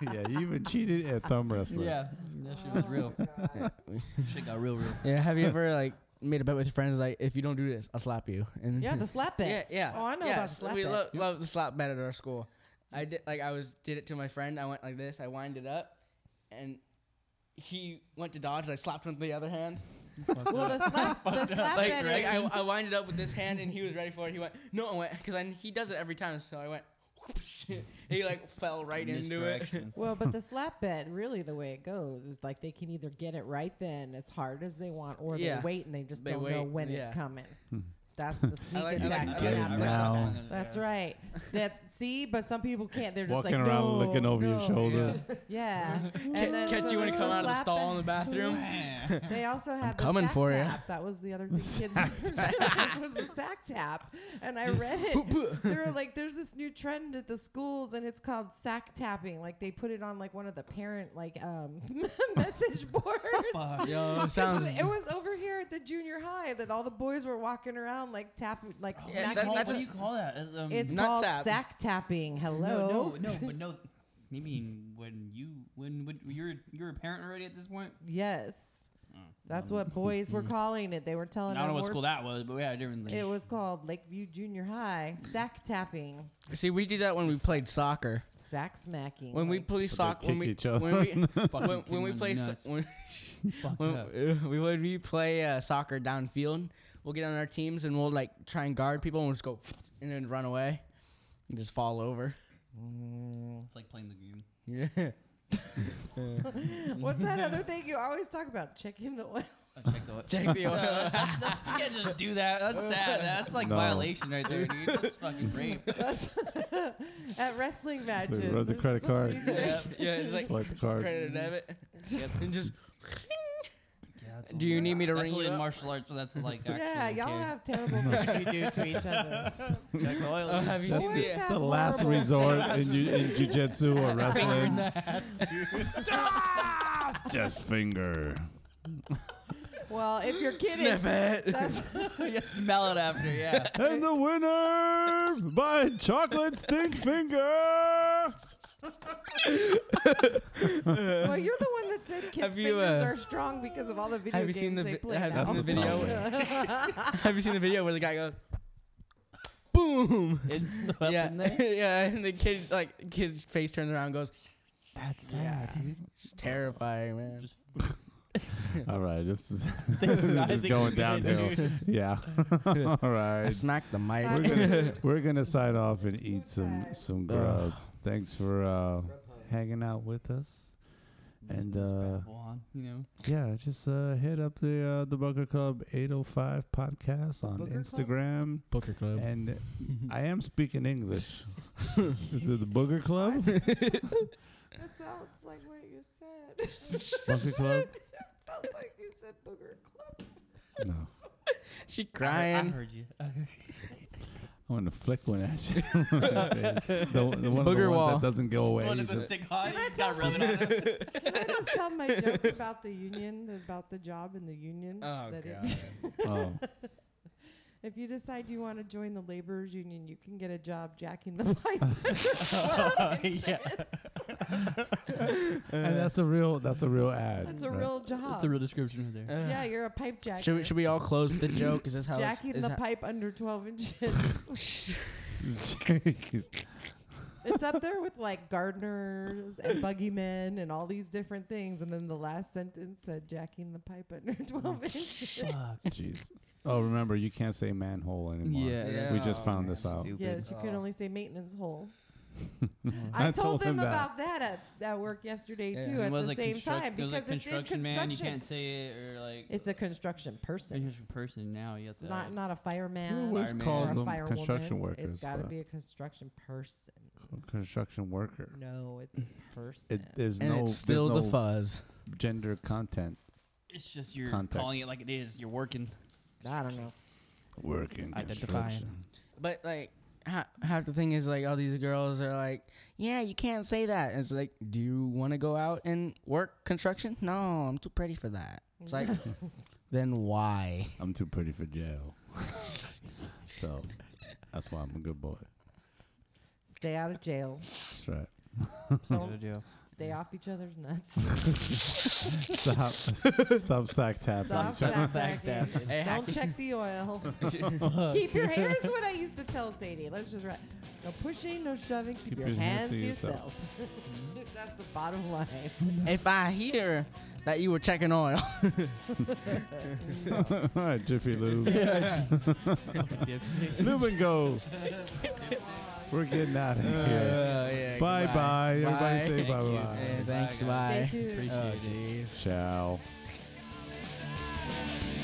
S4: you.
S1: you even cheated at thumb wrestling.
S4: Yeah, that shit was real.
S2: Oh,
S4: shit got real, real.
S5: yeah, have you ever like made a bet with your friends like if you don't do this, I'll slap you? And
S2: Yeah, the slap bet.
S5: Yeah, yeah.
S2: Oh, I know
S5: yeah,
S2: about
S5: s-
S2: slap
S5: We
S2: bet.
S5: love, love the slap bet at our school. I did like I was did it to my friend. I went like this. I wind it up, and he went to dodge. And I slapped him with the other hand.
S2: Well, the slap, the slap
S5: Like,
S2: bet
S5: like
S2: is-
S5: I, I wind it up with this hand, and he was ready for it. He went no, I went because he does it every time. So I went. and he like fell right into it.
S4: Misdirection.
S2: Well, but the slap bet, really, the way it goes is like they can either get it right then as hard as they want, or
S5: Yeah.
S2: they wait and they just
S5: They
S2: don't know
S5: wait,
S2: when
S5: yeah.
S2: it's coming.
S1: Hmm.
S2: That's the sneak
S5: like- I
S2: attack.
S5: like- I
S2: that
S1: like-
S2: happens.
S1: now.
S2: That's right. That's see, but some people can't. They're just
S1: Walking
S2: like,
S1: around
S2: no,
S1: looking over your
S2: no."
S1: shoulder.
S2: Yeah, and
S5: Ca-
S2: then
S5: Catch
S2: so
S5: you when
S2: there's
S5: you come out of the
S2: slap
S5: stall in
S2: bet.
S5: the bathroom.
S2: They also had the
S5: coming
S2: sack
S5: for ya.
S2: tap. That was the other thing kids were doing was the sack tap, and I read it. they were like, "There's this new trend at the schools, and it's called sack tapping. Like they put it on like one of the parent like um, message boards."
S5: Yo, Oh, sounds.
S2: It was over here at the junior high that all the boys were walking around like tapping, like
S5: Yeah,
S2: smacking
S5: that-
S4: What
S5: that's
S4: do
S5: a-
S4: you call that? That's, um,
S2: it's
S5: Nut
S2: called
S5: tap.
S2: sack tapping. Hello.
S4: no, no, no, but no. You mean when you when would you're you're a parent already at this point?
S2: Yes. That's
S5: Mm-hmm.
S2: what boys were calling it. They were
S4: I
S2: telling.
S4: don't know
S2: them
S4: what
S2: we're
S4: school that was, but we had a different thing.
S2: It was called Lakeview Junior High sack tapping,
S5: See, we do that when we played soccer.
S2: sack smacking.
S5: When we
S2: like-
S5: play soccer, when
S1: kick
S5: we
S1: each other.
S5: when we
S4: Fucking
S5: when, when we
S4: kid
S5: play
S4: went
S5: so-
S4: nuts.
S5: when,
S4: Fucked
S5: when,
S4: up.
S5: uh, we when we play uh, soccer downfield, we'll get on our teams and we'll like try and guard people and we'll just go and then run away and just fall over.
S4: It's like playing the game.
S5: Yeah.
S2: what's that other thing you always talk about? Checking the oil.
S4: Oh, check the oil.
S3: Check the oil.
S4: Uh, that's- that's- you can't just do that. That's sad. That's like
S1: No.
S4: violation right there, dude. That's fucking rape.
S2: At wrestling matches.
S1: run the
S2: or
S1: credit card.
S2: something.
S3: yeah, yeah, it's like
S1: Swipe the card.
S3: credit and debit.
S4: Yep.
S3: And just,
S4: Yeah, that's
S3: do you need me to
S4: that's
S3: ring
S4: only
S3: you
S4: in
S3: up?
S4: martial arts, but that's like actually.
S2: Yeah, y'all
S4: okay.
S2: have terrible things you do to each other.
S4: Check the oil.
S3: Oh, have you
S2: Boys
S3: seen the?
S2: have
S1: The last
S2: horrible-
S1: resort in, ju- in jujitsu or wrestling. Ah, Just finger.
S2: Well, if your kid
S3: Sniff
S2: is.
S3: it.
S2: That's,
S4: you smell it after, yeah.
S1: And the winner by chocolate stink finger.
S2: well, you're the one that said kids'
S3: Have you,
S2: fingers
S3: uh,
S2: are strong because of all the video
S3: Have you
S2: games
S3: seen the
S2: they
S3: vi-
S2: play
S3: have you
S2: now.
S3: seen the
S1: That's a
S3: video? have you seen the video where the guy goes, boom?
S4: It's
S3: yeah,
S4: yeah. in there.
S3: yeah, and the kid like kid's face turns around and goes,
S1: That's
S2: sad, Yeah.
S3: it's terrifying, man.
S4: Just-
S1: All right, this is, this is
S4: I
S1: just
S4: think
S1: going
S4: we got it,
S1: downhill. Yeah. All
S3: I
S1: right.
S3: smacked the mic.
S1: We're gonna we're gonna sign off and eat some some
S3: Ugh.
S1: grub. Thanks for uh, hanging out with us. And,
S4: Just
S1: uh,
S4: babble on, you know.
S1: Yeah, just uh, hit up the uh, the Bunker Club 805 podcast on
S2: Bunker Club?
S1: Instagram.
S3: Booker Club.
S1: And I am speaking English. is it the Booger Club?
S2: That sounds like what you said.
S1: Bunker Club?
S2: sounds like you said booger club.
S1: No.
S3: She
S4: I
S3: crying.
S4: heard you.
S1: I want to flick one at you. the, the one of the ones
S3: Booger wall.
S1: that doesn't go away.
S4: One
S1: you
S4: of the
S1: just-
S4: stick on.
S2: Can I
S4: you
S2: tell
S4: got rubbing on it.
S2: Can I just tell my joke about the union, about the job in the union?
S3: Oh
S2: That
S3: god.
S2: If,
S1: oh.
S2: if you decide you want to join the laborers union, you can get a job jacking the pipe.
S4: yeah.
S1: and that's a real that's a real ad.
S2: That's a
S1: right?
S2: real job.
S4: That's a real description right there.
S3: Ugh.
S2: yeah, you're a pipe jacker.
S3: Should we, should we all close with the joke? Is this how? it's-
S2: jacking
S3: is
S2: the
S3: that-
S2: pipe under 12 inches. it's up there with like gardeners and buggymen and all these different things. And then the last sentence said jacking the pipe under 12 inches.
S4: Fuck.
S1: Jeez. Oh, remember you can't say manhole anymore.
S3: that's-
S1: We just
S3: Oh,
S1: found
S3: man,
S1: this out.
S4: stupid.
S2: Yes, you could
S3: Oh.
S2: only say maintenance hole.
S1: I
S2: I
S1: told
S2: told them
S1: him that.
S2: about that at, s- at work yesterday
S3: Yeah,
S2: too.
S3: and
S2: At
S4: It was
S2: the
S4: like
S2: same
S4: construct-
S2: time,
S4: it was
S2: because
S4: like
S2: it's in
S4: construction man. You
S2: construction.
S4: can't say it or like.
S2: It's a construction
S4: It's
S2: person.
S4: just a person now. You have
S2: It's
S4: to uh,
S2: not not a
S1: Who
S2: fireman
S1: always
S4: Fireman.
S2: or
S1: calls
S2: a
S1: them
S2: firewoman.
S1: construction workers?
S2: it's got to
S1: but
S2: be a construction person.
S1: construction worker.
S2: No, it's a person.
S1: It, there's
S3: And
S1: no
S3: it's still
S1: there's
S3: the
S1: no
S3: fuzz.
S1: gender content
S4: It's just you're calling
S1: Context.
S4: it like it is. You're working.
S2: I don't know.
S1: working
S4: Identifying.
S1: construction.
S3: But like ha- half the thing is like all these girls are like, yeah, you can't say that. And it's like, do you want to go out and work construction? No, I'm too pretty for that. It's like, then why?
S1: I'm too pretty for jail. so that's why I'm a good boy.
S2: Stay out of jail.
S1: That's right.
S2: Don't stay off each other's nuts.
S1: Stop stop sack tap.
S2: Stop sack sacking.
S3: Hey, hack-
S2: Don't check the oil. Keep your hair. Here's what I used to tell Sadie. Let's just write. No pushing, no shoving. Keep, your, hands to yourself. That's the bottom line.
S3: if I hear that you were checking oil,
S1: All right, Jiffy Lube. Lube and go. We're getting out of here.
S3: Oh, yeah,
S1: Bye bye.
S3: goodbye.
S1: Everybody
S3: Uh, Bye.
S1: say
S4: Thank
S1: bye
S4: you.
S1: bye.
S3: Hey, thanks, Oh,
S4: Bye,
S3: bye.
S2: Stay tuned.
S3: Oh, jeez.
S1: Ciao.